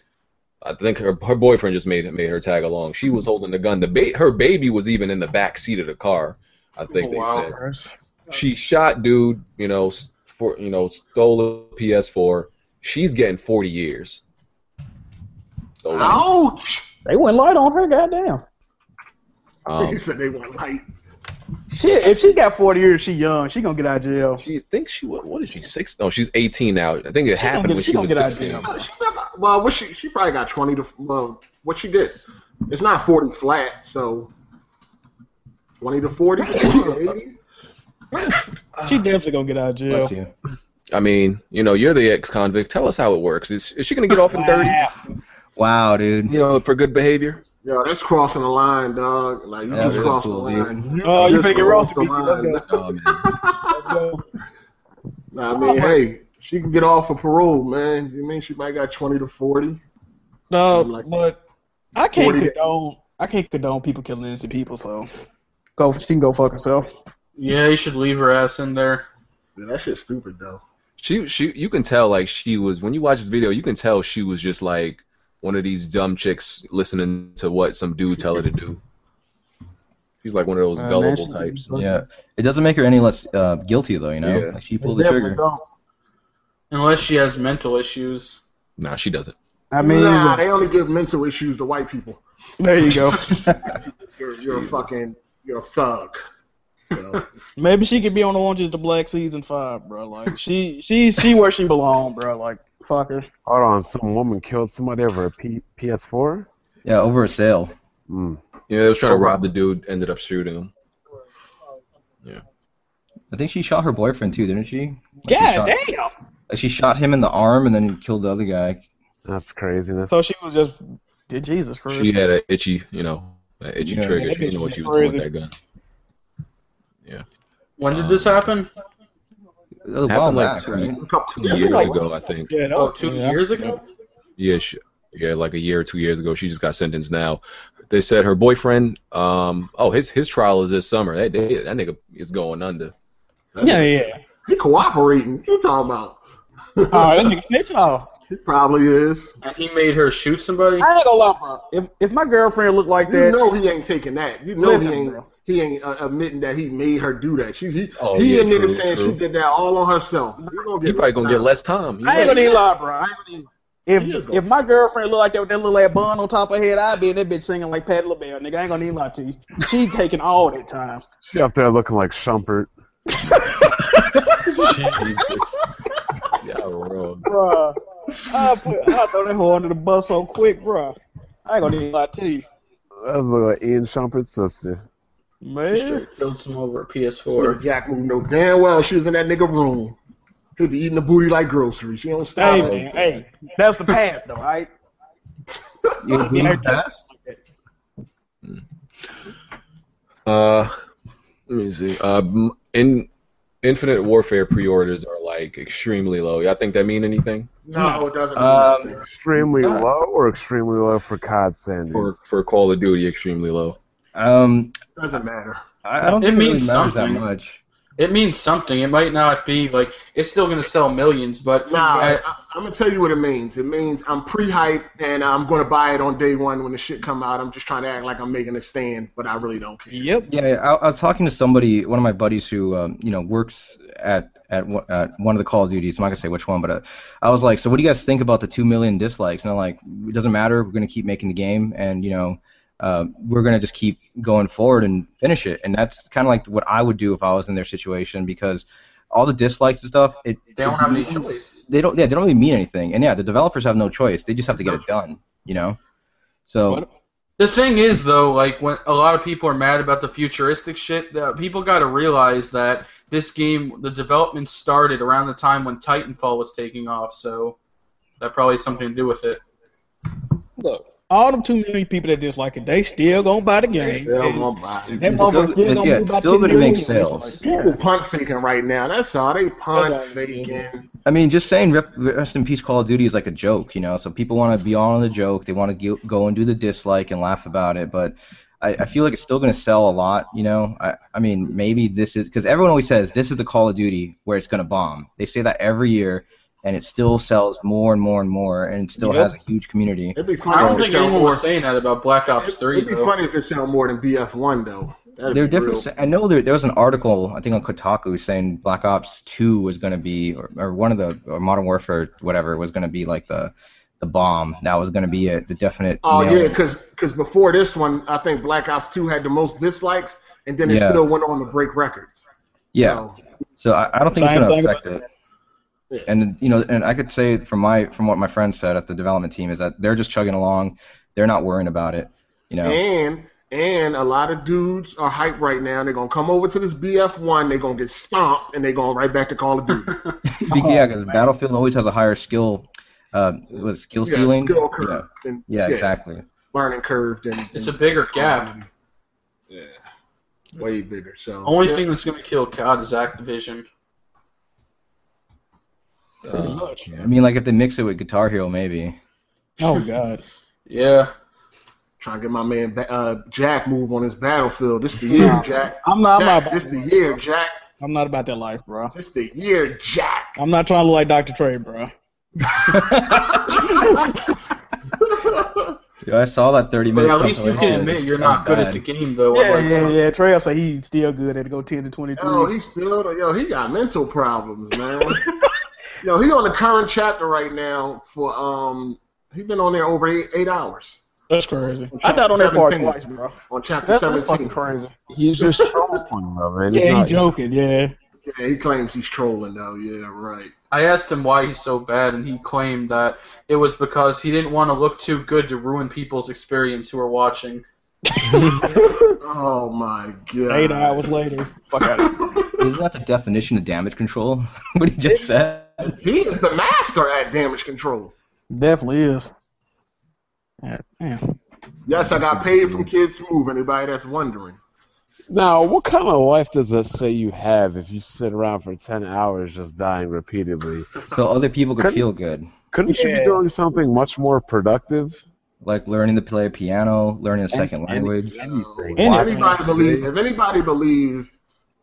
S2: I think her her boyfriend just made made her tag along. She was holding the gun. The ba- her baby was even in the back seat of the car.
S5: Oh,
S2: I think they
S1: Oh, Wow.
S2: said she shot dude. You know, s- for you know, stole a PS4. She's getting 40 years. So
S4: Ouch.
S5: They went light on her, goddamn.
S2: um,
S4: <laughs> he said they went light.
S5: Shit, if she got 40 years, she young. She gonna get out of jail.
S2: she thinks she wa- what is she six? No, she's 18 now. I think it
S5: She gonna
S2: happened
S5: get-
S2: when
S5: she
S2: she
S5: gonna
S2: was
S5: get out of
S2: 16.
S5: jail.
S4: No, uh, she never, well, what she she probably got twenty to well, what she did. It's not forty flat, so twenty to forty. 80.
S5: She definitely gonna get out of jail.
S3: Bless you.
S2: I mean, you know, you're the ex-convict. Tell us how it works. Is, is she going to get off in 30?
S3: Wow, dude.
S2: You know, for good behavior.
S4: Yo, that's crossing the line, dog. Like you
S3: Yeah,
S4: just
S3: that's
S4: crossed
S3: cool,
S4: the
S3: dude.
S4: line. You
S5: Oh, you
S4: just
S5: think it
S4: crossed
S5: roasted
S4: the
S5: me?
S4: line.
S5: Let's go.
S3: Oh, man.
S5: Let's go.
S4: Nah, I mean,
S5: Oh,
S4: hey, she can get off of parole, man. You mean she might got twenty to forty?
S5: No,
S4: I'm like-
S5: but I can't
S4: 40
S5: condone. I can't condone people killing innocent people. So go. She can go fuck herself.
S1: Yeah, you should leave her ass in there.
S4: Yeah, that shit's stupid though.
S2: She, she, you can tell like she was. When you watch this video, you can tell she was just like one of these dumb chicks listening to what some dude tell her to do. She's like one of those
S5: Uh,
S2: gullible
S5: Nancy-
S2: types.
S3: Yeah, it doesn't make her any less uh, guilty though, you know.
S2: Yeah.
S3: Like she pulled the
S5: Definitely
S3: trigger.
S5: don't.
S1: Unless she has mental issues.
S2: Nah, she doesn't.
S5: I mean,
S4: nah, they only give mental issues to white people.
S5: there you go.
S4: You're, you're a fucking, you're a thug.
S3: <laughs>
S4: So,
S5: Maybe she could be on the Orange Is the Black season five, bro. Like she, she, she where she belong, bro. Like fuck her.
S7: Hold on, some woman killed somebody over a P- PS4?
S3: Yeah, over a sale.
S7: Mm.
S2: Yeah, they was
S5: Oh,
S2: trying to rob the dude. Ended up shooting him.
S3: I think she shot her boyfriend too, didn't she? Like, she
S5: God
S3: shot-
S5: damn.
S3: like, she shot him in the arm and then killed the other guy.
S7: That's craziness.
S5: So she was just did Jesus Christ.
S2: She had a itchy, you know, an itchy
S3: Yeah,
S2: trigger.
S5: that
S2: She
S5: bitch
S2: didn't know what
S5: was
S2: she was doing with
S5: crazy.
S2: that gun.
S5: <laughs>
S1: When did
S3: Um,
S1: this happen?
S3: It was a while
S2: Happened like
S3: back,
S2: two,
S3: right?
S4: a couple
S2: two years ago, I think.
S5: yeah, that
S1: Oh,
S5: was-
S1: two
S5: yeah.
S1: years ago?
S2: Yeah, she, yeah, like a year or two years ago, she just got sentenced. Now, they said her boyfriend. Um, oh, his his trial is this summer. That they, that nigga is going under.
S5: Yeah, yeah.
S4: He cooperating. What you talking about? <laughs>
S5: Oh, that nigga snitch off.
S4: He probably is.
S1: And he made her shoot somebody?
S5: I ain't gonna lie, bro. If if my girlfriend looked like
S4: You
S5: that,
S4: know he ain't taking that. You know
S5: Listen,
S4: he ain't
S5: bro.
S4: he ain't uh, admitting that he made her do that. She he,
S2: Oh,
S4: he
S2: yeah,
S4: a nigga
S2: true,
S4: saying
S2: true.
S4: she did that all on herself. You gonna
S2: He
S4: get
S2: probably gonna get less time. You
S5: I ain't
S2: right.
S5: gonna even lie, bro. I ain't gonna even.
S4: He is
S5: If
S4: gonna-
S5: if my girlfriend looked like that with that little ass bun on top of her head, I'd be in that bitch singing like Patti LaBelle, nigga. I ain't gonna even lie to you. She taking all that time.
S7: She up there looking like Shumpert.
S2: <laughs> Jesus. Y'all wrong.
S5: Bruh. I put I throw that whore under the bus so quick, bruh. I ain't gonna even lie to you.
S7: That's like Ian Shumpert's sister.
S1: She
S5: Man.
S1: straight killed some over a
S4: Or
S1: PS4.
S4: Jack move no damn well she was in that nigga room. He be eating the booty like groceries. She don't stop.
S5: Hey,
S4: it.
S5: man, hey. That's the past though, right?
S9: <laughs>
S3: You agree with that?
S2: Uh, Let me see. Um, in Infinite Warfare pre-orders are like extremely low. Y'all think that mean anything
S4: No, it doesn't. mean
S3: Um,
S4: nothing.
S7: Extremely
S3: Uh.
S7: low or extremely low for COD
S2: for
S7: Sanders?
S2: for Call of Duty? Extremely low.
S3: Um,
S4: doesn't matter.
S3: I, I don't
S1: It
S3: think it really
S1: means
S3: matters
S1: something.
S3: that much.
S1: It means something. It might not be like it's still going to sell millions, but
S4: Nah,
S1: I-
S4: I, I'm gonna tell you what it means. It means I'm pre-hype and I'm gonna buy it on day one when the shit come out. I'm just trying to act like I'm making a stand, but I really don't care.
S9: Yep.
S3: Yeah, I, I was talking to somebody, one of my buddies who, um, you know, works at at, one- at one of the Call of Duties. I'm not gonna say which one, but uh, I was like, so what do you guys think about the two million dislikes? And they're like, it doesn't matter. We're gonna keep making the game, and you know, uh, we're gonna just keep going forward and finish it. And that's kind of like what I would do if I was in their situation because all the dislikes and stuff, it
S1: they don't
S3: it
S1: have any
S3: means-
S1: choice.
S3: They don't, yeah, they don't really mean anything. And yeah, the developers have no choice. They just have to get it done, you know. So
S7: But-
S1: The thing is, though, like when a lot of people are mad about the futuristic shit, the, people got to realize that this game, the development started around the time when Titanfall was taking off, so that probably has something to do with it.
S9: All them two million people that dislike it, they still gonna buy the game.
S4: They're gonna buy it.
S9: That
S3: It's
S9: motherfucker
S3: still-
S9: still gonna
S3: yeah,
S9: move
S3: it's
S9: by
S3: still
S9: 10
S3: gonna make
S9: million.
S3: sales.
S4: People punt faking right now. That's all. They punt
S9: That's all.
S4: faking.
S3: I mean, just saying rep- rest in peace Call of Duty is like a joke, you know. So people want to be all on the joke. They want to go and do the dislike and laugh about it. But I, I feel like it's still going to sell a lot, you know. I, I mean, maybe this is because everyone always says this is the Call of Duty where it's going to bomb. They say that every year, and it still sells more and more and more, and it still
S1: Yep.
S3: has a huge community.
S4: It'd be
S1: I
S4: funny
S1: don't
S4: if it
S1: think
S4: sell
S1: anyone was
S4: more.
S1: saying that about Black Ops
S4: It'd
S1: 3,
S4: it'd be
S1: though.
S4: funny if it sell more than BF1 though. That'd
S3: They're
S4: be real.
S3: definitely. I know there, there was an article I think on Kotaku saying Black Ops Two was going to be, or, or one of the, or Modern Warfare, whatever, was going to be like the, the bomb. That was going to be it, the definite.
S4: Oh
S3: nail.
S4: yeah, because before this one, I think Black Ops 2 had the most dislikes, and then it
S3: Yeah.
S4: still went on to break records.
S3: yeah.
S4: So,
S3: So I, I don't think
S9: Same
S3: it's going
S9: thing
S3: to affect it.
S4: Yeah.
S3: And you know, and I could say from my from what my friend said at the development team is that they're just chugging along, they're not worrying about it. You know,
S4: And and a lot of dudes are hyped right now. They're gonna come over to this BF one. They're gonna get stomped, and they're going right back to Call
S3: <laughs>
S4: of Duty.
S9: Oh,
S3: yeah, because Battlefield always has a higher skill, uh, was skill
S4: Yeah,
S3: ceiling.
S4: skill
S3: Yeah.
S4: curve and
S3: yeah, exactly.
S4: learning curve and
S1: It's a bigger gap.
S4: yeah, way bigger. So
S1: Only
S4: yeah.
S1: thing that's going to kill COD is Activision.
S9: Pretty
S2: Uh,
S9: much.
S3: I mean, like if they mix it with Guitar Hero, maybe.
S9: Oh god.
S1: Yeah.
S4: trying to get my man Ba- uh, Jack move on his battlefield. This the year, Jack.
S9: I'm not. I'm not.
S4: Jack
S9: About
S4: this
S9: that
S4: the
S9: life.
S4: year, Jack.
S9: I'm not about that life, bro.
S4: This the year, Jack.
S9: I'm not trying to look like Dr. Trey, bro.
S3: Dude, I saw that 30
S1: But
S3: minute.
S1: at least you can
S3: compilation.
S1: admit you're not good at the
S3: bad.
S1: game, though.
S9: Yeah,
S1: unlike-
S9: yeah, yeah. Trey will say he's still good at go 10 to 23.
S4: Yo, he still yo, he got mental problems, man. yo, he on the current chapter right now for um he been on there over eight, eight hours
S9: that's crazy. I died on that part
S4: 17.
S9: twice, bro.
S4: on chapter
S9: That's, that's
S4: seventeen.
S9: fucking crazy.
S7: He's just trolling, though, man. He's
S9: Yeah, he
S7: not-
S9: joking. Yeah.
S4: yeah, he claims he's trolling though, yeah, right.
S1: I asked him why he's so bad, and he claimed that it was because he didn't want to look too good to ruin people's experience who are watching.
S4: Oh my god.
S9: Eight hours later. Fuck out of
S3: Isn't that the definition of damage control? <laughs> what he just said.
S4: He is the master at damage control.
S9: Definitely is. God, damn.
S4: Yes, I got paid from Kids Move, anybody that's wondering.
S7: Now, what kind of life does that say you have if you sit around for 10 hours just dying repeatedly?
S3: So other people could
S7: Couldn't-
S3: feel good,
S7: Couldn't you
S9: Yeah.
S7: be doing something much more productive?
S3: like learning to play a piano, learning a
S7: Any-
S3: second
S7: any-
S3: language.
S4: Anything.
S9: Anything.
S4: If anybody believe if anybody believe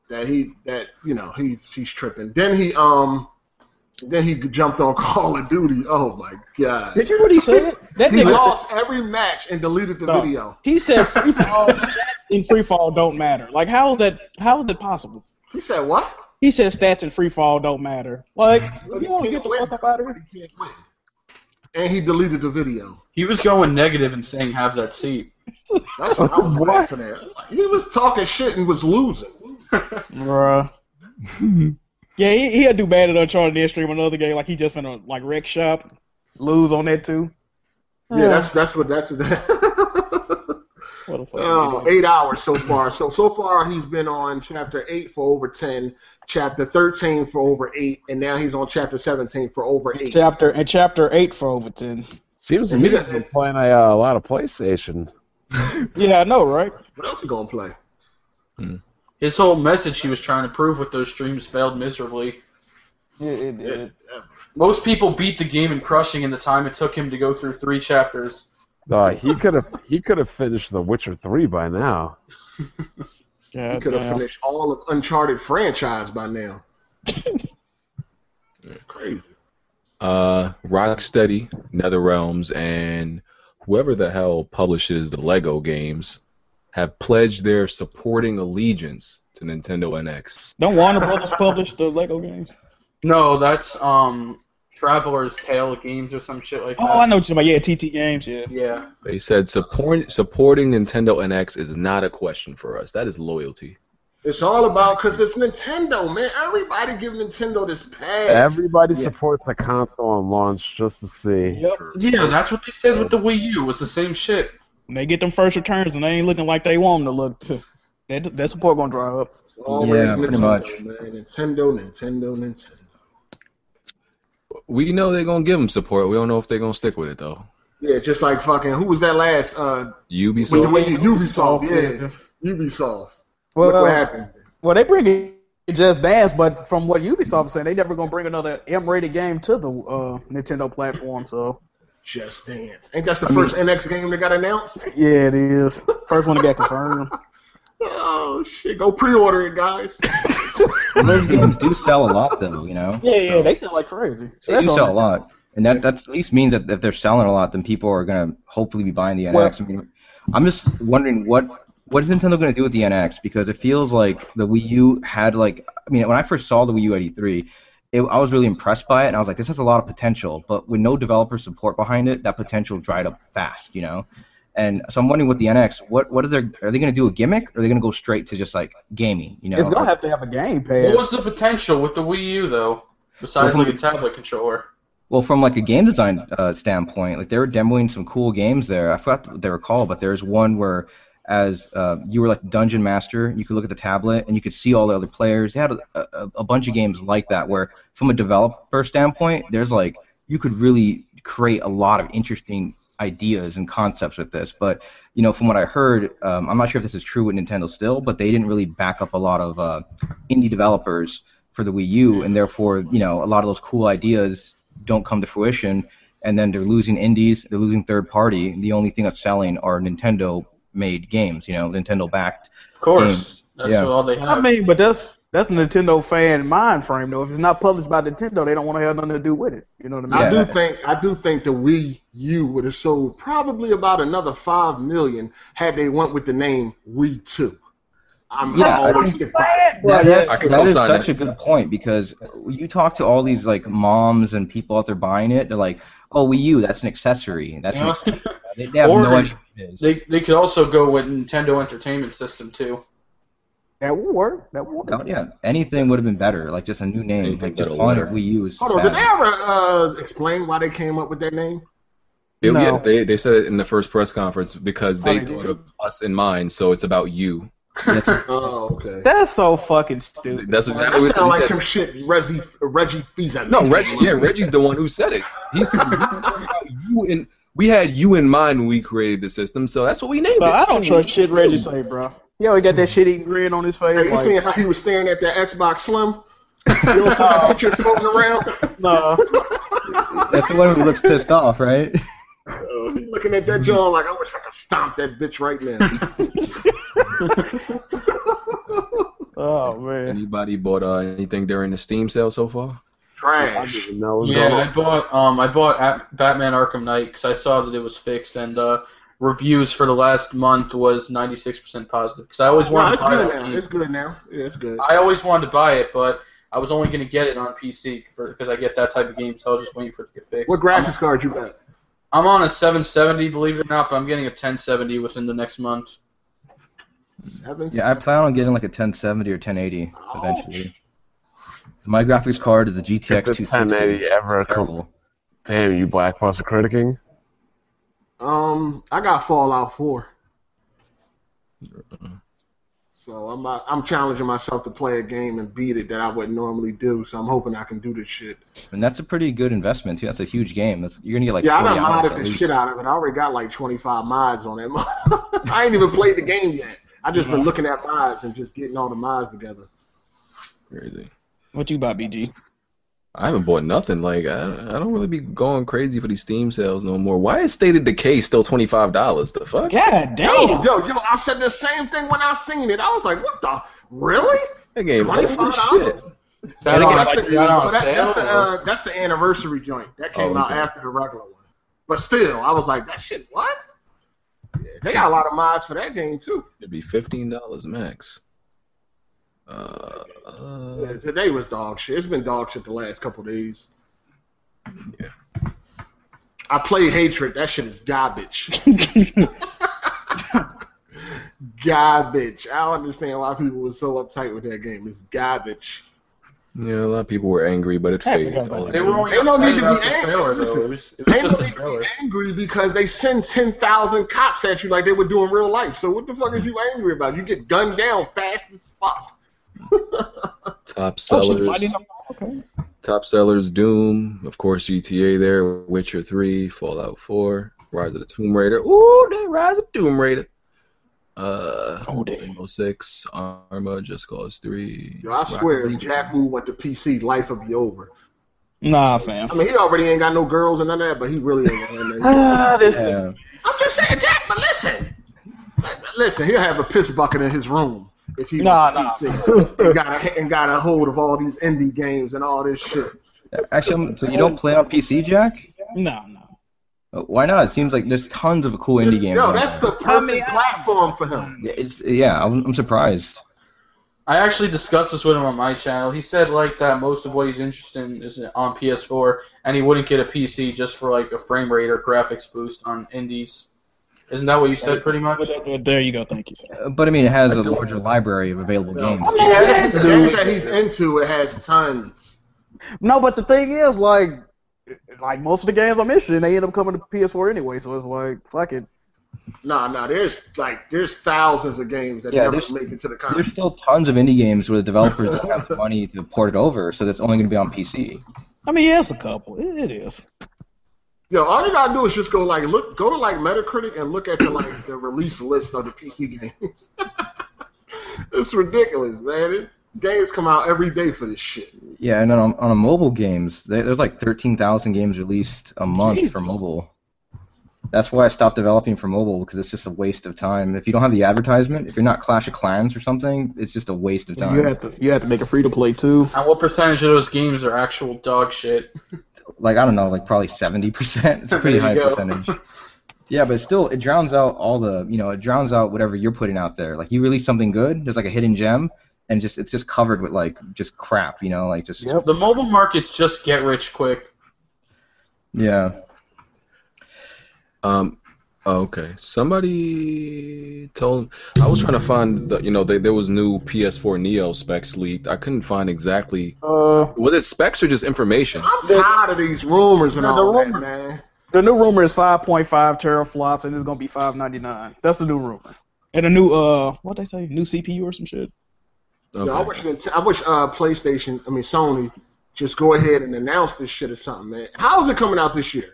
S4: that he that you know he he's tripping, then he um then he jumped on <laughs> Call of Duty. Oh my god!
S9: Did you hear what he said? That
S4: He
S9: nigga said,
S4: lost every match and deleted the
S9: No.
S4: video.
S9: he said free fall stats in free fall don't matter. Like how is that how is that possible?
S4: He said what?
S9: He said stats in free fall don't matter. Like if you want to get the fuck up out of here.
S4: He can't win. And he deleted the video.
S1: He was going negative and saying, "Have that seat."
S4: That's <laughs> what I was laughing at. He was talking shit and was losing.
S9: Bruh. <laughs> yeah, he, he'll do bad at Uncharted Dead Stream another game. Like, he just finna, like, wreck shop, lose on that, too.
S4: Yeah, that's that's what that's.
S9: What the fuck?
S4: Oh, eight hours so far. So so far he's been on chapter eight for over ten, chapter thirteen for over eight, and now he's on chapter seventeen for over eight.
S9: Chapter and chapter eight for Overton.
S7: Seems to
S4: If
S7: me
S4: he
S7: he's been
S4: doesn't-
S7: playing a, uh, a lot of PlayStation.
S9: Yeah, I know, right?
S4: What else he gonna play?
S1: His whole message he was trying to prove with those streams failed miserably.
S5: Yeah, it did.
S1: Most people beat the game in crushing in the time it took him to go through three chapters.
S7: Uh, he could have he could have finished The Witcher three by now.
S4: You could have finished all of Uncharted franchise by now. That's crazy.
S2: uh, Rocksteady, NetherRealms, and whoever the hell publishes the Lego games have pledged their supporting allegiance to Nintendo NX.
S9: Don't Warner Brothers publish the Lego games?
S1: No, that's um Traveler's Tale games or some shit like that.
S9: Oh, I know what you're talking about. Yeah, TT Games. Yeah.
S1: Yeah.
S2: They said support, supporting Nintendo NX is not a question for us. That is loyalty.
S4: It's all about because it's Nintendo, man. Everybody give Nintendo this pass.
S7: Everybody supports a console on launch just to see.
S9: Yep.
S1: Yeah, that's what they said with the Wii U. It was the same shit.
S9: When they get them first returns and they ain't looking like they want 'em to look, <laughs> too. that that support gonna dry up.
S4: It's always
S3: Yeah,
S4: Nintendo,
S3: pretty much.
S4: man. Nintendo, Nintendo, Nintendo.
S2: We know they're gonna give them support. We don't know if they're gonna stick with it though.
S4: Yeah, just like fucking who was that last uh when
S2: Ubisoft.
S4: you went to Ubisoft, yeah. Ubisoft.
S9: Well,
S4: Look what
S9: well,
S4: happened.
S9: well, they bring it just dance, but from what Ubisoft is saying, they never gonna bring another M-rated game to the uh, Nintendo platform. So
S4: Just Dance. Ain't that the first NX game that got announced?
S9: yeah, it is first one that got confirmed.
S4: Oh shit! Go pre-order it, guys.
S3: those <laughs> games do sell a lot, though. You know.
S9: Yeah, yeah, they sound like crazy. So
S3: They do
S9: all
S3: sell a
S9: that-
S3: lot, and that that at least means that if they're selling a lot, then people are gonna hopefully be buying the NX.
S9: Well-
S3: I mean, I'm just wondering what what is Nintendo gonna do with the NX because it feels like the Wii U had like I mean when I first saw the Wii U at E3, it, I was really impressed by it and I was like this has a lot of potential, but with no developer support behind it, that potential dried up fast, you know. And so I'm wondering with the NX, what what are they are they gonna do a gimmick or are they gonna go straight to just like gaming, you know?
S9: It's gonna have to have a game
S1: What
S9: pass.
S1: was the potential with the Wii U though? Besides like a tablet controller.
S3: Well, from like a game design uh, standpoint, like they were demoing some cool games there. I forgot what they were called, but there's one where, as uh, you were like dungeon master, you could look at the tablet and you could see all the other players. They had a, a, a bunch of games like that where, from a developer standpoint, there's like you could really create a lot of interesting ideas and concepts with this. But you know, from what I heard, um, I'm not sure if this is true with Nintendo still, but they didn't really back up a lot of uh, indie developers for the Wii U, and therefore, you know, a lot of those cool ideas don't come to fruition, and then they're losing indies, they're losing third party. and The only thing that's selling are Nintendo made games, you know, Nintendo backed.
S1: Of course.
S3: Games.
S1: That's
S3: Yeah.
S1: all they have.
S9: I mean, but that's that's Nintendo fan mind frame though. If it's not published by Nintendo, they don't want to have nothing to do with it. You know what I mean?
S4: I
S3: Yeah.
S4: do think I do think the Wii U would have sold probably about another five million had they went with the name Wii Two. I'm
S3: Yeah, I
S4: always
S3: think-
S4: stick by it.
S3: That is,
S2: I can
S3: that is
S2: co-sign
S3: such
S2: it.
S3: a good point because you talk to all these like moms and people out there buying it, they're like, "Oh, Wii U, that's an accessory. That's
S1: You
S3: an
S1: know? <laughs>
S3: accessory. They, they have
S1: Or-
S3: no idea what it is."
S1: they they could also go with Nintendo Entertainment System too.
S9: That would work. That would
S3: Oh,
S9: work.
S3: yeah, anything would have been better. Like just a new name,
S2: Anything
S3: like just
S2: better,
S3: calling it
S2: better.
S3: Wii U is
S4: Hold on, did they
S3: bad.
S4: ever uh, explain why they came up with that name?
S2: They,
S9: No.
S2: yeah, they they said it in the first press conference because they
S9: Oh, they
S2: put us in mind, so it's about you.
S3: Yes,
S4: Oh, okay.
S9: That's so fucking stupid.
S2: That's
S4: That,
S2: exactly what
S4: sounds like
S2: they
S4: some
S2: said.
S4: shit Reggie Reggie Fils.
S2: No, Reggie. Yeah, Reggie's the one who said it. He said you in. We had you in mind when we created the system, so that's what we named
S9: But I
S2: it.
S9: don't trust shit Reggie say, bro. Yo, he got that shit eating grin on his
S4: Hey,
S9: face.
S4: you
S9: Like, <laughs>
S4: seen how he was staring at that Xbox Slim? You don't see that picture floating around?
S9: nah.
S3: that's the one who looks pissed off, right?
S4: Oh, he looking at that John like I wish I could stomp that bitch right now.
S9: Oh man.
S2: Anybody bought uh, anything during the Steam sale so far?
S7: I
S4: Trash.
S7: didn't know. it
S1: <laughs>
S7: was
S1: Yeah,
S7: all-
S1: I bought um I bought at Batman Arkham Knight because I saw that it was fixed and uh, reviews for the last month was 96% positive because I always
S4: No,
S1: wanted
S4: it's
S1: to buy
S4: good
S1: that
S4: now.
S1: game.
S4: It's good now. Yeah, it's good.
S1: I always wanted to buy it, but I was only going to get it on PC because I get that type of game, so I was just waiting for it to get fixed.
S4: What graphics card you got?
S1: I'm, I'm on a 770, believe it or not, but I'm getting a 1070 within the next month.
S4: Seven.
S3: Yeah, I plan on getting like a 1070 or 1080
S4: Ouch.
S3: eventually. My graphics card is a
S7: If
S3: GTX
S7: the 1080
S3: 260.
S7: ever come,
S3: Terrible.
S7: damn you, Black Buster criticking.
S4: Um, I got Fallout Four. So I'm about, I'm challenging myself to play a game and beat it that I wouldn't normally do. So I'm hoping I can do this shit.
S3: And that's a pretty good investment too. That's a huge game. That's, you're gonna get like
S4: yeah, I
S3: 40
S4: done
S3: hours
S4: modded
S3: at
S4: the
S3: least.
S4: <laughs> shit out of it. I already got like 25 mods on it. I ain't even played the game yet. I just been looking at mods and just getting all the mods together.
S2: Crazy.
S9: What you about, BG?
S2: I haven't bought nothing. Like I, I don't really be going crazy for these Steam sales no more. Why is State of Decay still twenty five dollars? The fuck?
S9: God damn.
S4: Yo, yo, yo! I said the same thing when I seen it. I was like, "What the? Really?
S2: That game
S4: Twenty
S2: old
S4: five
S2: as shit.
S4: dollars?
S1: That
S4: Well,
S1: on,
S4: that's, the,
S1: that on
S4: well, that-
S1: sale?
S4: that's, the, uh, that's the anniversary joint. That came
S2: Oh,
S4: out
S2: okay.
S4: after the regular one. But still, I was like, that shit, what? Yeah, They got a lot of mods for that game, too.
S2: It'd be fifteen dollars max. Uh,
S4: Yeah,
S2: uh,
S4: today was dog shit. It's been dog shit the last couple days.
S2: Yeah.
S4: I played Hatred. That shit
S1: <laughs>
S4: is garbage. garbage. I don't understand why people were so uptight with that game. It's garbage.
S2: yeah, a lot of people were angry, but it
S9: I
S2: faded.
S9: forgot about
S2: All
S1: They
S2: it
S1: were
S2: did-
S1: only
S4: They don't
S1: upset
S4: need to
S1: about
S4: be
S1: the
S4: angry.
S1: trailer,
S4: Listen,
S1: though. It was, it was
S4: They
S1: just
S4: don't
S1: a
S4: need to
S1: trailer.
S4: be angry because they send 10,000 cops at you like they would do in real life. So what the fuck are
S1: Mm-hmm.
S4: you angry about? You get gunned down fast as fuck.
S2: top
S9: Oh, shit,
S2: sellers.
S9: why did I- okay.
S2: Top sellers: Doom, of course, GTA. There, Witcher Three, Fallout Four, Rise of the Tomb Raider. Ooh, that Rise of Tomb Raider. Uh,
S9: Oh, damn.
S2: Rainbow Six, Arma, Just Cause Three.
S4: Yo, I
S2: Rocket
S4: swear, if
S2: League.
S4: Jack Wu went to PC, life would be over.
S9: Nah, fam.
S4: I mean, he already ain't got no girls and none of that, but he really ain't got
S5: <laughs>
S4: nothing.
S9: Ah, this
S3: Yeah.
S4: I'm just saying, Jack, but listen. Listen, he'll have a piss bucket in his room if he
S9: Nah,
S4: went to PC and, got a, and got a hold of all these indie games and all this shit.
S3: Actually, I'm- so you don't play on PC, Jack?
S9: no, no.
S3: Uh, Why not? It seems like there's tons of cool indie games.
S4: Yo,
S3: out
S4: that's
S3: there.
S4: the
S9: I
S4: perfect
S9: mean, I-
S4: platform for him.
S3: Yeah, It's yeah. I'm, I'm surprised.
S1: I actually discussed this with him on my channel. He said like that most of what he's interested in is on PS4, and he wouldn't get a PC just for like a frame rate or graphics boost on indies. Isn't that what you said, pretty much?
S9: There you go. Thank you, sir.
S3: Uh, But I mean, it has
S2: I
S3: a
S2: do-
S3: larger library of available
S4: No.
S3: games.
S9: I mean,
S4: Yeah,
S9: it
S4: that's
S9: has
S4: the
S9: to
S4: game
S9: do-
S4: that he's into, it has tons.
S9: no, but the thing is, like, like most of the games I'm interested in, they end up coming to PS4 anyway. So it's like, fuck it.
S4: No, no, there's like there's thousands of games that
S3: Yeah,
S4: never
S3: there's-
S4: make it to the
S3: There's
S4: console.
S3: still tons of indie games where the developers don't have the money to port it over, so that's only going to be on PC.
S9: I mean, yeah, it's a couple. It, it is.
S4: Yo, all you gotta do is just go like look, go to like Metacritic and look at the like the release list of the PC games. <laughs> it's ridiculous, man. It, games come out every day for this shit.
S3: Yeah, and on on a mobile games, there- there's like 13,000 games released a month for
S9: Jesus.
S3: mobile. That's why I stopped developing for mobile because it's just a waste of time. If you don't have the advertisement, if you're not Clash of Clans or something, it's just a waste of time.
S9: You have to, you have to make a free to play too.
S1: And what percentage of those games are actual dog shit?
S3: Like I don't know, like probably 70%. It's a pretty
S1: There
S3: high
S1: you go.
S3: percentage. Yeah, but still, it drowns out all the, you know, it drowns out whatever you're putting out there. Like you release something good, there's like a hidden gem, and just it's just covered with like just crap, you know, like just
S9: Yep.
S1: The mobile market's just get rich quick.
S3: yeah.
S2: Um, oh, okay. Somebody told I was trying to find the you know they, there was new PS4 Neo specs leaked. I couldn't find exactly
S9: Uh,
S2: was it specs or just information.
S4: I'm
S9: The-
S4: tired of these rumors and
S9: The
S4: all that,
S9: rumors.
S4: man.
S9: the new rumor is 5.5 teraflops, and it's gonna be 5.99. That's the new rumor. And a new uh, what they say, new CPU or some shit.
S4: Yo, I
S2: Okay.
S4: wish Nint- I wish uh, PlayStation, I mean Sony, just go ahead and announce this shit or something, man. How is it coming out this year?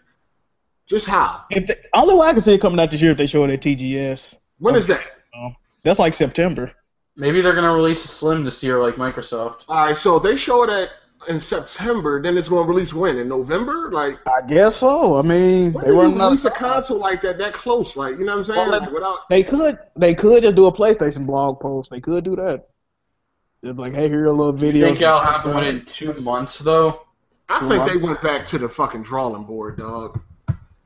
S4: Just how?
S9: If they, only way I can see it coming out this year if they show it at TGS.
S4: When is that?
S9: That's like September.
S1: Maybe they're gonna release a Slim this year, like Microsoft.
S4: All right, so if they show that in September, then it's going to release when in November? Like
S9: I guess so. I mean,
S4: when
S9: Uh, they
S4: do
S9: running
S4: you
S9: out. Of
S4: release a console like that that close? Like you know what I'm saying?
S9: Well,
S4: Like,
S9: let-
S4: without
S9: They could, they could just do a PlayStation blog post. They could do that. Just like, hey, here are a little
S1: You
S9: video.
S1: think I'll have one in two months though?
S4: I
S1: Two
S4: think they
S1: months.
S4: went back to the fucking drawing board, dog.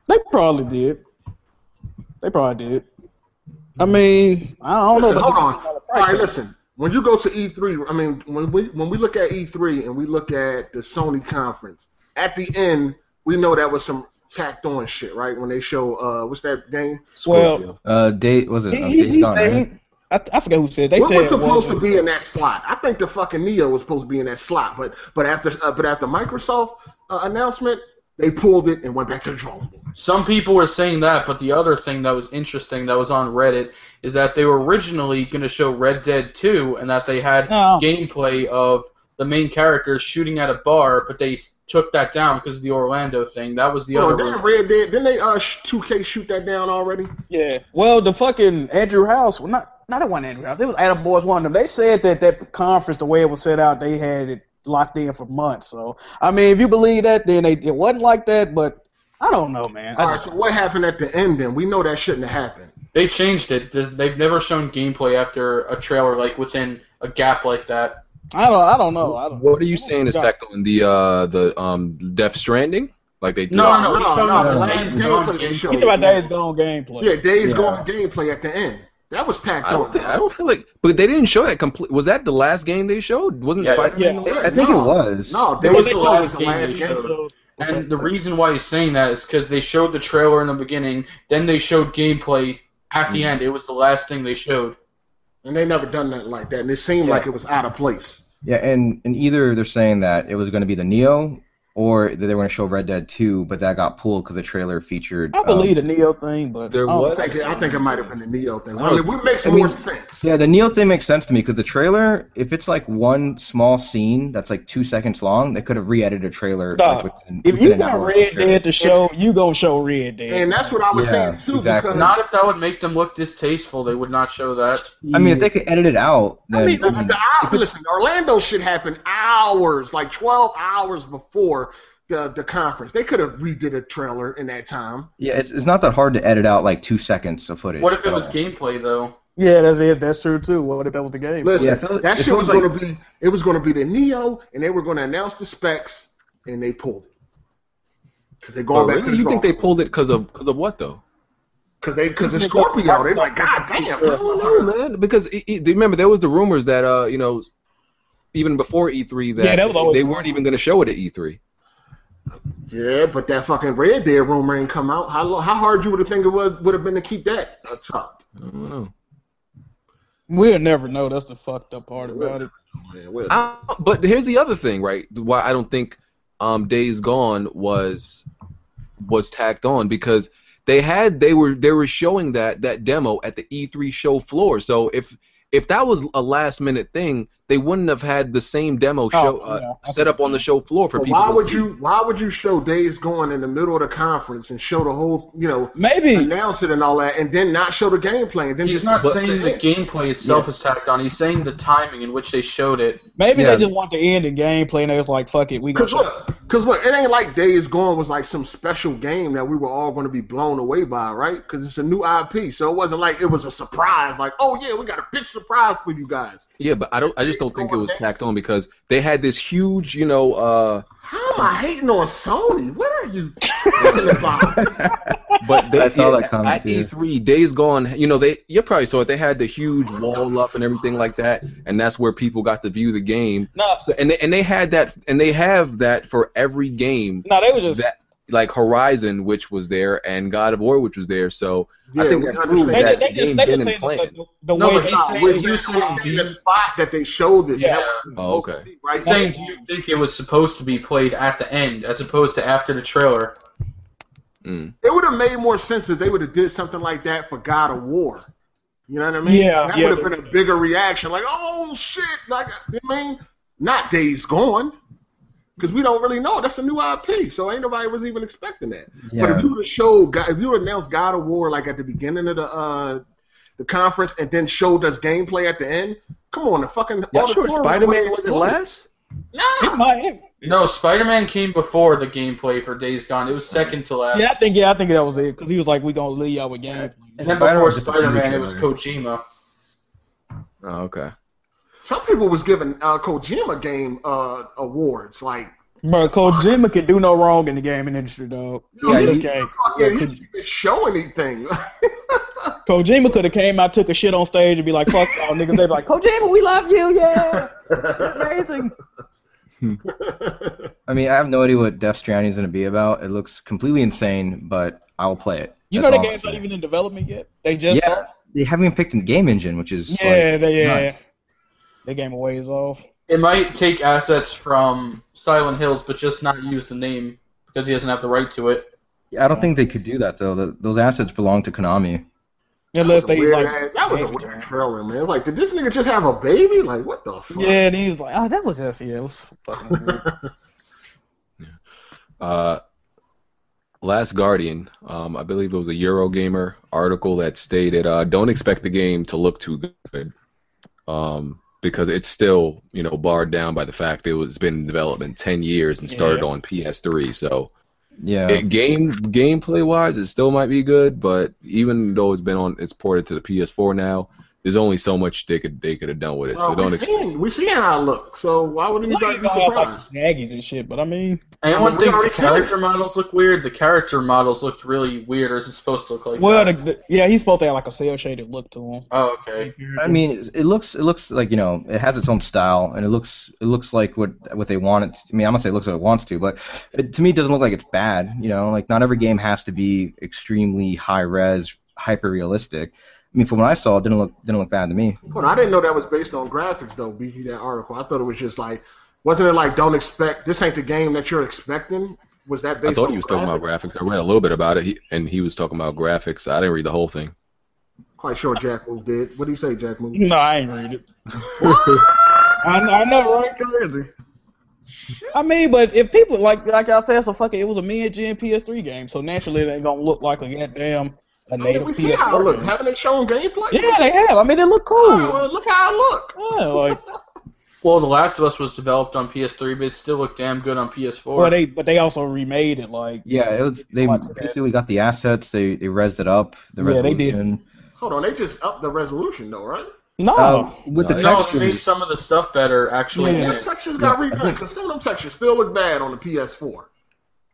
S9: They probably did. They probably did. I mean, I don't
S4: Listen,
S9: know.
S4: hold on.
S9: All
S4: All right, listen. When you go to E3, I mean, when we when we look at E3 and we look at the Sony conference, at the end, we know that was some tacked on shit, right? When they show uh, what's that game?
S2: Scorpio.
S3: Uh, date was it?
S9: He,
S3: Uh,
S9: he,
S3: Days
S9: he
S3: Gone,
S9: said,
S3: right?
S9: he- I, I forget who said. They
S4: what
S9: said
S4: was supposed
S9: well,
S4: to be in that slot? I think the fucking Neo was supposed to be in that slot, but but after uh, but after Microsoft uh, announcement, they pulled it and went back to the drawing board.
S1: Some people were saying that, but the other thing that was interesting that was on Reddit is that they were originally going to show Red Dead 2 and that they had
S9: No.
S1: gameplay of the main character shooting at a bar, but they s- took that down because of the Orlando thing. That was the
S4: Hold on,
S1: other
S4: didn't
S1: rumor.
S4: Red Dead? Didn't they uh, sh- 2K shoot that down already?
S9: Yeah. Well, the fucking Andrew House, well, not no, that wasn't Angry House. It was Adam Boys, one of them. They said that that conference, the way it was set out, they had it locked in for months. So, I mean, if you believe that, then they, it wasn't like that, but I don't know, man. I
S4: All right,
S9: just-
S4: so what happened at the end then? We know that shouldn't have happened.
S1: They changed it. There's- They've never shown gameplay after a trailer like within a gap like that.
S9: I don't, I don't know. I don't
S2: What are you saying is tackling the uh the um Death Stranding? Like they did-
S1: No, no, no. no,
S4: no, no,
S1: no,
S4: the
S1: no.
S4: last gameplay they showed.
S9: Think about Days Gone gameplay.
S4: Yeah, days
S3: Yeah.
S4: gone gameplay at the end. That was tacked
S2: I
S4: on.
S2: don't think, I don't feel like but they didn't show that complete was that the last game they showed? Wasn't
S1: Yeah,
S2: Spider-Man
S9: yeah.
S2: the
S3: I
S2: last?
S3: think
S4: No.
S3: it was.
S4: No,
S1: There
S4: Days
S1: was the
S4: Gone
S1: last
S4: was the
S1: game
S4: last
S1: they showed.
S4: game.
S1: And the reason why he's saying that is because they showed the trailer in the beginning, then they showed gameplay at the end. It was the last thing they showed.
S4: And they never done nothing like that. And it seemed
S3: Yeah.
S4: like it was out of place.
S3: Yeah, and, and either they're saying that it was going to be the Neo, or that they were going to show Red Dead 2, but that got pulled because the trailer featured.
S9: I believe
S3: um,
S9: the Neo thing, but
S2: There
S9: I don't
S2: was-
S4: I think, it, I think it might have been the Neo thing.
S2: I
S4: I
S2: don't-
S4: mean, it makes
S3: I
S4: more
S3: mean-
S4: sense.
S3: Yeah, the Neo thing makes sense to me because the trailer, if it's like one small scene that's like two seconds long, they could have re-edited a trailer.
S9: Dog,
S3: like, within,
S9: If
S3: within
S9: you
S3: an
S9: got
S3: hour of
S9: Red
S3: the trailer.
S9: Dead to show, you gonna show Red Dead.
S4: And that's what I was
S3: Yeah,
S4: saying too,
S3: exactly.
S4: because
S1: Not if that would make them look distasteful. They would not show that.
S3: I mean, if they could edit it out, then
S4: I mean, the,
S3: I
S9: <laughs>
S3: mean,
S4: the,
S3: <laughs>
S4: hour- listen, Orlando shit happened hours, like 12 hours before the, the conference. They could have redid a trailer in that time.
S3: yeah, it's, it's not that hard to edit out like two seconds of footage.
S1: What if it
S3: at
S1: was
S3: all.
S1: gameplay though?
S9: yeah, that's it. That's true too. What if that was the game?
S4: Listen,
S3: Yeah, if it-
S4: that
S3: if
S4: shit
S3: it
S4: was,
S3: was like-
S4: going to be it was going to be the Neo, and they were going to announce the specs, and they pulled it. Because they're
S2: But
S3: Oh,
S1: Oh,
S4: going back to
S2: really,
S4: the
S2: you think they
S4: drawing
S2: pulled it because of because of what though?
S4: Because they because it's Scorpio. They're like, God
S1: <laughs>
S4: damn.
S2: I don't know, man. Because it, it, remember, there was the rumors that uh, you know, even before E3, that,
S9: Yeah, that was always-
S2: they weren't even going to show it at E E3.
S4: Yeah, but that fucking Red Dead rumor ain't come out. How lo- how hard you would have think it was would have been to keep that uh, tucked?
S2: I don't know.
S9: We'll never know. That's the fucked up part about it.
S4: Man, well,
S2: I, but here's the other thing, right? Why I don't think um, Days Gone was was tacked on because they had they were they were showing that that demo at the E3 show floor. So if if that was a last minute thing, they wouldn't have had the same
S4: Oh,
S2: demo show
S9: yeah,
S2: uh, set up on the show floor for
S4: but
S2: people.
S4: why
S2: to
S4: would
S2: see.
S4: you why would you show Days Gone in the middle of the conference and show the whole you know
S9: Maybe.
S4: announce it and all that and then not show the gameplay and then
S1: He's
S4: just
S1: not
S2: but-
S1: saying the gameplay itself is tacked on. He's saying the timing in which they showed it.
S9: Maybe
S3: Yeah.
S9: they just want the end in gameplay, and they was like, "Fuck it, we gonna."
S4: Cause
S9: Show.
S4: look, cause look, it ain't like Days Gone was like some special game that we were all going to be blown away by, right? Cause it's a new IP, so it wasn't like it was a surprise. Like, oh yeah, we got a big surprise for you guys.
S2: Yeah, but I don't. I just don't think it was tacked on because they had this huge, you know, uh,
S4: How am I hating on Sony? What are you talking about?
S2: But they,
S3: I saw that
S2: yeah,
S3: comment,
S2: at
S3: yeah.
S2: E3, Days Gone. You know, they you probably saw it. They had the huge wall up and everything like that, and that's where people got to view the game.
S9: No,
S2: So, and they, and they had that, and they have that for every game
S9: no, they was just.
S2: that like Horizon, which was there, and God of War, which was there. So I think
S4: we
S2: that proves
S9: they,
S4: understand.
S2: that
S9: they
S2: game
S9: just they just
S2: didn't
S9: saying
S2: plan.
S9: the, the, the
S1: No,
S9: way
S1: but he's
S9: that
S1: saying-
S4: We're
S1: you
S4: just
S1: saying
S4: saying the
S1: these-
S4: spot that they showed it.
S9: Yeah.
S2: Oh, okay.
S4: Right.
S1: Saying do you think it was supposed to be played at the end as opposed to after the trailer?
S2: Mm.
S4: It would have made more sense if they would have did something like that for God of War. You know what I mean?
S9: Yeah,
S4: That
S9: yeah.
S4: would have been a bigger reaction. Like, oh shit! Like, you know what I mean, not Days Gone, because we don't really know. That's a new IP, so ain't nobody was even expecting that. But
S3: yeah.
S4: if you would have showed, God- if you would announced God of War like at the beginning of the uh, the conference and then showed us gameplay at the end, come on, the fucking
S2: Y'all sure
S4: auditorium
S2: Spider-Man
S4: would've
S2: wasn't
S4: exploded.
S2: last?
S4: Nah.
S9: it might-
S1: No, Spider-Man came before the gameplay for Days Gone. It was second to last.
S9: Yeah, I think yeah, I think that was it because he was like, "We gonna leave y'all with gameplay."
S1: And then before
S3: Spider-Man was a
S1: Spider-Man, it
S3: TV
S1: was
S3: trailer.
S1: Kojima.
S2: Oh, okay.
S4: Some people was giving uh, Kojima game uh, awards. Like,
S9: Bro, Kojima can do no wrong in the gaming industry, dog.
S4: Yeah,
S9: he
S4: he-
S9: just can't.
S4: fucking, he didn't even show anything.
S9: Kojima could have came out, took a shit on stage, and be like, "Fuck y'all niggas." They'd be like, "Kojima, we love you, yeah, amazing."
S3: I mean, I have no idea what Death Stranding is going to be about. It looks completely insane, but I will play it.
S9: You
S3: That's
S9: know
S3: all
S9: that
S3: I'm
S9: game's not
S3: saying.
S9: even in development yet. They just
S3: Yeah.
S9: started.
S3: They haven't even picked a game engine, which is
S9: yeah,
S3: like,
S9: they, yeah.
S3: nuts.
S9: They game a ways off.
S1: It might take assets from Silent Hills, but just not use the name because he doesn't have the right to it.
S3: I don't think they could do that though. Th those assets belong to Konami.
S9: Unless they
S4: weird
S9: like
S4: ass- that was a weird trailer, man. Like, did this nigga just have a baby? Like, what the fuck?
S9: Yeah, and he was like, "Oh, that was us." Yeah, it was fucking weird.
S2: Uh, Last Guardian, um, I believe it was a Eurogamer article that stated, uh, "Don't expect the game to look too good, um, because it's still, you know, barred down by the fact it was been in development ten years and started on PS3. So
S3: Yeah.
S2: it, game gameplay wise, it still might be good, but even though it's been on, it's ported to the PS4 now. There's only so much they could they could have done with it. so
S4: Well,
S2: don't
S4: we're,
S2: expect.
S4: seeing, we're seeing how it looks, so why would anybody be surprised?
S9: Snaggies and shit, but I mean,
S1: Anyone
S4: We
S1: think the
S4: already said it.
S1: character models look weird? The character models looked really weird, or is it supposed to look like
S9: well, the,
S1: that?
S9: the, yeah, he's supposed to have like a cell shaded look
S4: <laughs>
S9: to him.
S1: Oh, okay.
S3: I mean, it- it looks it looks like you know it has its own style, and it looks it looks like what what they want it. To, I mean, I'm not saying it looks what it wants to, but it, to me, it doesn't look like it's bad. You know, like not every game has to be extremely high res, hyper realistic. I mean, from what I saw, it didn't look didn't look bad to me.
S4: Hold on, I didn't know that was based on graphics though. BG that article, I thought it was just like, wasn't it like don't expect this ain't the game that you're expecting? Was that
S2: I
S4: based?
S2: thought
S4: on
S2: he was talking about graphics. I read a little bit about it, he, and he was talking about graphics. I didn't read the whole thing.
S4: Quite sure Jack Move did. What do you say, Jack Move?
S9: No, I ain't read it. I, I know, right? Crazy. I mean, but if people like like y'all said, it's a fucking it was a mid gen PS3 game, so naturally it ain't gonna look like a goddamn a
S4: I mean,
S9: native
S4: we see how it
S9: PS4
S4: looked.
S9: game.
S4: Haven't they shown gameplay?
S9: Yeah, they have. I mean, it look
S4: All
S9: cool.
S4: right, well, look how it look.
S9: yeah, like
S1: Well, The Last of Us was developed on PS3, but it still looked damn good on PS4.
S9: well, they but they also remade it. Like
S3: Yeah, it was, they
S9: Lots of that.
S3: basically got the assets. They they resed it up. The
S9: Yeah, they
S3: resolution.
S9: did.
S4: Hold on, they just upped the resolution though, right?
S9: no,
S3: Uh, with
S2: No,
S3: the
S2: they-
S1: no, they made
S3: textures.
S1: some of the stuff better actually.
S9: Yeah.
S1: in
S4: The
S1: it.
S4: textures got redone because some of them textures still look bad on the PS4.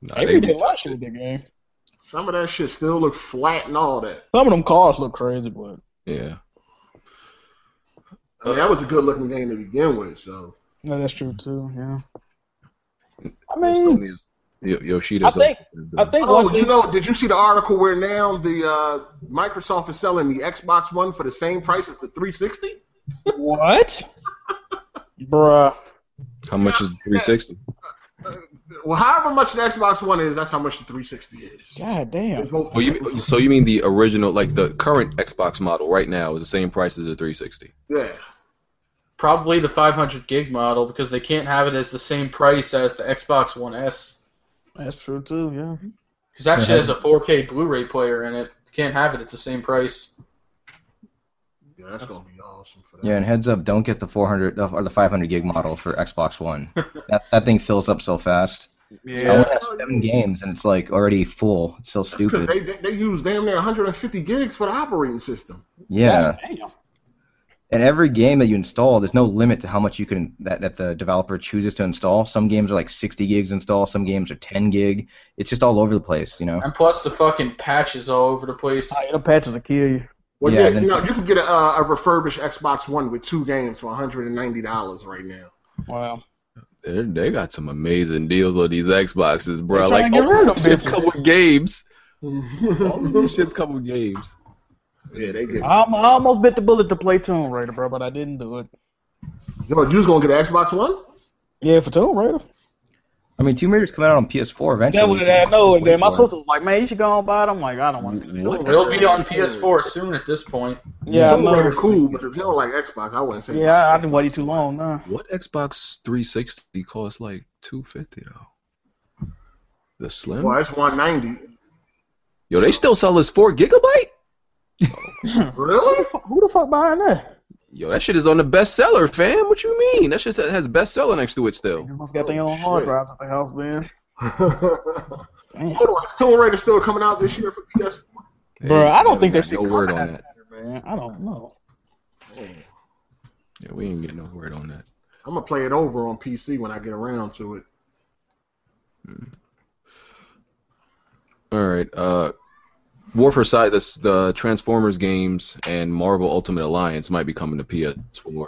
S2: Nah,
S9: they
S2: they-
S9: redid a lot of shit with that game.
S4: Some of that shit still look flat and all that.
S9: Some of them cars look crazy, but
S2: yeah.
S4: I mean, that was a good looking game to begin with, so
S9: no, that's true too. Yeah. I
S2: Still
S9: mean,
S2: needs- Yo- Yoshida.
S9: I think I think one
S4: Oh, you know, did you see the article where now the uh, Microsoft is selling the Xbox One for the same price as the 360?
S9: what, bruh.
S2: How much is the 360?
S4: Uh, well, however much the Xbox One is, that's how much the 360 is.
S9: God
S4: It's
S9: damn.
S4: both the
S2: Well,
S4: same
S2: Oh, you,
S4: price.
S2: so you mean the original, like the current Xbox model right now is the same price as the 360?
S4: yeah.
S1: Probably the 500 gig model because they can't have it as the same price as the Xbox One S
S9: That's true too. Yeah.
S1: because actually
S3: Yeah.
S1: has a 4K Blu-ray player in it. Can't have it at the same price.
S4: Yeah, that's gonna be awesome for that.
S3: Yeah, and heads up, don't get the 400 or the 500 gig model for
S1: <laughs>
S3: Xbox One. that that thing fills up so fast. I only have
S4: Oh,
S3: seven games, and it's like already full. It's so
S4: Because
S3: stupid.
S4: they, they they use damn near 150 gigs for the operating system.
S3: Yeah,
S9: God damn.
S3: and every game that you install, there's no limit to how much you can that, that the developer chooses to install. Some games are like 60 gigs install, some games are 10 gig. It's just all over the place, you know.
S1: And plus the fucking patches all over the place.
S9: Alright, them patches will kill you.
S4: Well,
S3: Yeah,
S4: yeah,
S3: then-
S4: you know, you can get a, uh, a refurbished Xbox One with two games for 190 dollars right now. <laughs>
S9: Wow.
S2: They they got some amazing deals on these Xboxes, bro.
S9: They're
S2: Like,
S9: trying to get rid of them
S2: shit's
S9: bitches.
S2: come with games. All of this
S4: yeah,
S2: shit's come with games.
S4: they get.
S9: I alm- I almost bit the bullet to play Tomb Raider, bro, but I didn't do it.
S4: You know, you was gonna get an Xbox One?
S9: Yeah, for Tomb Raider.
S3: I mean, Tomb Raider's coming out on PS4 eventually.
S9: That was
S3: so
S9: I know.
S3: wait
S9: Then my
S3: for it.
S9: sister was like, "Man, you should go and buy it." I'm like, "I don't want to."
S4: What
S1: It'll be on PS4 soon at this point.
S9: Yeah, I
S4: Tomb Raider
S9: know.
S4: cool, but if you don't like Xbox, I wouldn't say.
S9: Yeah, I- I've been waiting too long. Nah.
S2: What Xbox 360 costs like 250 though? The Slim?
S4: Well, it's 190.
S2: Yo, they still sell this four gigabyte?
S9: Who
S4: Really?
S9: the, fuck, who the fuck buying that?
S2: Yo, that shit is on the bestseller, fam. What you mean? That shit has bestseller next to it still.
S9: They must got their own hard drives at the house, man.
S4: <laughs> Hold
S9: Damn.
S4: on, is Tomb Raider still coming out this year for PS4?
S9: Bro, I don't think
S2: they
S9: that shit
S2: no word
S9: coming
S2: on
S9: out
S2: that.
S9: Man, I don't know.
S2: Yeah, we ain't getting no word on that.
S4: I'm gonna play it over on PC when I get around to it.
S2: All right. Uh, War for Side, this, the Transformers games and Marvel Ultimate Alliance might be coming to PS4.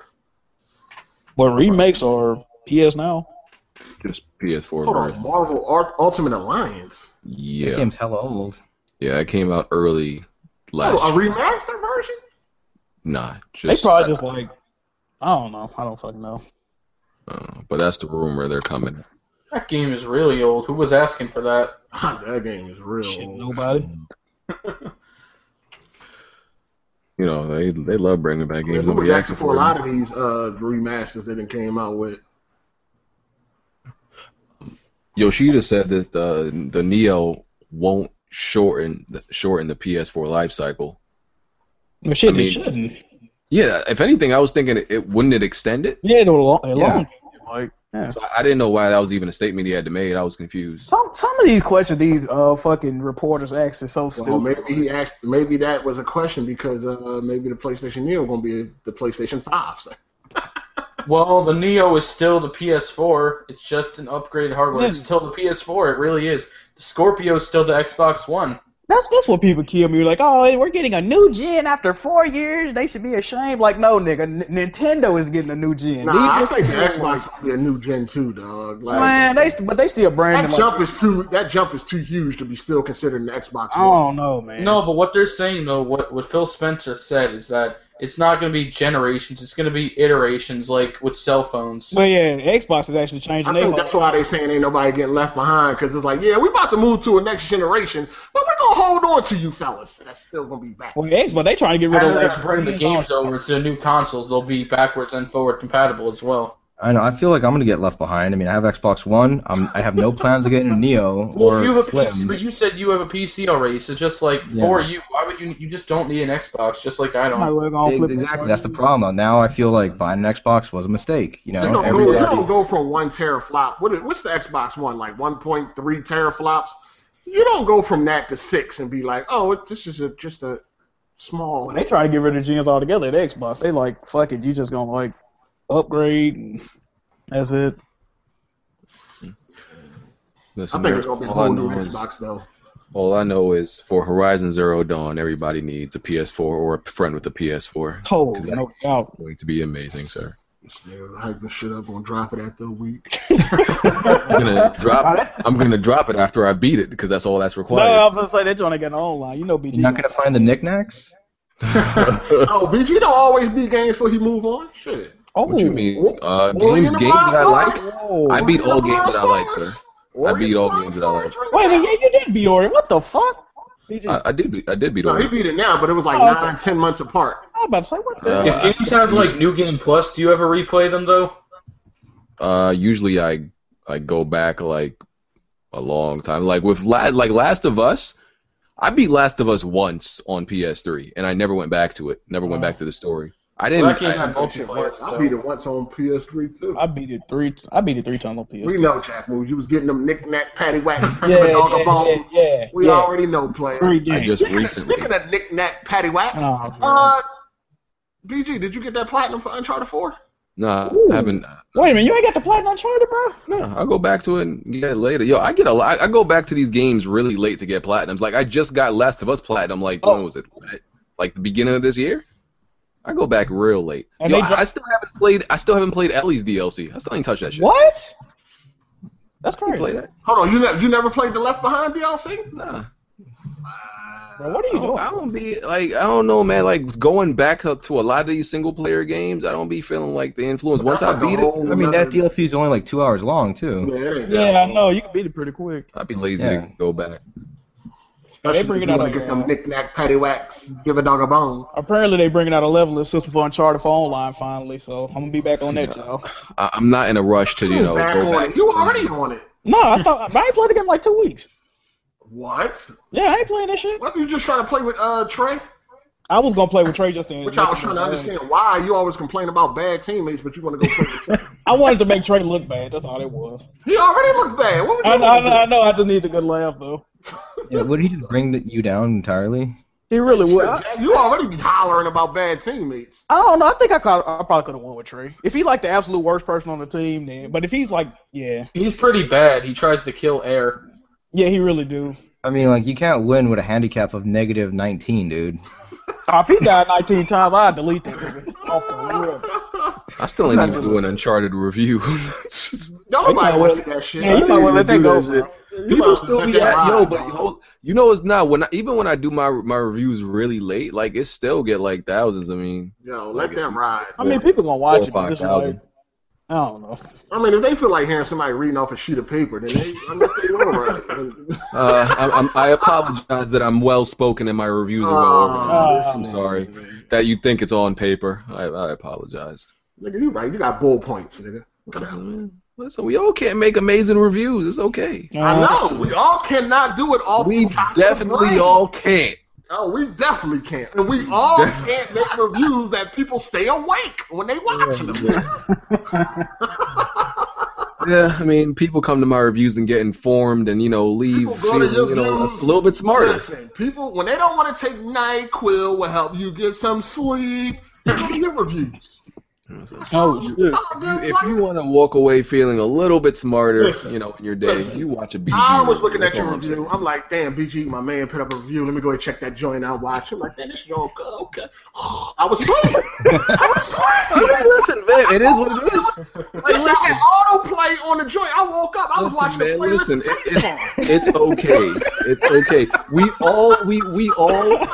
S9: But remakes are PS now.
S2: Just PS4
S4: Hold on,
S2: version.
S4: Marvel Art Ultimate Alliance.
S3: That
S2: Yeah,
S3: game's hella old.
S2: yeah, it came out early last.
S4: Oh, a remastered version? <laughs>
S2: nah,
S9: They
S2: just,
S9: probably just like, I don't know. I don't fucking know.
S2: uh, but that's the rumor they're coming.
S1: That game is really old. Who was asking for that?
S4: Ah, that game is real.
S9: Shit,
S4: old.
S9: nobody.
S2: You know, they they love bringing back games.
S4: Who was
S2: Nobody asked
S4: asking for
S2: for
S4: a
S2: them.
S4: lot of these uh, remasters that it came out with?
S2: Yoshida said that the the Neo won't shorten the, shorten the PS4 life cycle.
S9: Well, shit,
S2: I mean-
S9: it shouldn't.
S2: Yeah, if anything, I was thinking it, it wouldn't it extend it.
S7: Yeah, no, long,
S9: Yeah.
S7: long.
S5: Like,
S2: So I, I didn't know why that was even a statement he had to make. I was confused.
S9: Some some of these questions these uh fucking reporters ask is so
S4: Well,
S9: stupid.
S4: maybe he asked. Maybe that was a question because uh, maybe the PlayStation Neo going to be the PlayStation Five. So.
S1: Well, the Neo is still the PS4. It's just an upgraded hardware. It's
S9: Yeah.
S1: still the PS4. It really is. The Scorpio is still the Xbox One.
S9: That's that's what people kill me. Like, oh, hey, we're getting a new gen after four years. They should be ashamed. Like, no, nigga, N- Nintendo is getting a new gen. These
S4: Nah, I
S9: just
S4: think the
S9: kill me.
S4: Xbox will be a new gen too, dog. Like
S9: Man, they st- but they still
S4: that
S9: branding. Like,
S4: jump is too. That jump is too huge to be still considered an Xbox.
S9: I
S4: One.
S9: don't know, man.
S1: No, but what they're saying though, what what Phil Spencer said is that it's not going to be generations. It's going to be iterations, like with cell phones.
S9: But yeah, Xbox is actually changing.
S4: I
S9: their
S4: think
S9: whole-
S4: that's why they saying ain't nobody getting left behind because it's like, yeah, we about to move to a next generation, but we're gonna hold on to you fellas. That's still gonna be back.
S9: Well, Xbox, they trying to get rid
S1: And
S9: of
S1: they're
S9: like
S1: gonna bring the
S9: hands-on
S1: games over to the new consoles. They'll be backwards and forward compatible as well.
S3: I know. I feel like I'm gonna get left behind. I mean, I have Xbox One. I'm, I have no plans of getting a Neo
S1: Well, if you
S3: or
S1: have a PC,
S3: Slim.
S1: but you said you have a PC already, so just like
S3: Yeah.
S1: for you, why would you? You just don't need an Xbox, just like I
S9: Might
S1: don't.
S9: well gonna
S3: Ex-
S9: flip that
S3: Exactly.
S9: joint.
S3: That's the problem. Now I feel like buying an Xbox was a mistake. You
S4: They
S3: know,
S4: don't go, you don't
S3: everybody.
S4: go from one teraflop. What is, what's the Xbox One like? 1.3 teraflops. You don't go from that to six and be like, oh, it, this is a, just a small.
S9: They trying to get rid of gens altogether at Xbox. They like, fuck it, you just gonna like upgrade. And that's it.
S4: I
S2: Listen,
S4: think
S2: man,
S4: it's gonna be a
S2: all I
S4: whole new
S2: know is-
S4: Xbox though.
S2: All I know is for Horizon Zero Dawn, everybody needs a PS4 or a friend with a PS4.
S9: Oh,
S2: 'Cause
S9: no doubt.
S2: It's going to be amazing, sir.
S4: Yeah, hyping shit up, gonna drop it after a
S9: <laughs>
S4: week.
S2: I'm
S4: <laughs>
S2: gonna drop. I'm gonna drop it after I beat it because that's all that's
S9: No, I
S2: required.
S9: was gonna say that joint ain't getting online. You know, BG.
S3: You're not gonna find the knickknacks.
S4: oh, BG don't always be games before he move on. Shit.
S9: oh,
S2: <laughs> what you mean? Uh,
S4: Ori
S2: games,
S4: and the
S2: games that I like.
S4: Blind Forest?
S9: Whoa.
S2: I beat all
S4: Ori
S2: games
S4: and the
S2: that I
S4: Blind
S2: like, sir.
S4: Forest? Ori
S2: beat
S4: and the
S2: all
S4: Blind
S2: games that I like.
S4: Forest?
S9: Wait, a minute, yeah, you did beat Ori. What the fuck? BG.
S2: I, I did. Beat, I did beat
S4: No,
S2: all.
S4: he beat it now, but it was like
S9: Oh,
S4: nine,
S9: okay.
S4: ten months apart.
S9: I was about to say what the.
S2: Uh,
S1: If games have like New Game Plus, do you ever replay them though?
S2: Uh, usually I I go back like a long time. Like with La- like Last of Us, I beat Last of Us once on PS3, and I never went back to it. Never
S9: Oh.
S2: went back to the story. I didn't.
S1: Well, that game
S2: I-
S1: had
S4: That shit
S1: multiplayer.
S4: worked. I beat
S1: So.
S4: it once on PS3 too.
S9: I beat it three. I beat it three times on PS.
S4: We know Jack moves. You was getting them knick-knack,
S9: <laughs>
S4: paddywhack,
S9: Yeah, yeah,
S4: dog a
S9: yeah,
S4: bone.
S9: yeah, yeah.
S4: We already know, player.
S9: Three
S2: I
S9: games.
S2: just
S9: <laughs>
S4: Speaking of,
S2: recently.
S4: speaking of knick-knack, paddywhack,
S9: Oh,
S4: uh, BG, did you get that platinum for Uncharted 4?
S2: No,
S9: Ooh.
S2: I haven't.
S9: Wait a minute, you ain't got the platinum on Charter, bro?
S2: No, I'll go back to it and get it later. Yo, I get a lot. I go back to these games really late to get platinums. Like I just got Last of Us platinum. Like
S9: Oh.
S2: when was it? Like the beginning of this year. I go back real late.
S9: And
S2: Yo,
S9: they dro-
S2: I, I still haven't played. I still haven't played Ellie's DLC. I still ain't touched that shit.
S9: What? That's
S2: You
S9: crazy.
S2: play that?
S4: Hold on, you, ne- you never played the Left Behind DLC?
S2: Nah.
S9: Bro, what
S2: I
S5: Oh,
S9: are you
S2: don't,
S9: doing?
S2: Oh, I don't be like I don't know, man. Like going back up to a lot of these single player games, I don't be feeling like the influence. Once I
S4: That's like
S2: beat
S4: a
S2: it,
S4: whole
S3: I mean,
S4: nother-
S3: that DLC is only like two hours long too.
S4: Yeah, it ain't that
S9: Yeah, I
S4: long.
S9: know. You can beat it pretty quick.
S2: I'd be lazy
S3: Yeah.
S2: to go back.
S4: Especially
S9: They bring
S4: if
S9: it
S4: you
S9: out
S4: want
S9: on-
S4: to get them knick-knack, paddywhacks, give a dog a bone.
S9: Apparently, they bringing out a leveling system for Uncharted for online finally, so I'm gonna be back on that, y'all.
S2: I, I'm not in a rush to you know
S4: back
S2: go
S4: on
S2: back.
S4: it. You
S2: <laughs>
S4: already on it.
S9: No, I stopped. I ain't played the game in like two weeks.
S4: What?
S9: Yeah, I ain't playing that shit.
S4: Wasn't you just trying to play with uh Trey?
S9: I was gonna play with Trey just then.
S4: Which I was trying to understand why you always complain about bad teammates, but you want to go play with
S9: <laughs>
S4: Trey.
S9: I wanted to make Trey look bad. That's all it was.
S4: He already looked bad. What would you
S9: I know, I
S4: want
S9: know, I know. I just need a good laugh though.
S3: Yeah, would he just bring the, you down entirely?
S9: He really
S4: to do?
S9: would. I,
S4: Jack, You already be hollering about bad
S9: <laughs>
S4: teammates.
S9: I don't know. I think I, could, I probably could have won with Trey. If he like the absolute worst person on the team, then. But if he's like, yeah,
S1: He's pretty bad. He tries to kill air.
S9: yeah, he really do.
S3: I mean, like you can't win with a handicap of negative 19, dude.
S9: Oh, if he died 19 times, I would delete that nigga off the rip.
S4: <laughs>
S2: I still ain't even do an Uncharted review. <laughs>
S4: Nobody wants that shit.
S9: Yeah, you might want to let that go. bro.
S2: People still be at yo, but yo, you know it's not when I, even when I do my my reviews really late, like it still get like thousands. I mean,
S4: Yo, let that ride.
S9: I mean, people gonna watch it,
S2: Four or
S9: but just
S2: five
S9: like, I don't know.
S4: I mean, if they feel like hearing somebody reading off a sheet of paper, then they, I guess they will ride.
S2: uh, I, I'm, I apologize that I'm well spoken in my reviews. are well organized.
S9: Oh,
S2: I'm
S9: man.
S2: sorry that you think it's on paper. I, I apologize.
S4: Nigga, you right. You got bull points, nigga. Come on.
S2: Listen, Listen, we all can't make amazing reviews. It's okay. Uh,
S4: I know. We all cannot do it off
S2: We
S4: the top of
S2: definitely
S4: brain.
S2: all can't.
S4: Oh, we definitely can't. And we all
S2: Def-
S4: can't make reviews that people stay awake when they watch them.
S2: Yeah, I mean, people come to my reviews and get informed, and you know, leave
S4: People go to
S2: feeling,
S4: your
S2: you know
S4: views.
S2: a little bit smarter.
S4: Listen, people, when they don't want to take NyQuil, will help you get some sleep. They Go to your reviews.
S9: Oh, shit.
S4: It's all good,
S2: If
S4: buddy.
S2: you want to walk away feeling a little bit smarter,
S4: Listen,
S2: you know, in your day,
S4: listen.
S2: you watch a BG.
S4: I was looking
S2: That's
S4: at your
S2: all I'm saying.
S4: review. I'm like, damn, BG, my man put up a review. Let me go and check that joint out. Watch. I'm like, man, this joint good. Okay. <sighs> I was sleeping.
S2: <laughs>
S4: I was
S2: I
S4: sleeping.
S2: mean, listen, man, it is what it is.
S4: Like, listen. I had autoplay on the joint. I woke up. I was
S2: Listen,
S4: watching
S2: man,
S4: the playlist.
S2: listen,
S4: Listen,
S2: it- <laughs> It's okay. It's okay. We all, we we all,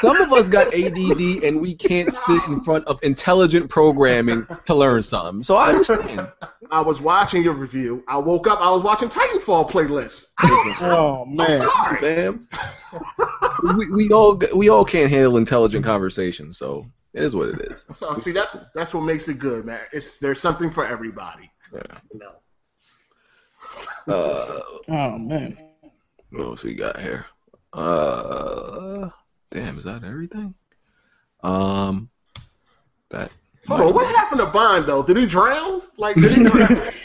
S2: some of us got ADD and we can't sit in front of intelligent programming to learn something. So I understand.
S4: I was watching your review. I woke up. I was watching Titanfall playlist. I
S2: Listen,
S9: Oh man.
S4: Sorry.
S2: man. We, we all we all can't handle intelligent conversation, so it is what it is.
S4: So see, that's that's what makes it good, man. It's there's something for everybody.
S2: Yeah.
S4: You know.
S2: Uh,
S9: Oh man.
S2: what else we got here? Uh, damn, is that everything? Um, that.
S4: Hold on, what happened to Bond though? Did he drown? Like, did
S2: <laughs>
S4: he? drown? <laughs>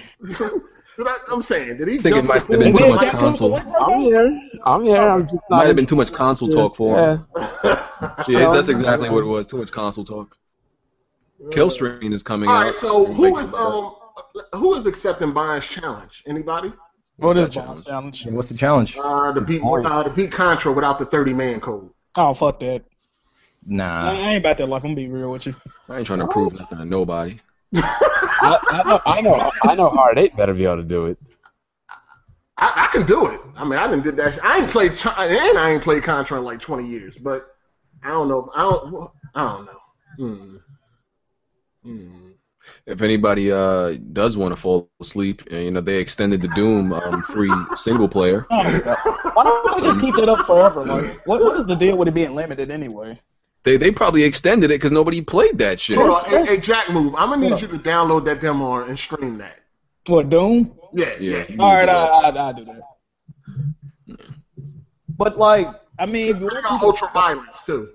S4: Did I, I'm saying, did he
S2: I think it
S4: jump?
S2: might have
S4: in the
S2: been
S4: pool?
S2: too much console.
S7: I'm here. I'm here. I'm just not.
S2: Might have been too much console talk for him. Yeah,
S4: Yeah.
S2: that's exactly what it was. Too much console talk. uh, Killstream is coming
S4: All
S2: out.
S4: right, so who is um who is accepting Bond's challenge? Anybody?
S9: What is
S2: that
S9: Bond's challenge?
S3: What's the challenge?
S4: Uh, to beat uh, to beat Contra without the 30 man code.
S9: Oh fuck that. I
S3: Nah.
S9: I ain't about that life. I'm gonna be real with you.
S2: I ain't trying to prove nothing to nobody.
S7: I, I know. I know. I know. Hard eight better be able to do it.
S4: I, I can do it. I mean, I didn't did that. Sh- I ain't played Ch- and I ain't played Contra in like 20 years. But I don't know. If, I don't. I don't know. Hmm. Hmm.
S2: if anybody uh, does want to fall asleep, uh, you know they extended the Doom um, free single player.
S9: Oh, Why don't they just keep that up forever? Like, what what is the deal with it being limited anyway?
S2: They they probably extended it because nobody played that shit.
S4: Hold on,
S9: That's-
S4: hey, hey, Jack, move. I'm gonna need
S9: Hold
S4: you to download that demo and stream that.
S9: What Doom?
S4: Yeah, yeah.
S2: Yeah. you
S9: All right,
S2: need, uh,
S9: I, I I do that. But like, I mean, if you
S4: I
S9: want
S4: got
S9: people to
S4: ultra violence too.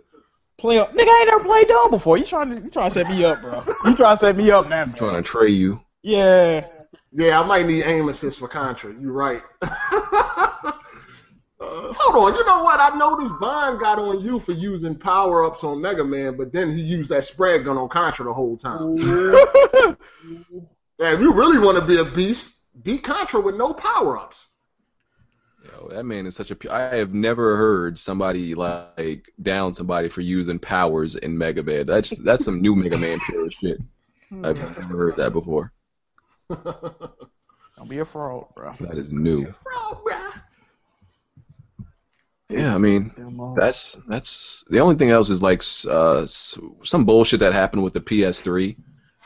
S9: play, nigga, I ain't never played Doom before. You trying to you trying to set me up, bro? You trying to set me up now?
S2: trying
S9: Man.
S2: to tray you.
S9: Yeah. <laughs>
S4: Yeah, I might need aim assist for Contra. You're right. <laughs> uh, hold on. You know what? I noticed Bond got on you for using power ups on Mega Man, but then he used that spread gun on Contra the whole time. Yeah, if you really want to be a beast, beat Contra with no power <laughs> ups.
S2: Yo, that man is such a. pu- I have never heard somebody like down somebody for using powers in Mega Man. That's that's some new Mega Man pure shit. I've never heard that before.
S9: Don't be a fraud, bro.
S2: That is new. Yeah, I mean, that's that's the only thing else is like s- uh, s- some bullshit that happened with the PS3.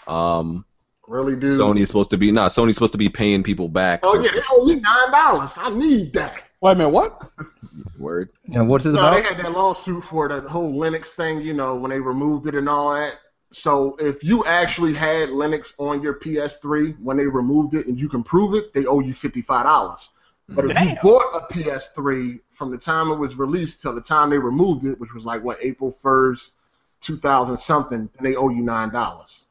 S2: Um,
S4: really, dude?
S2: Sony's supposed to be nah. Sony's supposed to be paying people back.
S4: Oh,
S2: for-
S4: yeah, they owe me $9. I need that.
S5: Wait a minute, what?
S2: Word.
S3: Yeah, what's it
S4: No, they
S3: about?
S4: had that lawsuit for the whole Linux thing, you know, when they removed it and all that. So if you actually had Linux on your PS3 when they removed it and you can prove it, they owe you fifty-five dollars. But
S2: Mm.
S4: if you
S9: Damn.
S4: bought a PS3 from the time it was released till the time they removed it, which was like what April first, two thousand something, then they owe you nine dollars.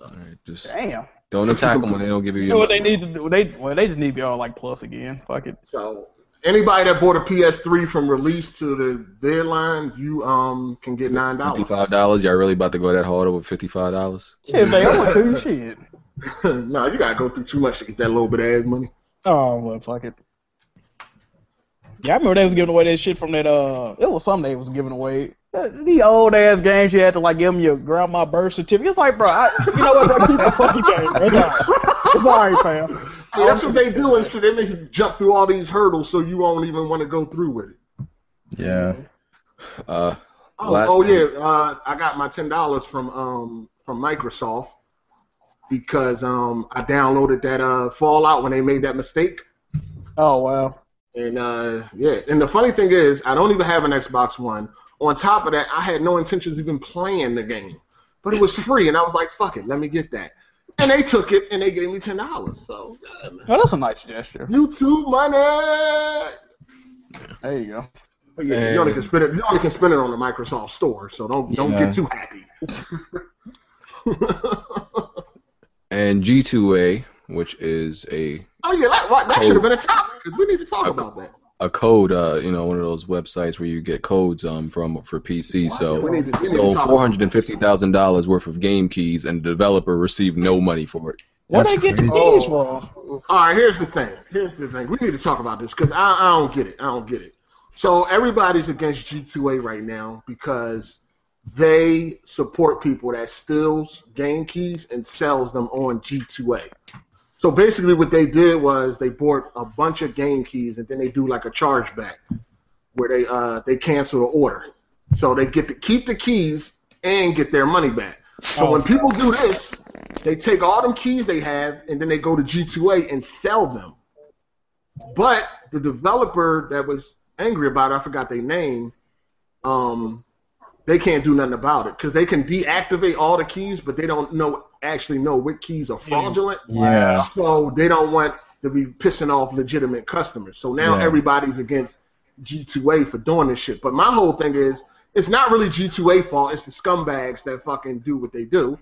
S2: All
S3: Mm.
S2: right, just
S9: Damn.
S2: don't attack them when they don't give you
S4: <laughs>
S9: You know
S2: your
S9: what they
S2: money.
S9: need to do? They well, they just need to be all like plus again. Fuck it.
S4: So anybody that bought a PS3 from release to the deadline, you um can get nine dollars.
S2: Fifty-five dollars. Y'all really about to go that hard over fifty-five dollars?
S9: Shit, they owe it to you. Shit.
S4: <laughs> no, you gotta go through too much to get that little bit of ass money.
S9: Oh well, fuck it. Yeah, I remember they was giving away that shit from that. Uh, it was something they was giving away. Uh, The old ass games you had to like give them your grandma birth certificate. It's like, bro, I, you know what? Bro, keep the fucking game. Bro. It's alright. It's alright, fam.
S4: Hey, that's what they do, and so they make you jump through all these hurdles, so you won't even want to go through with it.
S3: Yeah.
S2: Uh,
S4: Oh,
S2: Last
S4: oh
S2: thing.
S4: yeah, uh, I got my ten dollars from um from Microsoft because um I downloaded that uh Fallout when they made that mistake,
S9: Oh wow.
S4: and uh yeah, and the funny thing is I don't even have an Xbox One. On top of that, I had no intentions of even playing the game, but it was free, and I was like, fuck it, let me get that. and they took it and they gave me ten dollars. So yeah, man.
S9: Oh, that's a nice gesture.
S4: YouTube money.
S9: There you go.
S4: But yeah, you only
S2: And-
S4: can spend it. You only can spend it on the Microsoft Store. So don't don't
S3: Yeah.
S4: get too happy. <laughs>
S2: And G2A, which is a
S4: oh yeah, that, that, should have been a topic 'cause we need to talk about that.
S2: a code, uh, you know, one of those websites where you get codes um from for PC.
S4: We
S2: So
S4: need to- we need to
S2: sold
S4: talk
S2: four hundred and fifty thousand dollars worth of game keys, and the developer received no money for it.
S9: Where
S3: That's
S9: they get the
S1: crazy.
S9: keys
S1: Oh.
S9: from?
S4: All right, here's the thing. Here's the thing. We need to talk about this because I, I don't get it. I don't get it. So everybody's against G2A right now because they support people that steals game keys and sells them on G2A. So basically, what they did was they bought a bunch of game keys and then they do like a chargeback where they uh, they cancel the order. So they get to keep the keys and get their money back. So when people do this, they take all them keys they have and then they go to G2A and sell them. But the developer that was angry about it, I forgot their name, um, they can't do nothing about it because they can deactivate all the keys, but they don't know actually know what keys are fraudulent.
S3: Yeah.
S4: So they don't want to be pissing off legitimate customers. So now
S3: Yeah.
S4: everybody's against G2A for doing this shit. But my whole thing is, it's not really G2A fault. It's the scumbags that fucking do what they do.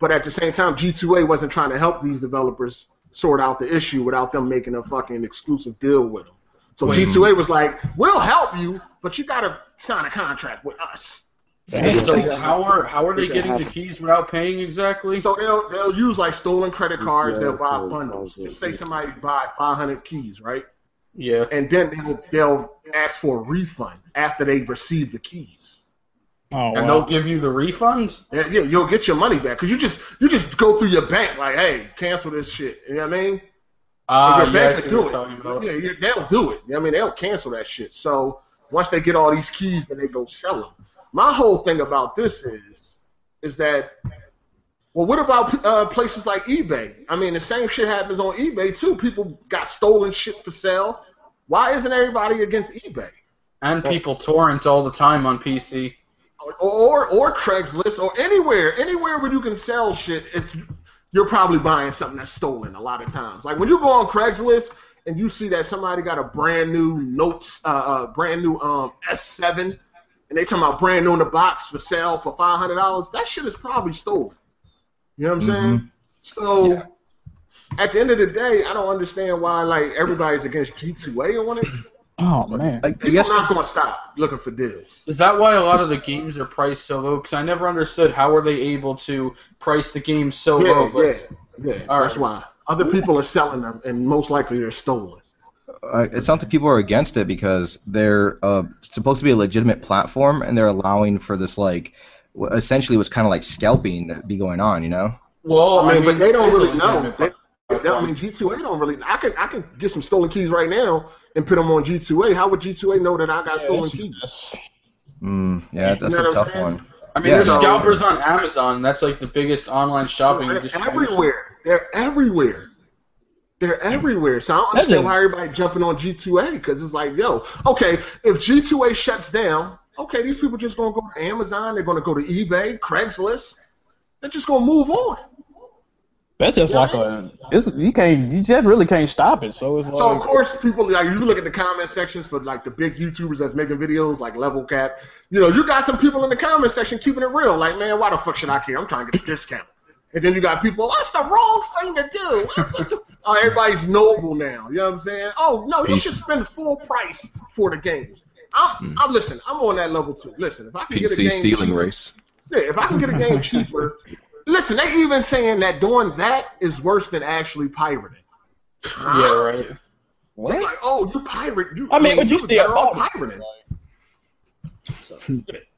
S4: But at the same time, G2A wasn't trying to help these developers sort out the issue without them making a fucking exclusive deal with them. So
S1: Wait.
S4: G2A was like, "We'll help you, but you gotta sign a contract with us."
S1: So how are how are they getting the keys without paying exactly?
S4: So they'll they'll use like stolen credit cards. They'll buy
S7: Yeah,
S4: bundles.
S7: yeah.
S4: Just say somebody buy 500 keys, right?
S1: yeah.
S4: and then they'll, they'll ask for a refund after they receive the keys.
S9: Oh,
S1: And
S9: wow.
S1: they'll give you the refunds?
S4: Yeah, yeah, you'll get your money back because you just you just go through your bank like, hey, cancel this shit. You know what I mean?
S1: Ah,
S4: your
S1: yeah, I
S4: bank
S1: see
S4: would do
S1: what you're
S4: it.
S1: talking about.
S4: Yeah, yeah, they'll do it. You know what I mean, they'll cancel that shit. So once they get all these keys, then they go sell them. My whole thing about this is, is that, well, what about uh, places like eBay? I mean, the same shit happens on eBay too. People got stolen shit for sale. Why isn't everybody against eBay?
S1: And people torrent all the time on PC.
S4: or or Craigslist or anywhere, anywhere where you can sell shit, it's you're probably buying something that's stolen a lot of times. Like when you go on Craigslist and you see that somebody got a brand new notes, uh, uh brand new um S7, and they talking about brand new in the box for sale for five hundred dollars, that shit is probably stolen. You know what I'm
S3: Mm-hmm.
S4: saying? So. At the end of the day, I don't understand why like everybody's against G2A on it.
S9: Oh man.
S3: I, I
S4: People
S3: guess
S4: not gonna stop looking for deals.
S1: Is that why a lot of the games are priced so low? Because I never understood how are they able to price the game so low.
S4: Yeah,
S1: But
S4: yeah, yeah.
S1: All
S4: That's
S1: right.
S4: why other people are selling them, and most likely they're stolen.
S3: uh, it sounds like people are against it because they're uh, supposed to be a legitimate platform, and they're allowing for this like, wh- essentially, was kind of like scalping that be going on, you know?
S1: Well,
S4: I mean, but they don't
S1: there's a
S4: really know.
S1: legitimate
S4: They, they- I mean, G two A don't really. I can I can get some stolen keys right now and put them on G two A. How would G two A know that I got stolen keys?
S3: Mm, yeah, that's
S4: know what
S3: a
S4: I'm
S3: tough
S4: saying?
S3: one.
S1: I mean,
S3: Yeah,
S1: there's
S4: no.
S1: scalpers on Amazon. That's like the biggest online shopping.
S4: They're
S1: distribution.
S4: everywhere. They're everywhere. They're everywhere. So I don't
S9: That's
S4: understand
S9: it.
S4: why everybody jumping on G two A because it's like, yo, okay, if G two A shuts down, okay, these people just gonna go to Amazon. They're gonna go to eBay, Craigslist. They're just gonna move on.
S9: That's just like a. It's, you can't. You just really can't stop it. So it's like.
S4: So of course, people like you look at the comment sections for like the big YouTubers that's making videos, like Level Cap. You know, you got some people in the comment section keeping it real, like, man, why the fuck should I care? I'm trying to get a discount. And then you got people, "Oh, that's the wrong thing to do. What's it do?" <laughs> oh, everybody's noble now. You know what I'm saying? Oh no, you
S2: Peace.
S4: should spend full price for the games. I'm, I'm listen. I'm on that level too. Listen, if I can get a game
S2: PC stealing
S4: cheaper-
S2: race.
S4: yeah, if I can get
S2: <laughs>
S4: a game cheaper, listen, they even saying that doing that is worse than actually pirating.
S1: Yeah, right.
S4: They're like, oh, you pirate. You,
S9: I mean, but you
S4: were
S9: still
S4: better off
S9: bought it.
S4: pirating.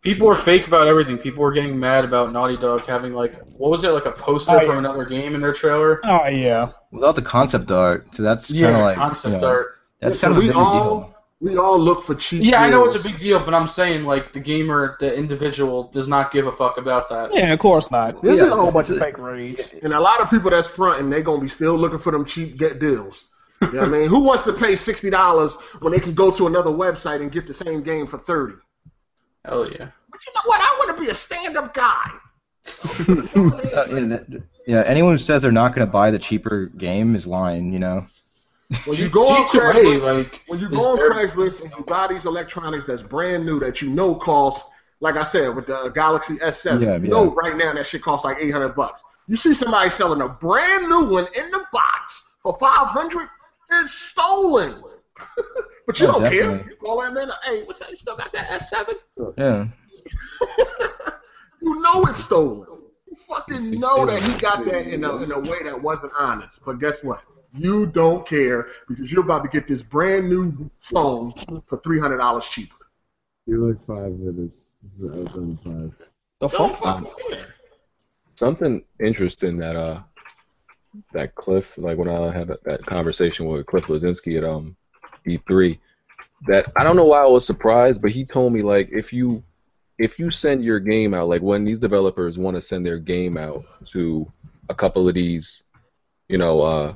S1: People are fake about everything. People are getting mad about Naughty Dog having like what was it like a poster
S9: Oh, yeah.
S1: from another game in their trailer?
S9: Oh yeah.
S3: Without the concept art, so that's kind
S1: Yeah,
S3: of like
S1: concept
S3: you know,
S1: art.
S3: That's
S4: So
S3: kind of a
S4: we
S3: big
S4: all-
S3: deal.
S4: We all look for cheap.
S1: Yeah, I know it's a
S4: deals.
S1: big deal, but I'm saying like the gamer, the individual does not give a fuck about that.
S9: Yeah, of course not. There's
S4: Yeah,
S9: a whole bunch of
S3: it's-
S9: fake raids.
S4: And a lot of people that's fronting, they gonna be still looking for them cheap get deals. You know what I mean? Who wants to pay sixty dollars when they can go to another website and get the same game for thirty?
S1: Hell yeah.
S4: But you know what? I want to be a stand-up guy.
S8: <laughs>
S3: Uh, yeah, that- Yeah, anyone who says they're not going to buy the cheaper game is lying. You know.
S4: When you go on
S1: Cheap way,
S4: Craigslist,
S1: like
S4: when you
S1: is
S4: go on
S1: very-
S4: Craigslist and you buy these electronics that's brand new that you know cost, like I said, with the Galaxy S7,
S3: Yeah,
S4: you
S3: yeah.
S4: know right now that shit costs like 800 bucks. You see somebody selling a brand new one in the box for 500, it's stolen. <laughs> but you
S3: Oh,
S4: don't care.
S3: definitely.
S4: You call that man, hey, what's that? You still got that S7?
S3: Yeah.
S4: You know it's stolen. You fucking know that he got that in a, in a way that wasn't honest. But guess what? You don't care because you're about to get this brand new phone for three hundred dollars cheaper.
S7: You look five minutes. It's an iPhone five.
S3: The
S4: Don't
S3: fuck?
S4: fucking care.
S2: something interesting that uh that Cliff like when I had that conversation with Cliff Lazinski at um E3 that I don't know why I was surprised but he told me like if you if you send your game out like when these developers want to send their game out to a couple of these you know uh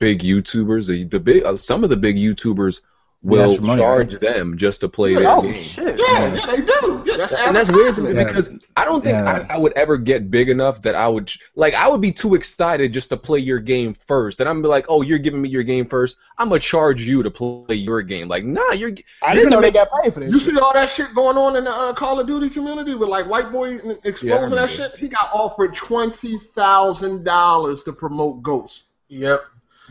S2: big YouTubers the, the big uh, some of the big YouTubers will
S3: ask for money,
S2: charge them just to play their
S5: Oh
S2: game
S5: shit!
S4: Yeah, yeah, they do. Yeah, that's
S2: and that's weird to me
S4: advertisement.
S2: because I don't think
S3: Yeah.
S2: I, I would ever get big enough that I would like I would be too excited just to play your game first, and I'm be like, oh, you're giving me your game first. I'm gonna charge you to play your game. Like, nah, you're
S9: I didn't
S2: gonna
S9: know they
S2: make-
S9: got paid for that.
S4: You
S9: shit.
S4: see all that shit going on in the uh, Call of Duty community with like white boys and exposing
S2: remember.
S4: that shit. He got offered twenty thousand dollars to promote Ghosts.
S1: Yep.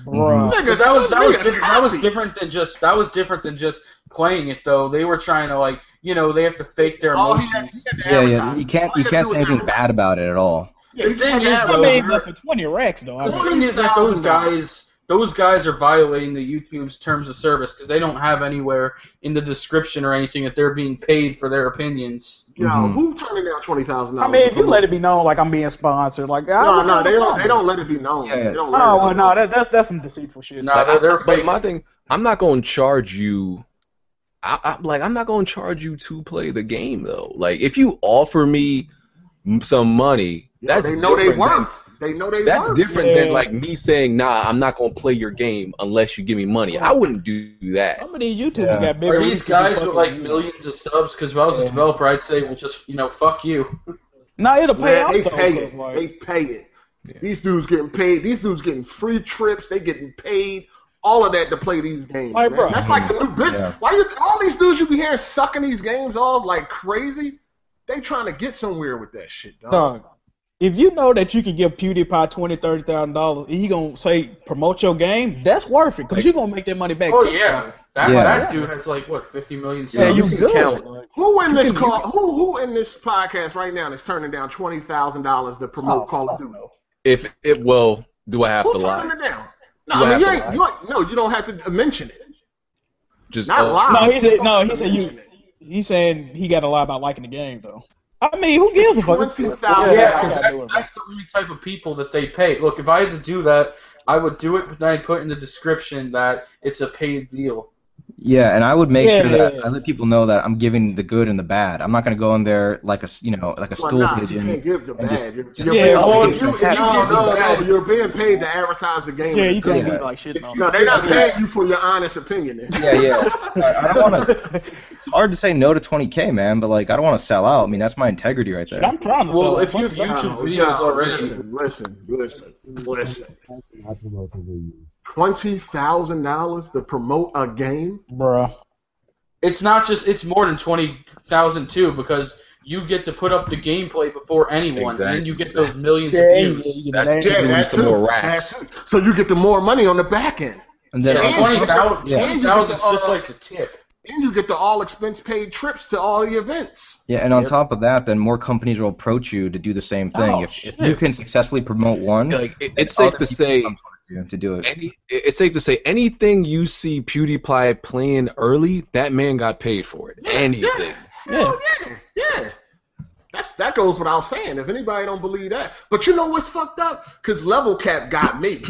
S9: Bruh.
S4: Nigga,
S1: That was that was,
S4: nigga,
S1: different, that was
S4: happy.
S1: different than just that was different than just playing it though. They were trying to like you know they have to fake their
S4: All he had- he
S1: emotions.
S4: had to
S3: Yeah, yeah.
S4: advertise.
S3: You can't
S4: All
S3: you
S4: he had to
S3: can't
S4: do
S3: say
S4: was
S3: anything
S4: advertise.
S3: bad about it at all.
S4: Yeah, he
S1: The
S4: just
S1: thing is,
S4: had to
S1: though,
S9: I
S4: advertise.
S9: mean, but for twenty racks though. I
S1: The
S9: was
S1: thing is that those guys those guys are violating the YouTube's terms of service because they don't have anywhere in the description or anything that they're being paid for their opinions.
S4: Yo,
S2: Mm-hmm.
S3: Mhm.
S4: who turning down twenty thousand
S9: I
S4: dollars?
S9: mean, if you let it be known like I'm being sponsored, like I
S4: No,
S9: don't
S4: no,
S9: know
S4: they
S9: what's
S4: don't.
S9: on
S4: They don't let it be known.
S3: Yeah, yeah.
S4: They don't let
S9: Oh
S4: it
S9: well,
S4: be
S9: no,
S4: known.
S9: that, that's that's some deceitful shit.
S1: No, they're, they're
S2: but
S1: fake.
S2: my thing, I'm not gonna charge you. I, I'm like, I'm not gonna charge you to play the game though. Like, if you offer me m- some money,
S4: Yo,
S2: that's
S4: they know they
S2: different than-
S4: worth. They know they
S2: That's
S4: worth.
S2: different than
S9: Yeah.
S2: like me saying, nah, I'm not gonna play your game unless you give me money. I wouldn't do that.
S9: Some of these YouTubers
S3: Yeah.
S9: got bigger.
S1: Are these
S9: reaches than
S1: guys
S9: fucking
S1: with like
S9: you.
S1: millions of subs? Because if I was a
S9: Yeah.
S1: developer, I'd say, well, just you know, fuck you.
S9: No, it'll pay
S4: Man,
S9: off
S4: they
S9: though,
S4: pay
S9: 'cause,
S4: it.
S9: like-
S4: They pay it.
S2: Yeah.
S4: These dudes getting paid. These dudes getting free trips. They getting paid. All of that to play these games.
S9: Like,
S4: man.
S9: bro.
S4: That's like the new business.
S3: Yeah.
S4: Why you all these dudes you be hearing sucking these games off like crazy? They trying to get somewhere with that shit, dog.
S9: Dog, if you know that you can give PewDiePie twenty, thirty thousand dollars, and he gonna say promote your game, that's worth it because you gonna make that money back.
S1: Oh
S9: too.
S1: yeah, that
S3: Yeah.
S1: that dude has like what 50 million subs.
S9: Yeah, you
S2: can
S9: good.
S2: count.
S4: Who in this
S9: You can-
S4: call? Who who in this podcast right now is turning down twenty thousand dollars to promote
S9: Oh,
S4: Call of
S9: fuck
S4: Duty?
S9: no.
S2: If it well, do I have
S4: Who
S2: to
S4: turning
S2: lie?
S4: it down? No,
S2: Do I
S4: I mean, you
S2: have to
S4: ain't, you ain't, no, you don't have to mention it.
S2: Just
S4: Not
S2: oh,
S4: lie.
S9: No, he said no. He said
S4: Mention
S9: you.
S4: it.
S9: He said he got to lie about liking the game though. I mean, who gives a fuck? It's-
S4: 20,000.
S9: Yeah,
S1: Yeah,
S9: I
S1: 'cause
S9: gotta
S1: that's,
S9: do it.
S1: that's the only type of people that they pay. Look, if I had to do that, I would do it, but then I put in the description that it's a paid deal.
S3: Yeah, and I would make
S9: Yeah,
S3: sure
S9: yeah,
S3: that
S9: yeah.
S3: I let people know that I'm giving the good and the bad. I'm not gonna go in there like a s- you know like a
S4: Well,
S3: stool
S4: nah, you
S3: pigeon.
S4: can't give the
S3: and just-
S4: bad. You're,
S3: just
S4: you're
S9: Yeah,
S4: being
S1: well,
S4: paid.
S1: if you, if you
S4: no,
S1: give
S4: no,
S1: the
S4: no.
S1: bad,
S4: You're being paid to advertise the game.
S9: Yeah, you can't
S3: Yeah.
S9: be like shit on.
S4: No, they're not paying you for your
S2: <laughs>
S4: honest opinion. Then.
S3: Yeah, yeah. I, I don't want to.
S4: <laughs>
S3: Hard to say no to 20k, man, but like I don't want to sell out. I mean that's my integrity right
S9: Shit,
S3: there.
S9: I'm trying to.
S1: well,
S9: sell
S1: if
S9: it.
S1: you have YouTube
S4: No,
S1: videos
S4: no,
S1: already,
S4: Listen, listen, listen, listen.
S7: I promote the video.
S4: Twenty thousand dollars to promote a game.
S9: bruh.
S1: it's not just it's more than 20,000 too because you get to put up the gameplay before anyone, and then you get those millions
S9: Yeah, yeah,
S1: of views.
S9: you know,
S2: That's
S9: they-
S4: Yeah,
S2: Give me
S4: that's
S2: some
S4: too.
S2: more racks.
S4: That's too. So you get the more money on the back end,
S3: And
S1: Yeah,
S3: then
S4: Yeah.
S1: twenty thousand,
S3: Yeah.
S1: twenty thousand is just like the tip.
S4: and you get the all expense paid trips to all the events.
S3: yeah, and on
S1: Yep.
S3: top of that, then more companies will approach you to do the same thing.
S9: Oh,
S3: if, if you can successfully promote one,
S2: Like it, it's
S3: then
S2: safe to
S3: other people
S2: say
S3: come towards you to do it.
S2: any. it- It's safe to say anything you see PewDiePie playing early, that man got paid for it. Anything.
S9: Yeah.
S4: Hell Oh, yeah, yeah. That's that goes without saying. If anybody don't believe that, but you know what's fucked up? Cause level cap got me,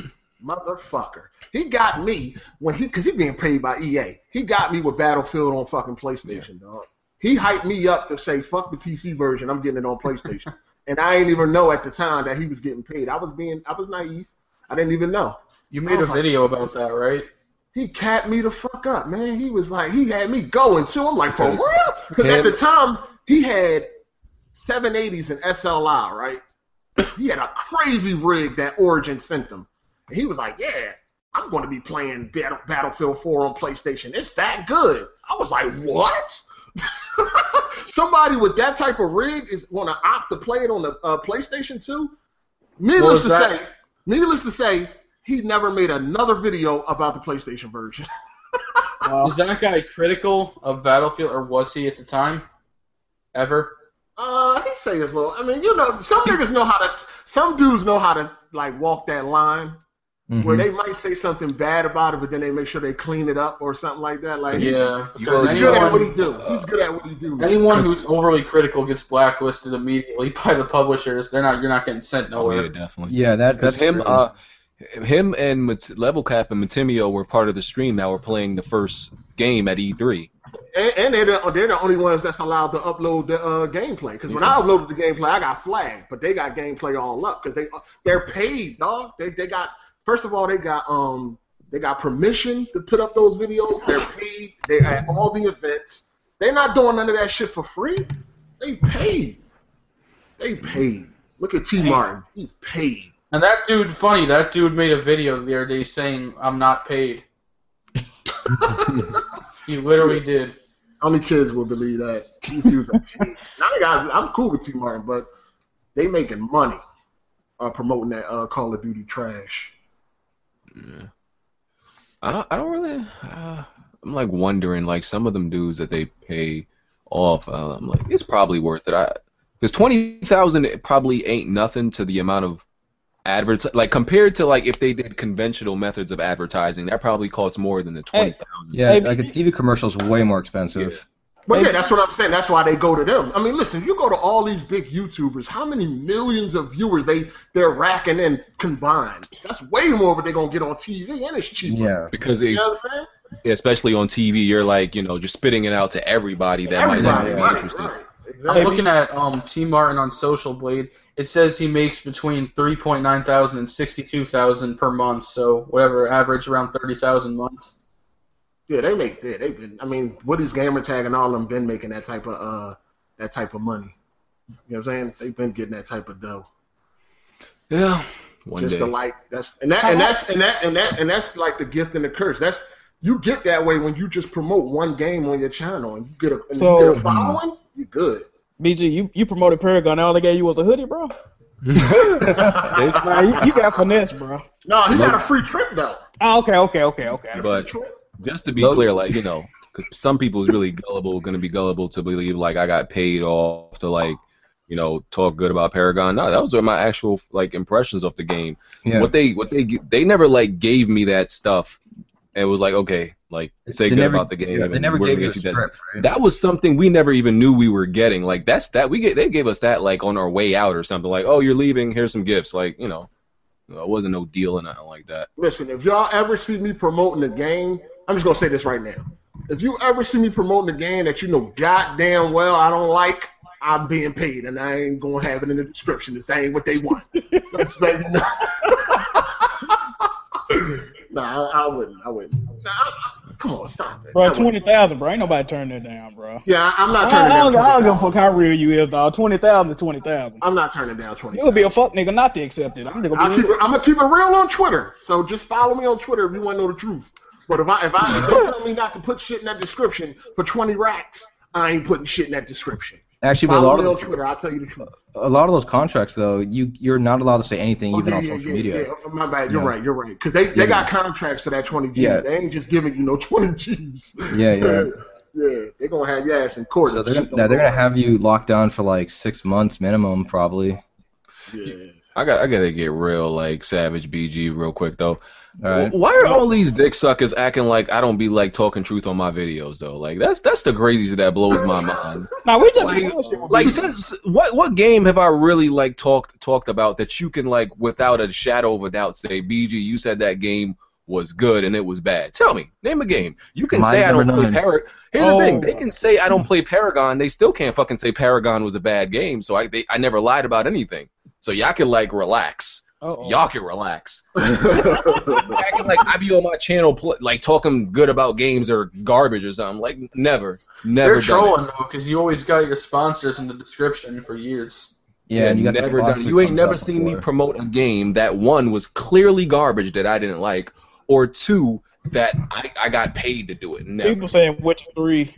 S4: motherfucker. He got me when he, cause he being paid by EA. He got me with Battlefield on fucking PlayStation, dog. He hyped me up to say fuck the PC version. I'm getting it on PlayStation, and I didn't even know at the time that he was getting paid. I was being, I was naive. I didn't even know.
S1: You made a video about that, right?
S4: He capped me the fuck up, man. He was like, he had me going too. I'm like, for real?
S2: Yes.
S4: Because at
S2: Him-
S4: the time, he had 780s and SLI, right? He had a crazy rig that Origin sent him. And he was like, Yeah, I'm going to be playing Battle- Battlefield 4 on PlayStation. It's that good. I was like, What? <laughs> Somebody with that type of rig is going to opt to play it on the uh, PlayStation 2?
S1: Well,
S4: Needless
S1: is
S4: to
S1: that-
S4: say, needless to say, he never made another video about the PlayStation version.
S1: Was that guy critical of Battlefield, or was he at the time? Ever?
S4: Uh, he say his little. I mean, you know, some niggas know how to. Some dudes know how to like walk that line
S1: Mm-hmm.
S4: where
S3: Mhm.
S4: they might say something bad about it, but then they make sure they clean it up or something like that. Like,
S1: Yeah, because
S4: he's good at what he
S1: anyone,
S4: do. He's good at what he do. man.
S1: anyone who's overly critical gets blacklisted immediately <laughs> by the publishers. They're not. You're not getting sent
S2: Oh,
S1: nowhere.
S2: yeah, definitely.
S3: Yeah, that,
S2: Because
S3: that's
S2: him,
S3: true.
S2: uh, him and Mat- Level Cap and Matimio were part of the stream that were playing the first game at E E3.
S4: And, and they're the, uh, they're the only ones that's allowed to upload the uh, gameplay. Because when
S2: Yeah.
S4: I uploaded the gameplay, I got flagged, but they got gameplay all up because they uh, they're paid, dog. They they got first of all they got um they got permission to put up those videos. They're paid. They're at all the events. They're not doing none of that shit for free. They paid. They paid. Look at T Martin. He's paid.
S1: And that dude, funny. That dude made a video the other day saying, "I'm not <laughs> paid." he literally did.
S4: Only kids will believe that. These dudes are paid. Now they got- I'm cool with T Martin, but they making money uh, promoting that uh, Call of Duty trash.
S2: Yeah. I don't, I don't really. Uh, I'm like wondering, like some of them dudes that they pay off. Uh, I'm like, it's probably worth it. I because twenty thousand probably ain't nothing to the amount of advert like compared to like if they did conventional methods of advertising, that probably costs more than the twenty thousand.
S3: yeah,
S9: Maybe-
S3: like a TV commercial's way more expensive.
S4: But yeah,
S9: Maybe-
S4: that's what I'm saying. That's why they go to them. I mean, listen, you go to all these big YouTubers, how many millions of viewers they they're racking in combined? That's way more what they're gonna get on TV, and it's cheaper.
S3: Yeah.
S2: Because
S4: You
S2: it's,
S4: know what I'm saying?
S2: especially on TV, you're like you know you're spitting it out to everybody that
S4: Everybody,
S2: might not
S4: right,
S2: be interested.
S4: right,
S1: I'm
S4: exactly.
S1: looking at um, T Martin on Social Blade. It says he makes between three point nine thousand and sixty two thousand per month. So whatever, average around thirty thousand months.
S4: Yeah, they make that. They've been. I mean, Woody's gamer tag and all of them been making that type of uh that type of money. You know what I'm saying? They've been getting that type of dough.
S2: Yeah, one
S4: just
S2: day.
S4: to like that's and that and that's and that and that and that's like the gift and the curse. That's you get that way when you just promote one game on your channel and you get a, and you
S9: So-
S4: get a following, you're good.
S9: BG, you, you promoted Paragon. All they gave you was a hoodie, bro.
S4: no,
S9: Nah, you, you got finesse, bro.
S4: he got a free trip though.
S9: Oh, okay, okay, okay, okay.
S2: but just to be
S3: Look-
S2: clear, like you know, because some people is really gullible, going to be gullible to believe like I got paid off to like, you know, talk good about Paragon. No, that was my actual like impressions of the game.
S3: Yeah.
S2: What they what they g- they never like gave me that stuff. And it was like okay, like say
S3: They
S2: good
S3: never-
S2: about the game.
S3: yeah,
S2: and
S3: they never
S2: we're
S3: gave
S2: gonna
S3: you a
S2: get that.
S3: script, right?
S2: That was something we never even knew we were getting. Like that's that we get they gave us that like on our way out or something. Like oh you're leaving, here's some gifts. Like you know, it wasn't no deal or nothing like that.
S4: Listen, if y'all ever see me promoting a game, I'm just gonna say this right now. If you ever see me promoting a game that you know goddamn well I don't like, I'm being paid and I ain't gonna have it in the description. This ain't what they want. Let's let you know. <laughs> nah, I, I wouldn't. I wouldn't. Nah, I, I- come on, stop it. I
S9: Bro,
S4: wouldn't.
S9: twenty thousand, bro. Ain't nobody turning that down, bro.
S4: Yeah, I- I'm
S9: I,
S4: not
S9: I,
S4: turning down.
S9: don't, I don't give a
S4: 20,000.
S9: fuck how real you is, dog. Twenty thousand is twenty thousand.
S4: I'm not turning down twenty.
S9: You would be a fuck nigga not to accept it. I'm just
S4: I'll
S9: gonna be
S4: keep it, I'm gonna keep it real on Twitter. So just follow me on Twitter if you want to know the truth. But if I if I
S3: <laughs>
S4: if they tell me not to put shit in that description for twenty racks, I ain't putting shit in that description.
S3: Actually, but a
S4: Follow
S3: lot
S4: me on
S3: of the,
S4: Twitter. I'll tell you the truth.
S3: a lot of those contracts though, you you're not allowed to say anything even on social media.
S4: Oh, yeah. oh, My bad. You're
S3: Yeah.
S4: right. You're right. Because they, they
S3: Yeah.
S4: got contracts for that twenty G.
S3: Yeah.
S4: They ain't just giving you no <laughs> twenty Gs.
S3: <laughs> Yeah, yeah.
S4: <laughs> yeah. They're gonna have your ass in court.
S3: So
S4: if
S3: they're gonna,
S4: shit
S3: now
S4: don't
S3: they're
S4: go
S3: gonna
S4: right.
S3: have you locked down for like six months minimum, probably.
S4: Yeah.
S2: I got I gotta get real like savage BG real quick though.
S3: All right.
S2: Wh- Why are all these dick suckers acting like I don't be like talking truth on my videos though? Like that's that's the crazy that blows my mind.
S9: Now we just
S2: Like-
S9: bullshit with
S2: Like
S9: people.
S2: since what what game have I really like talked talked about that you can like without a shadow of a doubt say BG you said that game was good and it was bad. Tell me, name a game. You can
S3: Mine
S2: say I don't
S3: number
S2: play
S3: nine.
S2: Paragon. Here's
S9: Oh.
S2: the thing: they can say I don't play Paragon. They still can't fucking say Paragon was a bad game. So I they, I never lied about anything. So y'all can like relax.
S9: Uh-oh.
S2: Y'all can relax.
S3: <laughs>
S2: Acting like I be on my channel, pl- like talking good about games or garbage or something. Like never, never.
S1: They're
S2: done it.
S1: trolling though, because you always got your sponsors in the description for years. <laughs>
S3: Yeah, and you got the
S2: never
S3: Xbox
S2: done.
S3: that
S2: You ain't
S3: comes
S2: never
S3: out
S2: seen me
S3: before.
S2: promote a game that one was clearly garbage that I didn't like, or two that I, I got paid to do it. Never.
S10: People saying Witcher three.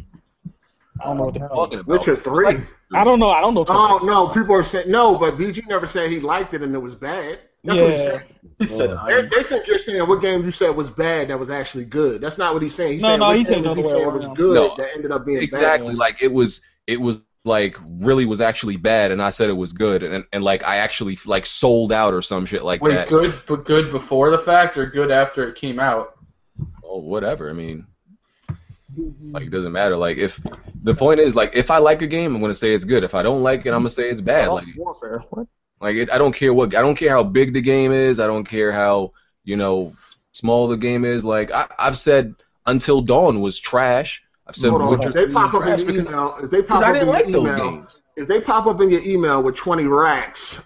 S10: I don't know what the hell.
S2: Talking about-
S3: Oh,
S4: Witcher three.
S10: I don't know. I don't know.
S4: Oh no, people are saying no, but BG never said he liked it and it was bad. That's what he
S10: Yeah.
S4: said.
S1: He said,
S4: They,
S1: I,
S4: they think you're saying what game you said was bad that was actually good. That's not what he's saying. He's
S10: No,
S4: saying
S10: no,
S4: what
S10: he said
S4: games
S10: another
S4: he
S10: way
S4: said was
S10: around.
S4: good
S2: No.
S4: that ended up being
S2: exactly
S4: bad.
S2: like it was it was like really was actually bad and i said it was good and, and like i actually like sold out or some shit like
S1: wait,
S2: that
S1: good, but good before the fact or good after it came out?
S2: oh whatever i mean
S4: Mm-hmm.
S2: like it doesn't matter like if the point is like if i like a game i'm gonna say it's good if i don't like it i'm gonna say it's bad like
S4: Warfare. What?
S2: like it, i don't care what i don't care how big the game is i don't care how you know small the game is like I, i've said until dawn was trash i've said
S4: Hold on.
S2: Witcher
S4: If they
S2: 3
S4: pop up
S2: was trash
S4: in your
S2: because-
S4: email, if they
S2: because
S4: pop
S2: i
S4: up in
S2: didn't like
S4: your
S2: those
S4: email,
S2: games
S4: if they pop up in your email with 20 racks,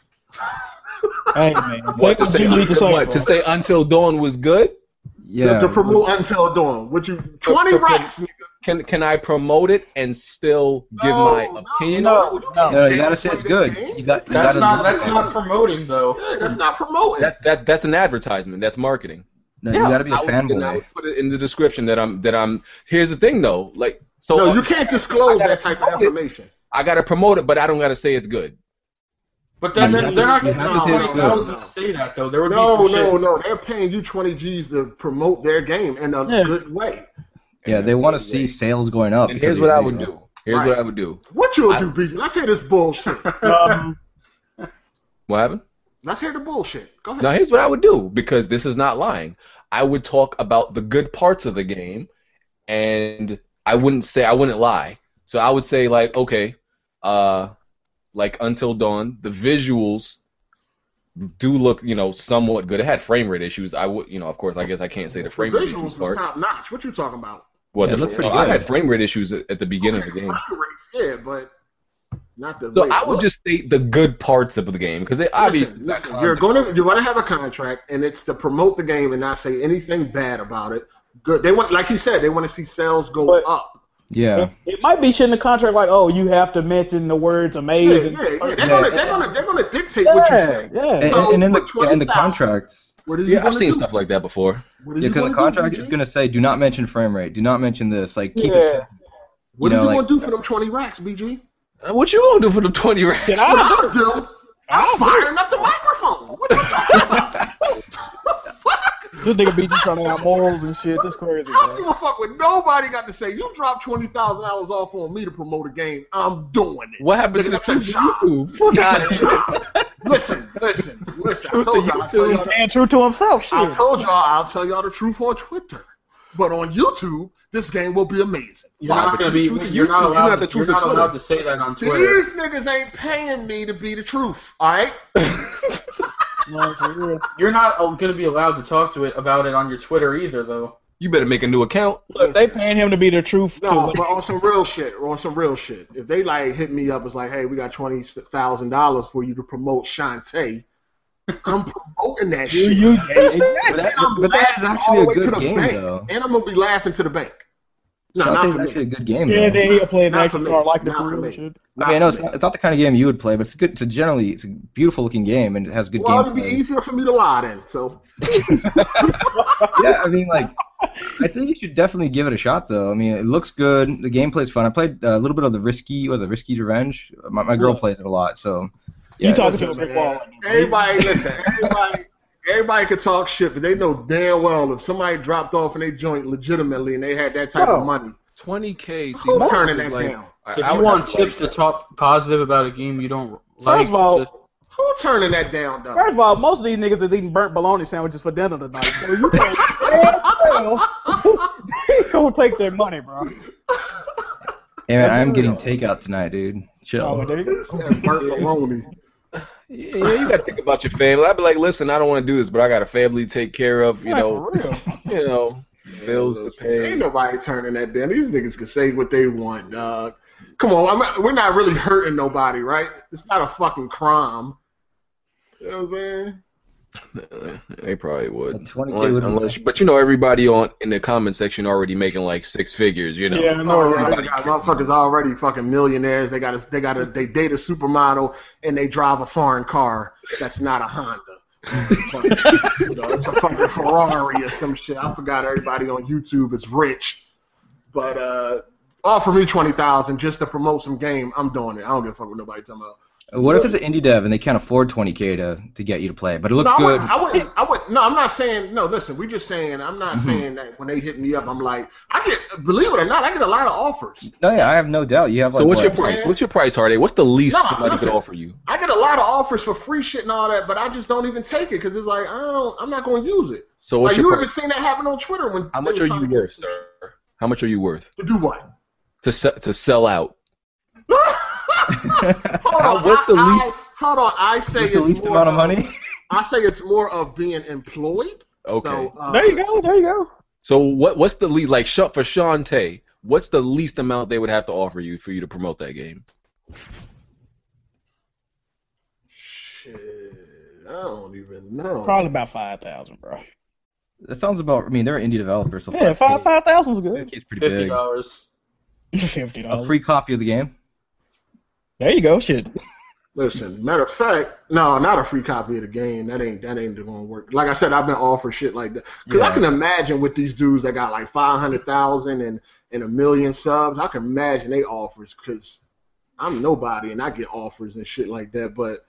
S10: Hey man,
S2: What to
S10: Say
S2: say?
S10: you need to say,
S2: what
S10: bro.
S2: to say? Until dawn was good.
S3: Yeah.
S4: to, to promote Until Dawn, would you 20
S2: to- to-
S4: racks? nigga.
S2: Can can I promote it and still give
S4: No,
S2: my
S4: no,
S2: opinion?
S9: No, no.
S3: No, you gotta say it's good. You got. You
S1: That's
S3: gotta
S1: not
S3: deliver
S1: that's
S3: on
S1: not
S3: it.
S1: promoting though.
S4: Yeah, that's not promoting.
S2: That that that's an advertisement. That's marketing.
S3: No, you gotta be a
S2: I would, and I
S3: fanboy.
S2: would put it in the description that I'm that I'm. Here's the thing though, like so
S4: no,
S2: uh,
S4: you can't disclose
S2: I gotta
S4: that type of
S2: promote it.
S4: information.
S2: I gotta promote it, but I don't gotta say it's good.
S1: But then
S3: Yeah,
S1: they're,
S3: you
S1: they're not
S3: have to- you
S1: getting
S4: have to say
S1: twenty
S4: it's good.
S1: thousand to say that though. There would
S4: No,
S1: be some
S4: no,
S1: shit.
S4: no. They're paying you 20 G's to promote their game in a
S10: Yeah.
S4: good way.
S3: Yeah, they want to see sales going up.
S2: And
S3: because
S2: here's what
S3: they-
S2: I would do. Here's
S4: Right.
S2: what I would do.
S4: What you'll
S2: I-
S4: do, BG? Let's hear
S2: <laughs>
S4: this bullshit.
S10: um,
S2: What happened?
S4: Let's hear the bullshit. Go ahead.
S2: Now here's what I would do because this is not lying. I would talk about the good parts of the game, and I wouldn't say I wouldn't lie. So I would say like, okay, uh, like Until Dawn, the visuals do look, you know, somewhat good. It had frame rate issues. I would, you know, of course, I guess I can't say the frame
S4: the
S2: rate
S4: visuals
S2: issues
S4: was
S2: part.
S4: top notch. What you talking about?
S2: What
S3: Yeah, it
S2: the,
S3: looked pretty
S2: oh, I
S3: good.
S2: had frame rate issues at, at the beginning of the
S4: <laughs>
S2: game.
S4: Frame rates, yeah, but not the.
S2: So
S4: way
S2: I
S4: it
S2: would
S4: looked.
S2: just state the good parts of the game because it obviously
S4: Listen, listen, you're going to you're going to have a contract, and it's to promote the game and not say anything bad about it. Good. They want, like he said, they want to see sales go
S9: But-
S4: up.
S3: Yeah.
S9: It might be shit in the contract like, oh, you have to mention the words
S4: Yeah, yeah,
S9: amazing.
S4: yeah. They're
S9: Yeah,
S4: going to they're going to they're going to dictate what you
S9: yeah.
S4: say.
S3: And,
S4: So,
S3: and in the
S4: with
S3: yeah, in the
S4: 20,000
S3: contract,
S4: What are you
S2: yeah,
S4: going
S2: I've
S4: to
S2: seen
S4: do?
S2: stuff like that before.
S4: What are
S3: yeah,
S4: you
S3: because
S4: going
S3: the
S4: to
S3: contract
S4: do,
S3: is
S4: BG?
S3: gonna say, "Do not mention frame rate. Do not mention this." Like, keep
S9: Yeah.
S3: it.
S4: What
S3: you
S4: are
S3: know,
S4: you
S3: like-
S4: going to do for them 20 racks, BG?
S2: Uh, What you gonna do for the twenty racks?
S10: can
S4: What
S10: I?
S4: I'll do, I'm firing up the microphone. What are you talking about?
S10: This nigga BG trying to have morals and shit. This crazy,
S4: I don't
S10: bro.
S4: give a fuck what nobody got to say. You drop twenty thousand dollars off on me to promote a game. I'm doing
S2: <laughs>
S4: it.
S2: What happened to the
S4: Nigga, that's a
S2: future
S4: job.
S2: YouTube? Fuck out of here.
S4: Listen, listen, listen. I
S2: With the
S4: told y'all, I told
S2: YouTube.
S4: y'all,
S10: Man, true to himself. Shit.
S4: I told y'all, I'll tell y'all the truth on Twitter. But on YouTube, this game will be amazing.
S1: You're
S2: Nah,
S1: not
S2: but
S1: gonna
S2: you
S1: be.
S2: tweet the
S1: You're
S2: YouTube,
S1: not
S2: you
S1: allowed.
S2: have the
S1: to- You're
S2: truth
S1: not
S2: on
S1: allowed to say that on Twitter.
S4: These niggas ain't paying me to be the truth, all right?
S10: No, for real.
S1: You're not uh, gonna be allowed to talk to it about it on your Twitter either though.
S2: You better make a new account.
S10: Look, they paying him to be the truth. to
S4: No,
S9: <laughs>
S10: what-
S4: but on some real shit, or on some real shit. If they like hit me up, it's like, hey, we got twenty thousand dollars for you to promote Shantae. I'm promoting that
S10: you,
S4: shit.
S10: you, hey, hey,
S3: But that,
S4: I'm
S3: but that is
S4: laughing
S3: actually
S4: all the way
S3: a
S4: to
S3: good
S4: the
S3: game,
S4: bank.
S3: though.
S4: And I'm gonna be laughing to the bank. No,
S3: Shantae's
S4: not for
S3: actually
S4: me.
S3: a good game,
S10: yeah,
S3: though.
S10: then he'll play an
S4: Not for
S10: action
S4: me.
S10: star like the
S4: Not for
S10: real
S4: me.
S10: shit.
S4: Not
S3: I mean, I know it's
S4: for me.
S3: not, it's not the kind of game you would play, but it's good. It's a generally, it's a beautiful looking game, and it has good
S4: Well, it'd be
S3: gameplay.
S4: easier for me to lie then. So
S3: yeah, I mean, like, I think you should definitely give it a shot, though. I mean, it looks good. The gameplay's fun. I played uh, a little bit of the risky, was it risky revenge? My, my girl plays it a lot, so
S10: You talking to a
S4: Listen,
S10: brick
S4: man,
S10: wall?
S4: Everybody, listen. Everybody, everybody could talk shit, but they know damn well if somebody dropped off in their joint legitimately and they had that type
S9: Bro.
S4: of money,
S2: Twenty k. See,
S4: who's
S2: mine
S4: turning
S2: was
S4: that
S2: like,
S4: down?
S2: I,
S1: If
S2: I
S1: you
S2: would
S1: want
S2: have to, like,
S1: tips to talk positive about a game you don't like,
S9: of all,
S1: just-
S4: Who's turning that down though?
S9: First of all, most of these niggas is eating burnt bologna sandwiches for dinner tonight. So you <laughs> can't they gonna take their money, bro.
S3: Hey, man, I'm getting takeout tonight, dude.
S10: Oh,
S3: Chill.
S10: there you go.
S4: That's Bert Maloney.
S2: <laughs> yeah, yeah, you gotta think about your family. I'd be like, listen, I don't want to do this, but I got a family to take care of. You
S10: Like,
S2: know,
S10: for real.
S2: you know, bills to
S4: Ain't
S2: pay.
S4: nobody turning that down. These niggas can say what they want, dog. Come on, I'm not, we're not really hurting nobody, right? It's not a fucking crime. You know what I'm saying?
S2: They probably would.
S3: 20K
S2: Unless,
S3: would-
S2: unless- but you know, everybody on in the comment section already making like six figures. You know.
S4: Oh, Yeah, I know.
S2: Everybody-
S4: Got motherfuckers already fucking millionaires. They got a, they got a, they date a supermodel and they drive a foreign car that's not a Honda. You know, it's a fucking Ferrari or some shit. I forgot everybody on YouTube is rich, but uh, offer me twenty thousand just to promote some game. I'm doing it. I don't give a fuck what nobody talking about.
S3: What if it's an indie dev and they can't afford 20k to, to get you to play, it, but it looked
S4: no,
S3: good?
S4: I wouldn't, I wouldn't. I wouldn't. No, I'm not saying. No, listen. We're just saying. I'm not
S2: Mm-hmm.
S3: Mhm.
S4: saying that when they hit me up, I'm like, I get. Believe it or not, I get a lot of offers.
S3: No, yeah, I have no doubt. You have like
S2: so what's
S3: what?
S2: your price? What's your price, Hardy? What's the least
S4: Nah,
S2: somebody
S4: listen.
S2: could offer you?
S4: I get a lot of offers for free shit and all that, but I just don't even take it because it's like I don't. I'm not going to use it.
S2: So what's
S4: like you
S2: your
S4: ever
S2: price?
S4: seen that happen on Twitter when
S2: How
S4: they
S2: much
S4: were
S2: are
S4: trying
S2: you worth, sir? How much are you worth
S4: to do what? <laughs>
S2: to se- to sell out?
S3: <laughs>
S2: <laughs>
S4: Hold
S2: How-
S4: on,
S2: what's the
S4: I,
S2: least-
S4: I, hold on. I <laughs> say
S3: What's
S4: it's
S3: the least
S4: more
S3: amount of money?
S4: <laughs> I say it's more of being employed.
S2: Okay.
S4: So, uh,
S10: There you go. There you go.
S2: So what what's the least like Sha- for Shantae? What's the least amount they would have to offer you for you to promote that game?
S4: Shit, I don't even know.
S9: Probably about five thousand, bro.
S3: That sounds about. I mean, they're an indie developers, so
S9: Yeah, five five thousand's good.
S3: 5K is pretty
S1: Fifty
S3: big.
S1: dollars.
S9: Fifty
S3: A
S9: dollars.
S3: free copy of the game.
S9: There you go. Shit.
S4: Listen, matter of fact, no, not a free copy of the game. That ain't that ain't gonna work. Like I said, I've been offered shit like that because I
S3: Yeah.
S4: can imagine with these dudes that got like five hundred thousand and and a million subs. I can imagine they offers because I'm nobody and I get offers and shit like that. But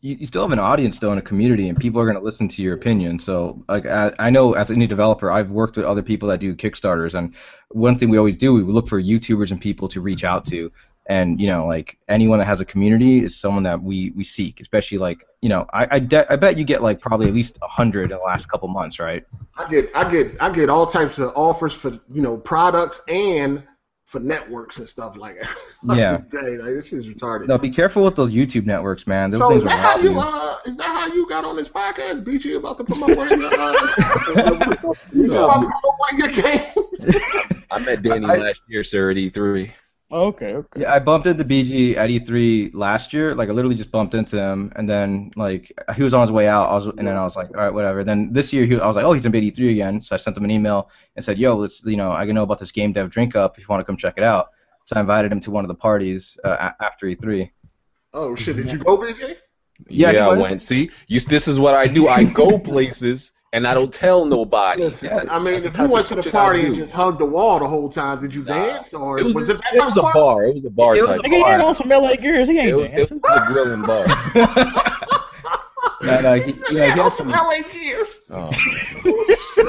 S3: You, you still have an audience though, and a community, and people are going to listen to your opinion. So, like, I, I know as an indie developer, I've worked with other people that do Kickstarters, and one thing we always do, we look for YouTubers and people to reach out to, and you know, like anyone that has a community is someone that we we seek, especially like you know, I I, de- I bet you get like probably at least hundred in the last couple months, right?
S4: I get I get I get all types of offers for you know products and for networks and stuff like that. <laughs>
S3: Yeah.
S4: Day. Like, this is retarded.
S3: No, be careful with those YouTube networks, man. Those
S4: so is
S3: things are
S4: that how
S3: rotten.
S4: <laughs> you uh, is that how you got on this podcast, BG? About to promote one of your
S3: <laughs>
S4: uh, you about to promote one of your games?
S2: I met Danny
S3: I-
S2: last year, sir, at E E3.
S9: Okay. Okay.
S3: Yeah, I bumped into BG at E3 last year. Like, I literally just bumped into him, and then like he was on his way out. I was, and then I was like, all right, whatever. Then this year, he, I was like, oh, he's in at E3 again. So I sent him an email and said, yo, let's, you know, I know about this game dev drink up. If you want to come check it out, so I invited him to one of the parties uh, a- after E3.
S4: Oh shit! Did you go, BJ?
S3: Yeah,
S2: Yeah,
S3: he
S2: I
S3: was.
S2: went. See, you, this is what I do. I go places and I don't tell nobody.
S4: Listen,
S3: Yeah,
S4: I mean,
S2: that's the
S4: if
S2: type
S4: you
S2: of
S4: went to the
S2: shit I
S4: party and
S2: do.
S4: just hugged the wall the whole time, did you
S2: Nah.
S4: dance or
S2: It was,
S4: was
S2: it,
S4: it that
S2: was a
S4: bar?
S2: bar. It was a bar
S3: It was
S2: type.
S3: a
S2: of
S3: bar.
S9: Nigga, he had on some LA gears. He ain't
S2: It was, it
S9: dancing.
S2: was a grilling bar.
S3: And, uh, he, you know, he had some,
S4: LA gears.
S2: Oh,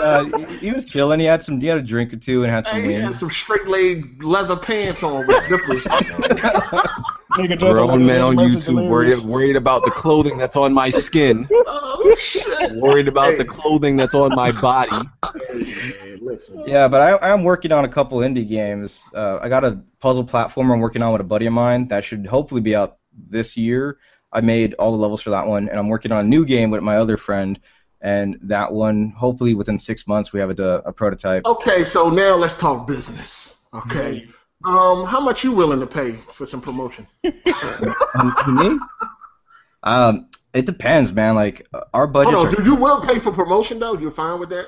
S3: uh, he- he was chilling. He had some, he had a drink or two and had some
S4: Hey, he had
S3: wings.
S4: some straight leg leather pants on with zippers.
S2: <laughs>
S9: Nigga dressed like a
S2: grown men on
S9: Leatherface
S2: YouTube
S9: Delirious.
S2: worried, worried about the clothing that's on my skin,
S4: oh shit!
S2: worried about
S4: Hey.
S2: the clothing that's on my body.
S4: Hey, man, listen.
S3: Yeah, but I, I'm working on a couple indie games. Uh, I got a puzzle platformer I'm working on with a buddy of mine that should hopefully be out this year. I made all the levels for that one, and I'm working on a new game with my other friend, and that one hopefully within six months we have a, a prototype.
S4: <laughs> Okay, so now let's talk business. Okay.
S2: Mm-hmm.
S4: Um, how much you willing to pay for some promotion?
S3: Um, me? Um, it depends, man. Like uh, our budgets
S4: Hold on,
S3: are.
S4: dude. You will pay for promotion though. You're fine with that?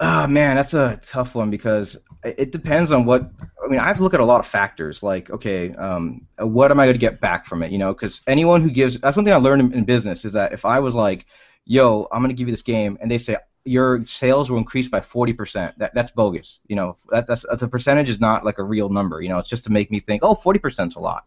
S3: Oh man, that's a tough one because it it depends on what. I mean, I have to look at a lot of factors. Like, okay, um, what am I going to get back from it? You know, because anyone who gives that's one thing I learned in, in business is that if I was like, "Yo, I'm going to give you this game," and they say your sales will increase by 40%, that that's bogus. You know, that that's, that's a percentage is not like a real number. You know, it's just to make me think, "Oh, 40%'s a lot."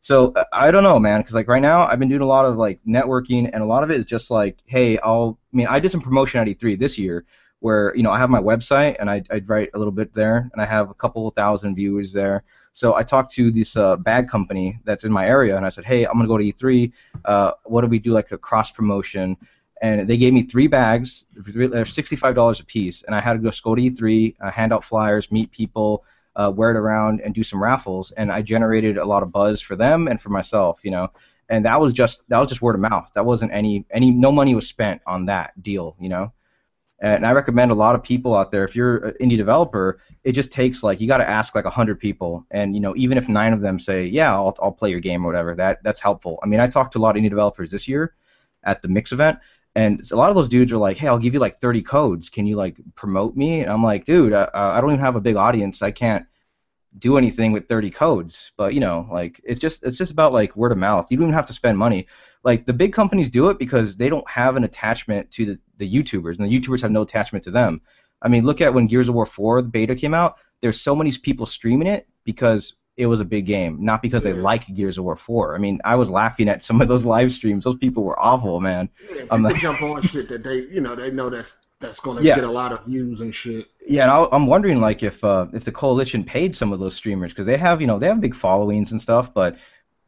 S3: So uh, I don't know, man, because like right now I've been doing a lot of like networking, and a lot of it is just like, hey, I'll. I mean, I did some promotion at E3 this year, where you know I have my website and I I write a little bit there, and I have a couple thousand viewers there. So I talked to this uh, bag company that's in my area, and I said, hey, I'm gonna go to E3. Uh, what do we do like a cross promotion? And they gave me three bags, they're sixty-five dollars a piece, and I had to just go to E3, uh, hand out flyers, meet people, uh, wear it around and do some raffles and i generated a lot of buzz for them and for myself you know and that was just that was just word of mouth that wasn't any any no money was spent on that deal you know and i recommend a lot of people out there if you're an indie developer it just takes like you got to ask like 100 people and you know even if nine of them say yeah I'll, I'll play your game or whatever that that's helpful i mean i talked to a lot of indie developers this year at the mix event And a lot of those dudes are like, "Hey, I'll give you like 30 codes. Can you like promote me?" And I'm like, "Dude, I, I don't even have a big audience. I can't do anything with 30 codes." But you know, like it's just it's just about like word of mouth. You don't even have to spend money. Like the big companies do it because they don't have an attachment to the, the YouTubers, and the YouTubers have no attachment to them. I mean, look at when Gears of War 4 the beta came out. There's so many people streaming it because it was a big game, not because they like Gears of War 4. I mean, I was laughing at some of those live streams. Those people were awful, man.
S4: Yeah,
S3: I'm
S4: people
S3: like-
S4: jump on shit that they, you know, they know that's that's gonna
S3: Yeah.
S4: get a lot of views and shit.
S3: Yeah, and I, I'm wondering like if uh, if the coalition paid some of those streamers because they have you know they have big followings and stuff, but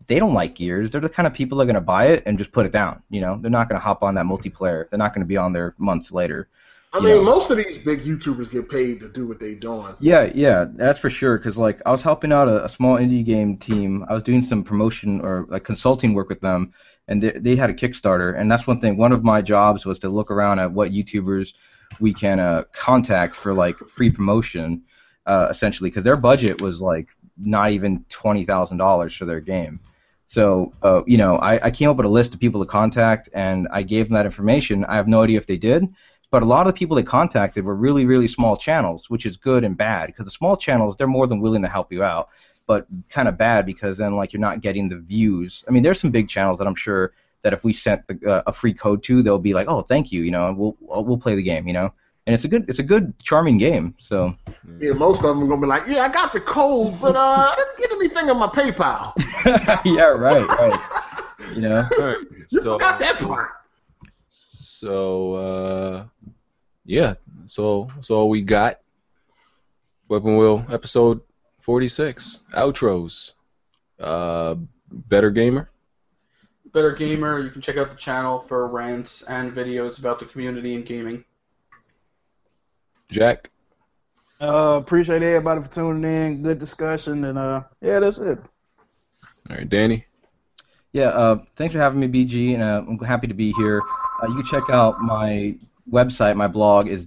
S3: they don't like Gears. They're the kind of people that are gonna buy it and just put it down. You know, they're not gonna hop on that multiplayer. They're not gonna be on there months later.
S4: I
S3: you
S4: mean,
S3: know.
S4: most of these big YouTubers get paid to do what they doing.
S3: Yeah, yeah, that's for sure. Cause like I was helping out a, a small indie game team. I was doing some promotion or like consulting work with them, and they, they had a Kickstarter. And that's one thing. One of my jobs was to look around at what YouTubers we can uh, contact for like free promotion, uh, essentially, because their budget was like not even twenty thousand dollars for their game. So uh, you know, I, I came up with a list of people to contact, and I gave them that information. I have no idea if they did. But a lot of the people they contacted were really, really small channels, which is good and bad because the small channels they're more than willing to help you out, but kind of bad because then like you're not getting the views. I mean, there's some big channels that I'm sure that if we sent the, uh, a free code to, they'll be like, oh, thank you, you know, and we'll uh, we'll we'll play the game, you know, and it's a good, it's a good, charming game. So <laughs>
S4: Yeah, most of them are gonna be like, yeah, I got the code, but uh, I didn't get anything on my PayPal.
S3: yeah, right, right, you know.
S2: All right.
S4: You
S2: So-
S4: forgot that part.
S2: So uh, yeah, so that's all we got. Weapon Wheel episode forty six outros. Uh, better gamer.
S1: Better Gamer, you can check out the channel for rants and videos about the community and gaming.
S2: Jack.
S9: Uh, appreciate everybody for tuning in. Good discussion, and uh, yeah, that's it.
S2: All right, Danny.
S3: Yeah, uh, thanks for having me, BG, and uh, I'm happy to be here. Uh, you can check out my website. My blog is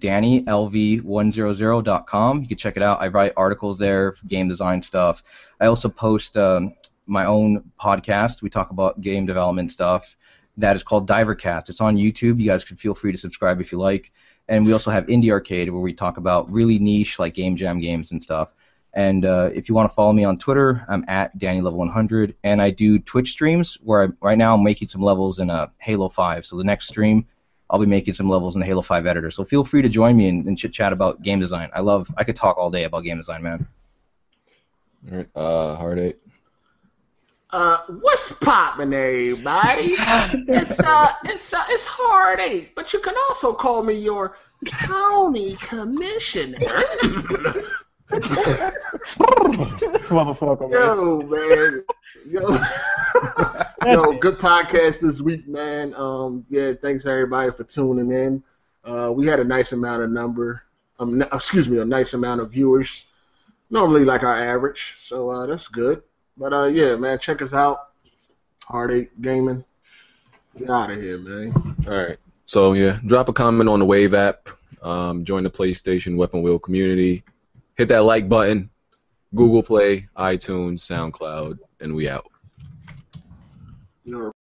S3: dannylv100.com. You can check it out. I write articles there, game design stuff. I also post um, my own podcast. We talk about game development stuff. That is called Divercast. It's on YouTube. You guys can feel free to subscribe if you like. And we also have Indie Arcade, where we talk about really niche, like game jam games and stuff. And uh, if you want to follow me on Twitter, I'm at DannyLevel100, and I do Twitch streams where I, right now I'm making some levels in uh, Halo 5. So the next stream, I'll be making some levels in the Halo 5 editor. So feel free to join me and, and chit chat about game design. I love, I could talk all day about game design, man.
S2: All right, uh, heartache.
S4: Uh, what's poppin', everybody? it's uh, it's uh, it's heartache, but you can also call me your county commissioner. <laughs>
S10: motherfucker, man.
S4: Yo, man. Yo. <laughs> Yo, good podcast this week, man. Um, yeah, thanks everybody for tuning in. Uh, we had a nice amount of number, um, n- excuse me, a nice amount of viewers. Normally, like our average, so uh, that's good. But uh, yeah, man, check us out. Heartache Gaming. Get out of here, man.
S2: All right. So yeah, drop a comment on the Wave app. Um, join the PlayStation Weapon Wheel community. Hit that like button. Google Play, iTunes, SoundCloud, and we out.
S4: You're